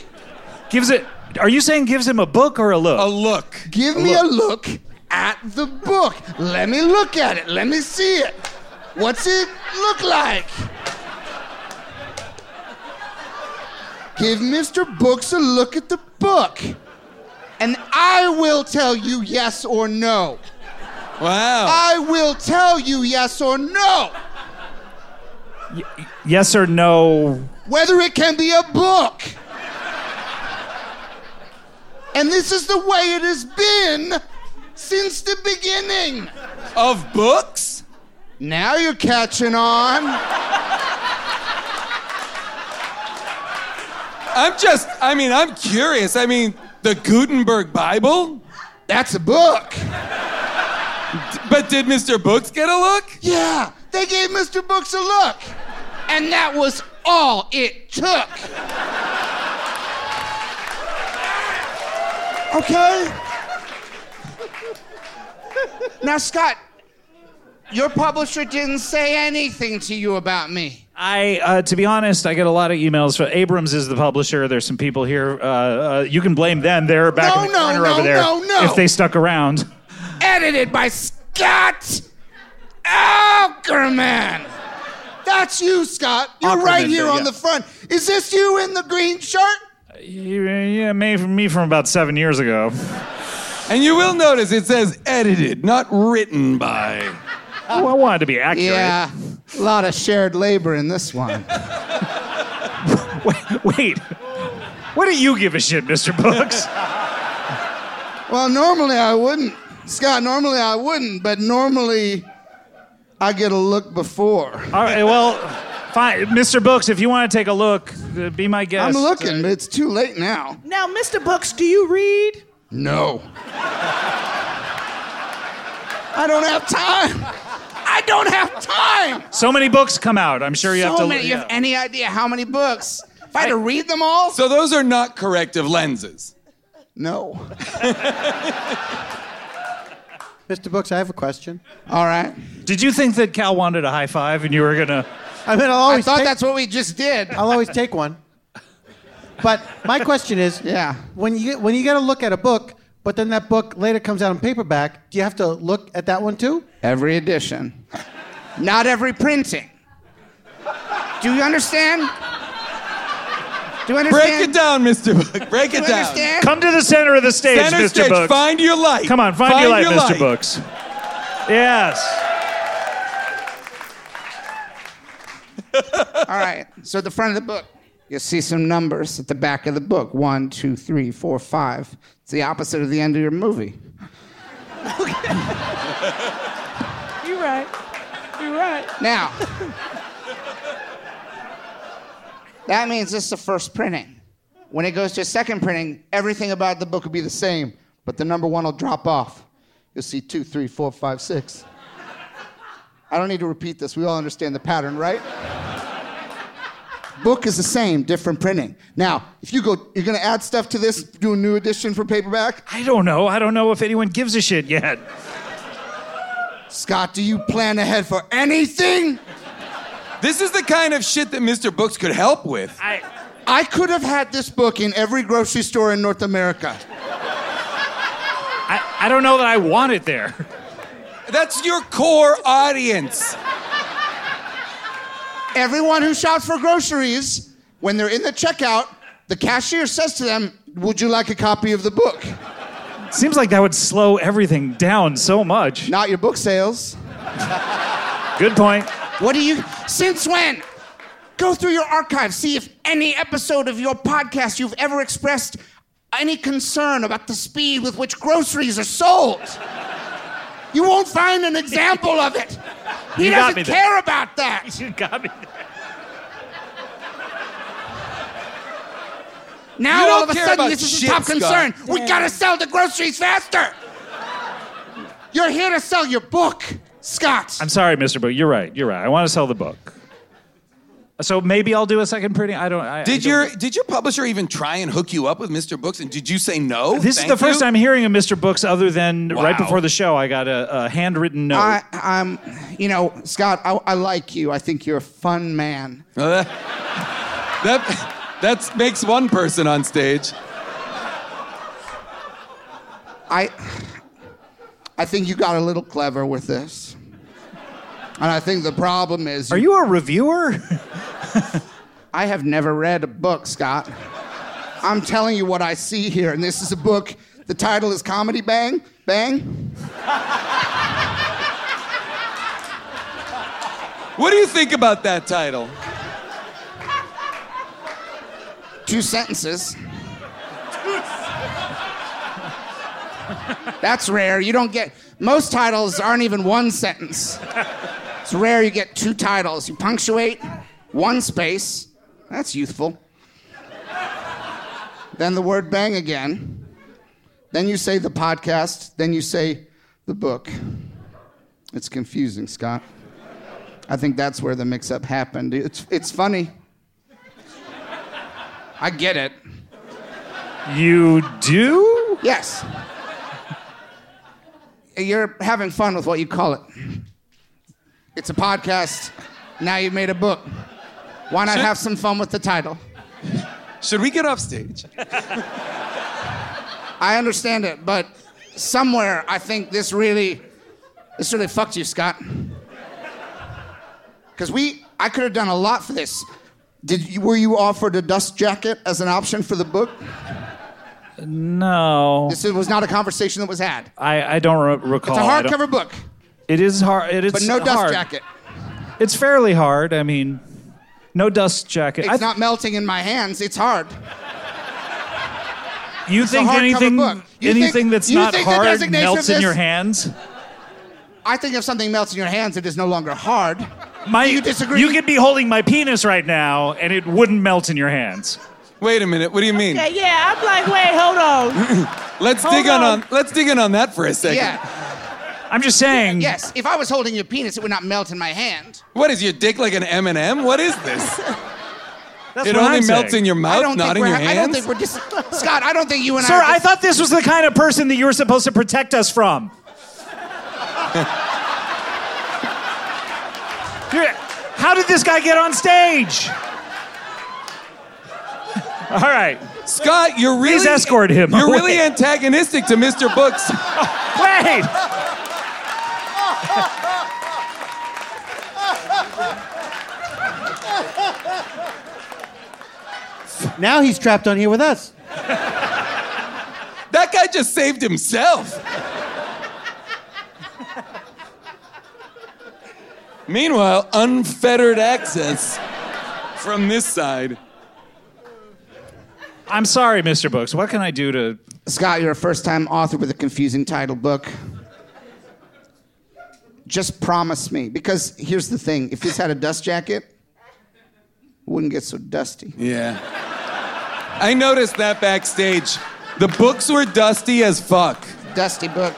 Gives it? Are you saying gives him a book or a look?
A look.
Give me a look at the book. Let me look at it. Let me see it. What's it look like? Give Mr. Books a look at the book. And I will tell you yes or no.
Wow.
I will tell you yes or no
yes or no?
whether it can be a book. And this is the way it has been since the beginning.
Of books?
Now you're catching on.
I'm just, I mean, I'm curious. I mean, the Gutenberg Bible?
That's a book.
But did Mr. Books get a look?
Yeah, they gave Mr. Books a look. And that was all it took. Okay? Now, Scott, your publisher didn't say anything to you about me.
I, uh, to be honest, I get a lot of emails. From, Abrams is the publisher. There's some people here. Uh, uh, you can blame them. They're back
No,
in the
no,
corner
no,
over there.
no, no.
If they stuck around.
Edited by Scott Ackerman. That's you, Scott. You're
Ackerman,
right here
yeah.
on the front. Is this you in the green shirt?
Yeah, me from, me from about seven years ago.
And you will notice it says edited, not written by.
Oh, I wanted to be accurate.
Yeah, a lot of shared labor in this one.
Wait, (laughs) wait. What do you give a shit, Mr.
(laughs)
Books?
Well, normally I wouldn't, Scott. Normally I wouldn't, but normally I get a look before.
All right, well, fine. Mr. Books, if you want to take a look, uh, be my guest.
I'm looking, but it's too late now.
Now, Mr. Books, do you read?
No. I don't have time. I don't have time.
So many books come out. I'm sure you have
so
to.
many. You have
yeah.
any idea how many books? If I had to read them all?
So those are not corrective lenses.
no.
Mr. Books, I have a question.
All right.
Did you think that Cal wanted a high five and you were
(laughs)
gonna?
I mean, I'll
I
always
thought
take,
that's what we just did.
I'll always take one. But my question is,
(laughs) Yeah.
when you when you get a look at a book, but then that book later comes out in paperback, do you have to look at that one too?
Every edition. Not every printing. Do you understand? Do you
Break
understand?
it down, Mr. Book. Break
Do
it
you
down.
understand?
Come to the center of the stage,
Center
Mr.
stage,
Books.
find your light.
Come on, find, your light, Mr. Books. Yes.
All right. So at the front of the book, you'll see some numbers at the back of the book. One, two, three, four, five. It's the opposite of the end of your movie.
You're right. You're right.
Now, that means this is the first printing. When it goes to a second printing, everything about the book will be the same, but the number one will drop off. You'll see two, three, four, five, six. I don't need to repeat this. We all understand the pattern, right? book is the same, different printing. Now, if you go, you're gonna add stuff to this, do a new edition for paperback.
I don't know. I don't know if anyone gives a shit yet.
Scott, do you plan ahead for anything?
This is the kind of shit that Mr. Books could help with.
I.
I could have had this book in every grocery store in North America.
I, I don't know that I want it there.
That's your core audience.
Everyone who shops for groceries, when they're in the checkout, the cashier says to them, Would you like a copy of the book?
Seems like that would slow everything down so much.
Not your book sales.
Good point.
What do you, since when? Go through your archives, see if any episode of your podcast you've ever expressed any concern about the speed with which groceries are sold. You won't find an example of it. He
You got
doesn't
me there.
care about that.
You got me.
Now
You don't
all of a
care
sudden,
about
this is
shit,
his top
Scott.
concern. We gotta sell the groceries faster. You're here to sell your book, Scott.
I'm sorry, Mr. Book. You're right. You're right. I want to sell the book. So maybe I'll do a second printing. I don't. I, I
Did
don't-
your did your publisher even try and hook you up with Mr. Books? And did you say no?
This
Thank
is the first
you?
time hearing of Mr. Books, other than right
Wow.
before the show, I got a, a handwritten note.
I, I'm, you know, Scott. I, I like you. I think you're a fun man.
Uh, that (laughs) that that's- makes one person on stage.
I, I think you got a little clever with this. And I think the problem is,
Are you a
(laughs)
reviewer?
I have never read a book, Scott. I'm telling you what I see here, and this is a book. The title is Comedy Bang Bang.
What do you think about that title?
Two sentences. That's rare. You don't get most titles aren't even one sentence. It's rare you get two titles. You punctuate, one space. That's youthful. then the word bang again. Then you say the podcast. Then you say the book. It's confusing, Scott. I think that's where the mix up happened. It's, it's funny. I get it.
You do?
Yes. You're having fun with what you call it. It's a podcast. Now you've made a book. Why not have some fun with the title?
Should we get off stage?
I understand it, but somewhere I think this really, this really fucked you, Scott. Because we, I could have done a lot for this. Did you, were you offered a dust jacket as an option for the book?
No,
This was not a conversation that was had.
I, I don't re- recall.
It's a
Oh, I don't-
hardcover book,
It is hard. It is
but no dust
hard.
jacket.
It's fairly hard. I mean, no dust jacket. I
It's
th-
not melting in my hands. It's hard.
you
a
think
hardcover
anything,
book. You think-
anything that's
you
not
think the
hard
designation
melts
of
in your
this-
hands?
I think if something melts in your hands, it is no longer hard.
My,
you disagree?
You could be holding my penis right now, and it wouldn't melt in your hands.
Wait a minute. What do you mean?
Yeah, yeah, I'm like, wait, hold on.
Let's
Hold
dig on.
on.
on. Let's dig in on that for a second.
Yeah.
I'm just saying.
Yes. If I was holding your penis, it would not melt in my hand.
What is your dick like an M and m What is this?
that's
it
what
only
I'm
melts
saying.
in your
I
mouth,
don't
not
think
in
we're.
your
I don't
hands.
think we're just. Scott, I don't think you and
Sir,
I. are
I
dis-
thought this was the kind of person that you were supposed to protect us from. (laughs) Here, How did this guy get on stage? (laughs) All right.
Scott, you're really
Please escort him
You're
away.
really antagonistic to Mr. Books.
Wait.
Now he's trapped on here with us.
That guy just saved himself. Meanwhile, unfettered access from this side.
I'm sorry, Mr. Books. What can I do to
Scott, you're a first time author with a confusing title book. Just promise me, because here's the thing if this had a dust jacket, it wouldn't get so dusty.
Yeah. I noticed that backstage. The books were dusty as fuck.
Dusty book.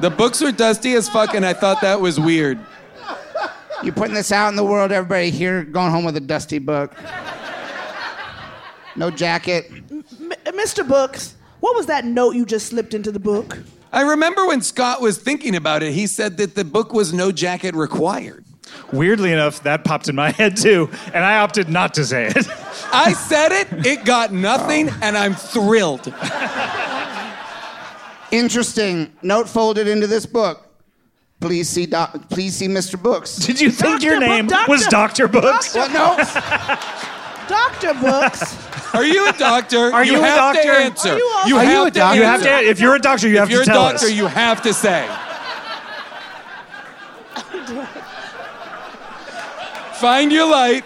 The books were dusty as fuck, and I thought that was weird.
You're putting this out in the world, everybody here going home with a dusty book. No jacket.
M- Mr. Uh, Books, what was that note you just slipped into the book?
I remember when Scott was thinking about it, he said that the book was no jacket required.
Weirdly enough, that popped in my (laughs) head too, and I opted not to say it. (laughs)
I said it, it got nothing, and I'm thrilled.
Interesting note folded into this book. Please see, doc, please see Mr. Books.
Did you think your
Dr. Book-
name was
Doctor-
Dr. Books?
Well, no.
Doctor Books,
Are you a doctor?
(laughs) Are you a
have
doctor?
to answer.
Are you a-
Are you
have
a
to
doctor?
You have to,
answer.
if you're a doctor, you have
If you're
to
a
tell
doctor,
us.
you have to say. Find your light.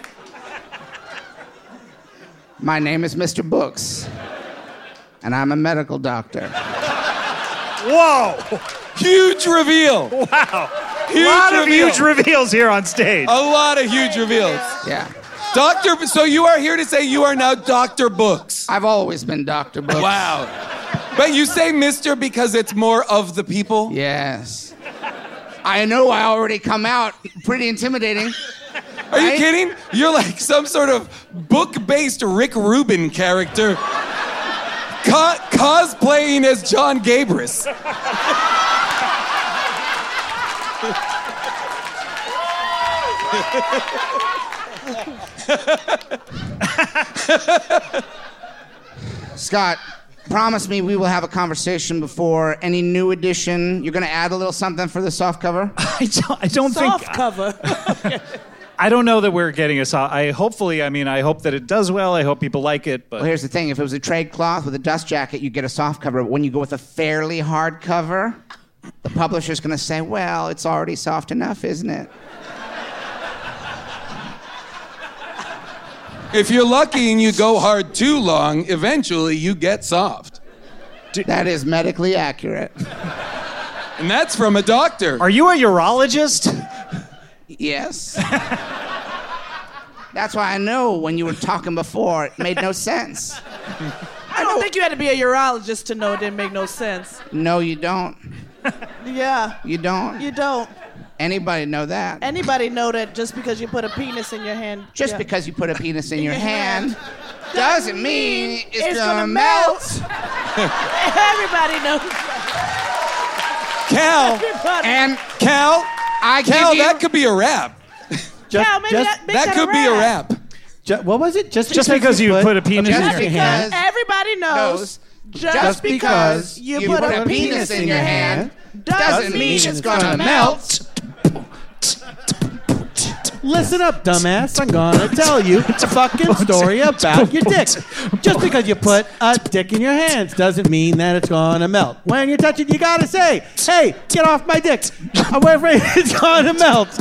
My name is Mr. Books, and I'm a medical doctor.
Whoa!
Huge reveal. Wow. Huge
A lot of
reveal.
huge reveals here on stage.
a lot of huge reveals.
Yeah.
Doctor, so you are here to say you are now Doctor Books.
I've always been Dr. Books.
Wow. But you say Mister because it's more of the people.
Yes. I know I already come out pretty intimidating.
Are you
Right?
kidding? You're like some sort of book-based Rick Rubin character. Co- cosplaying as John Gabris.
Scott, promise me we will have a conversation before any new edition. You're going to add a little something for the soft cover?
(laughs) I don't, I don't think.
soft cover.
I don't know that we're getting a saw. I hopefully, I mean, I hope that it does well. I hope people like it, but
Well, here's the thing if it was a trade cloth with a dust jacket, you get a soft cover. But when you go with a fairly hard cover, the publisher's going to say, well, it's already soft enough, isn't it?
If you're lucky and you go hard too long, eventually you get soft.
That is medically accurate.
And that's from a doctor.
are you a urologist?
Yes. That's why I know when you were talking before, it made no sense.
I don't think you had to be a urologist to know it didn't make no sense.
No, you don't.
Yeah,
You don't.
you don't.
Anybody know that?
Anybody know that just because you put a penis in your hand?
Just
yeah.
because you put a penis in your
your
hand doesn't mean it's, gonna, melt.
(laughs) Everybody knows.
Cal,
Everybody.
And
Cal,
I
Cal,
give you
that could be a rap.
Just,
Cal, maybe
just-
that, make
That could be a
rap.
rap.
ju- what was it? Just,
Just because you put a penis in
just
your hand.
because
Everybody knows.
knows
Just,
just because
you put, a, penis, in your hand
doesn't mean it's gonna melt.
Listen up, dumbass. I'm gonna tell you a fucking story about your dick. Just because you put a dick in your hands doesn't mean that it's gonna melt. When you touch it, you gotta say, hey, get off my dick. I'm afraid (laughs) it's gonna melt. (laughs)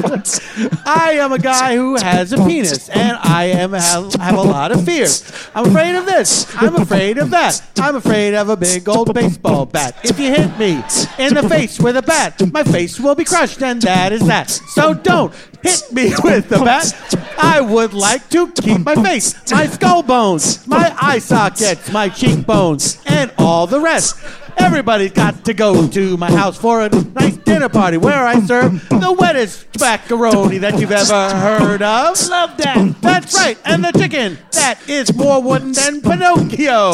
I am a guy who has a penis, and I am have, have a lot of fears. I'm afraid of this. I'm afraid of that. I'm afraid of a big old baseball bat. If you hit me in the face with a bat, my face will be crushed, and that is that. So don't hit me (laughs) with the bat. I would like to keep my face, my skull bones, my eye sockets, my cheekbones, and all the rest. Everybody's got to go to my house for a nice dinner party where I serve the wettest macaroni that you've ever heard of.
Love that.
That's right, and the chicken that is more wooden than Pinocchio.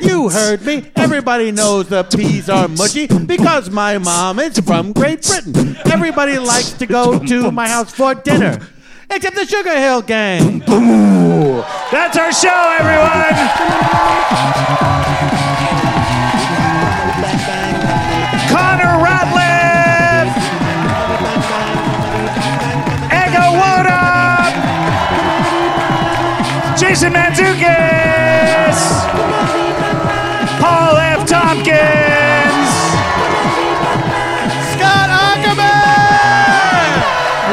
You heard me. Everybody knows the peas are mushy because my mom is from Great Britain. Everybody likes to go to my house for dinner, except the Sugar Hill Gang.
That's our show, everyone. Connor Ratliff, Ego Woda, Jason Manzukis, Paul F. Tompkins.
Scott Ackerman!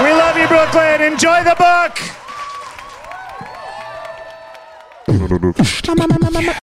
We love you, Brooklyn. Enjoy the book.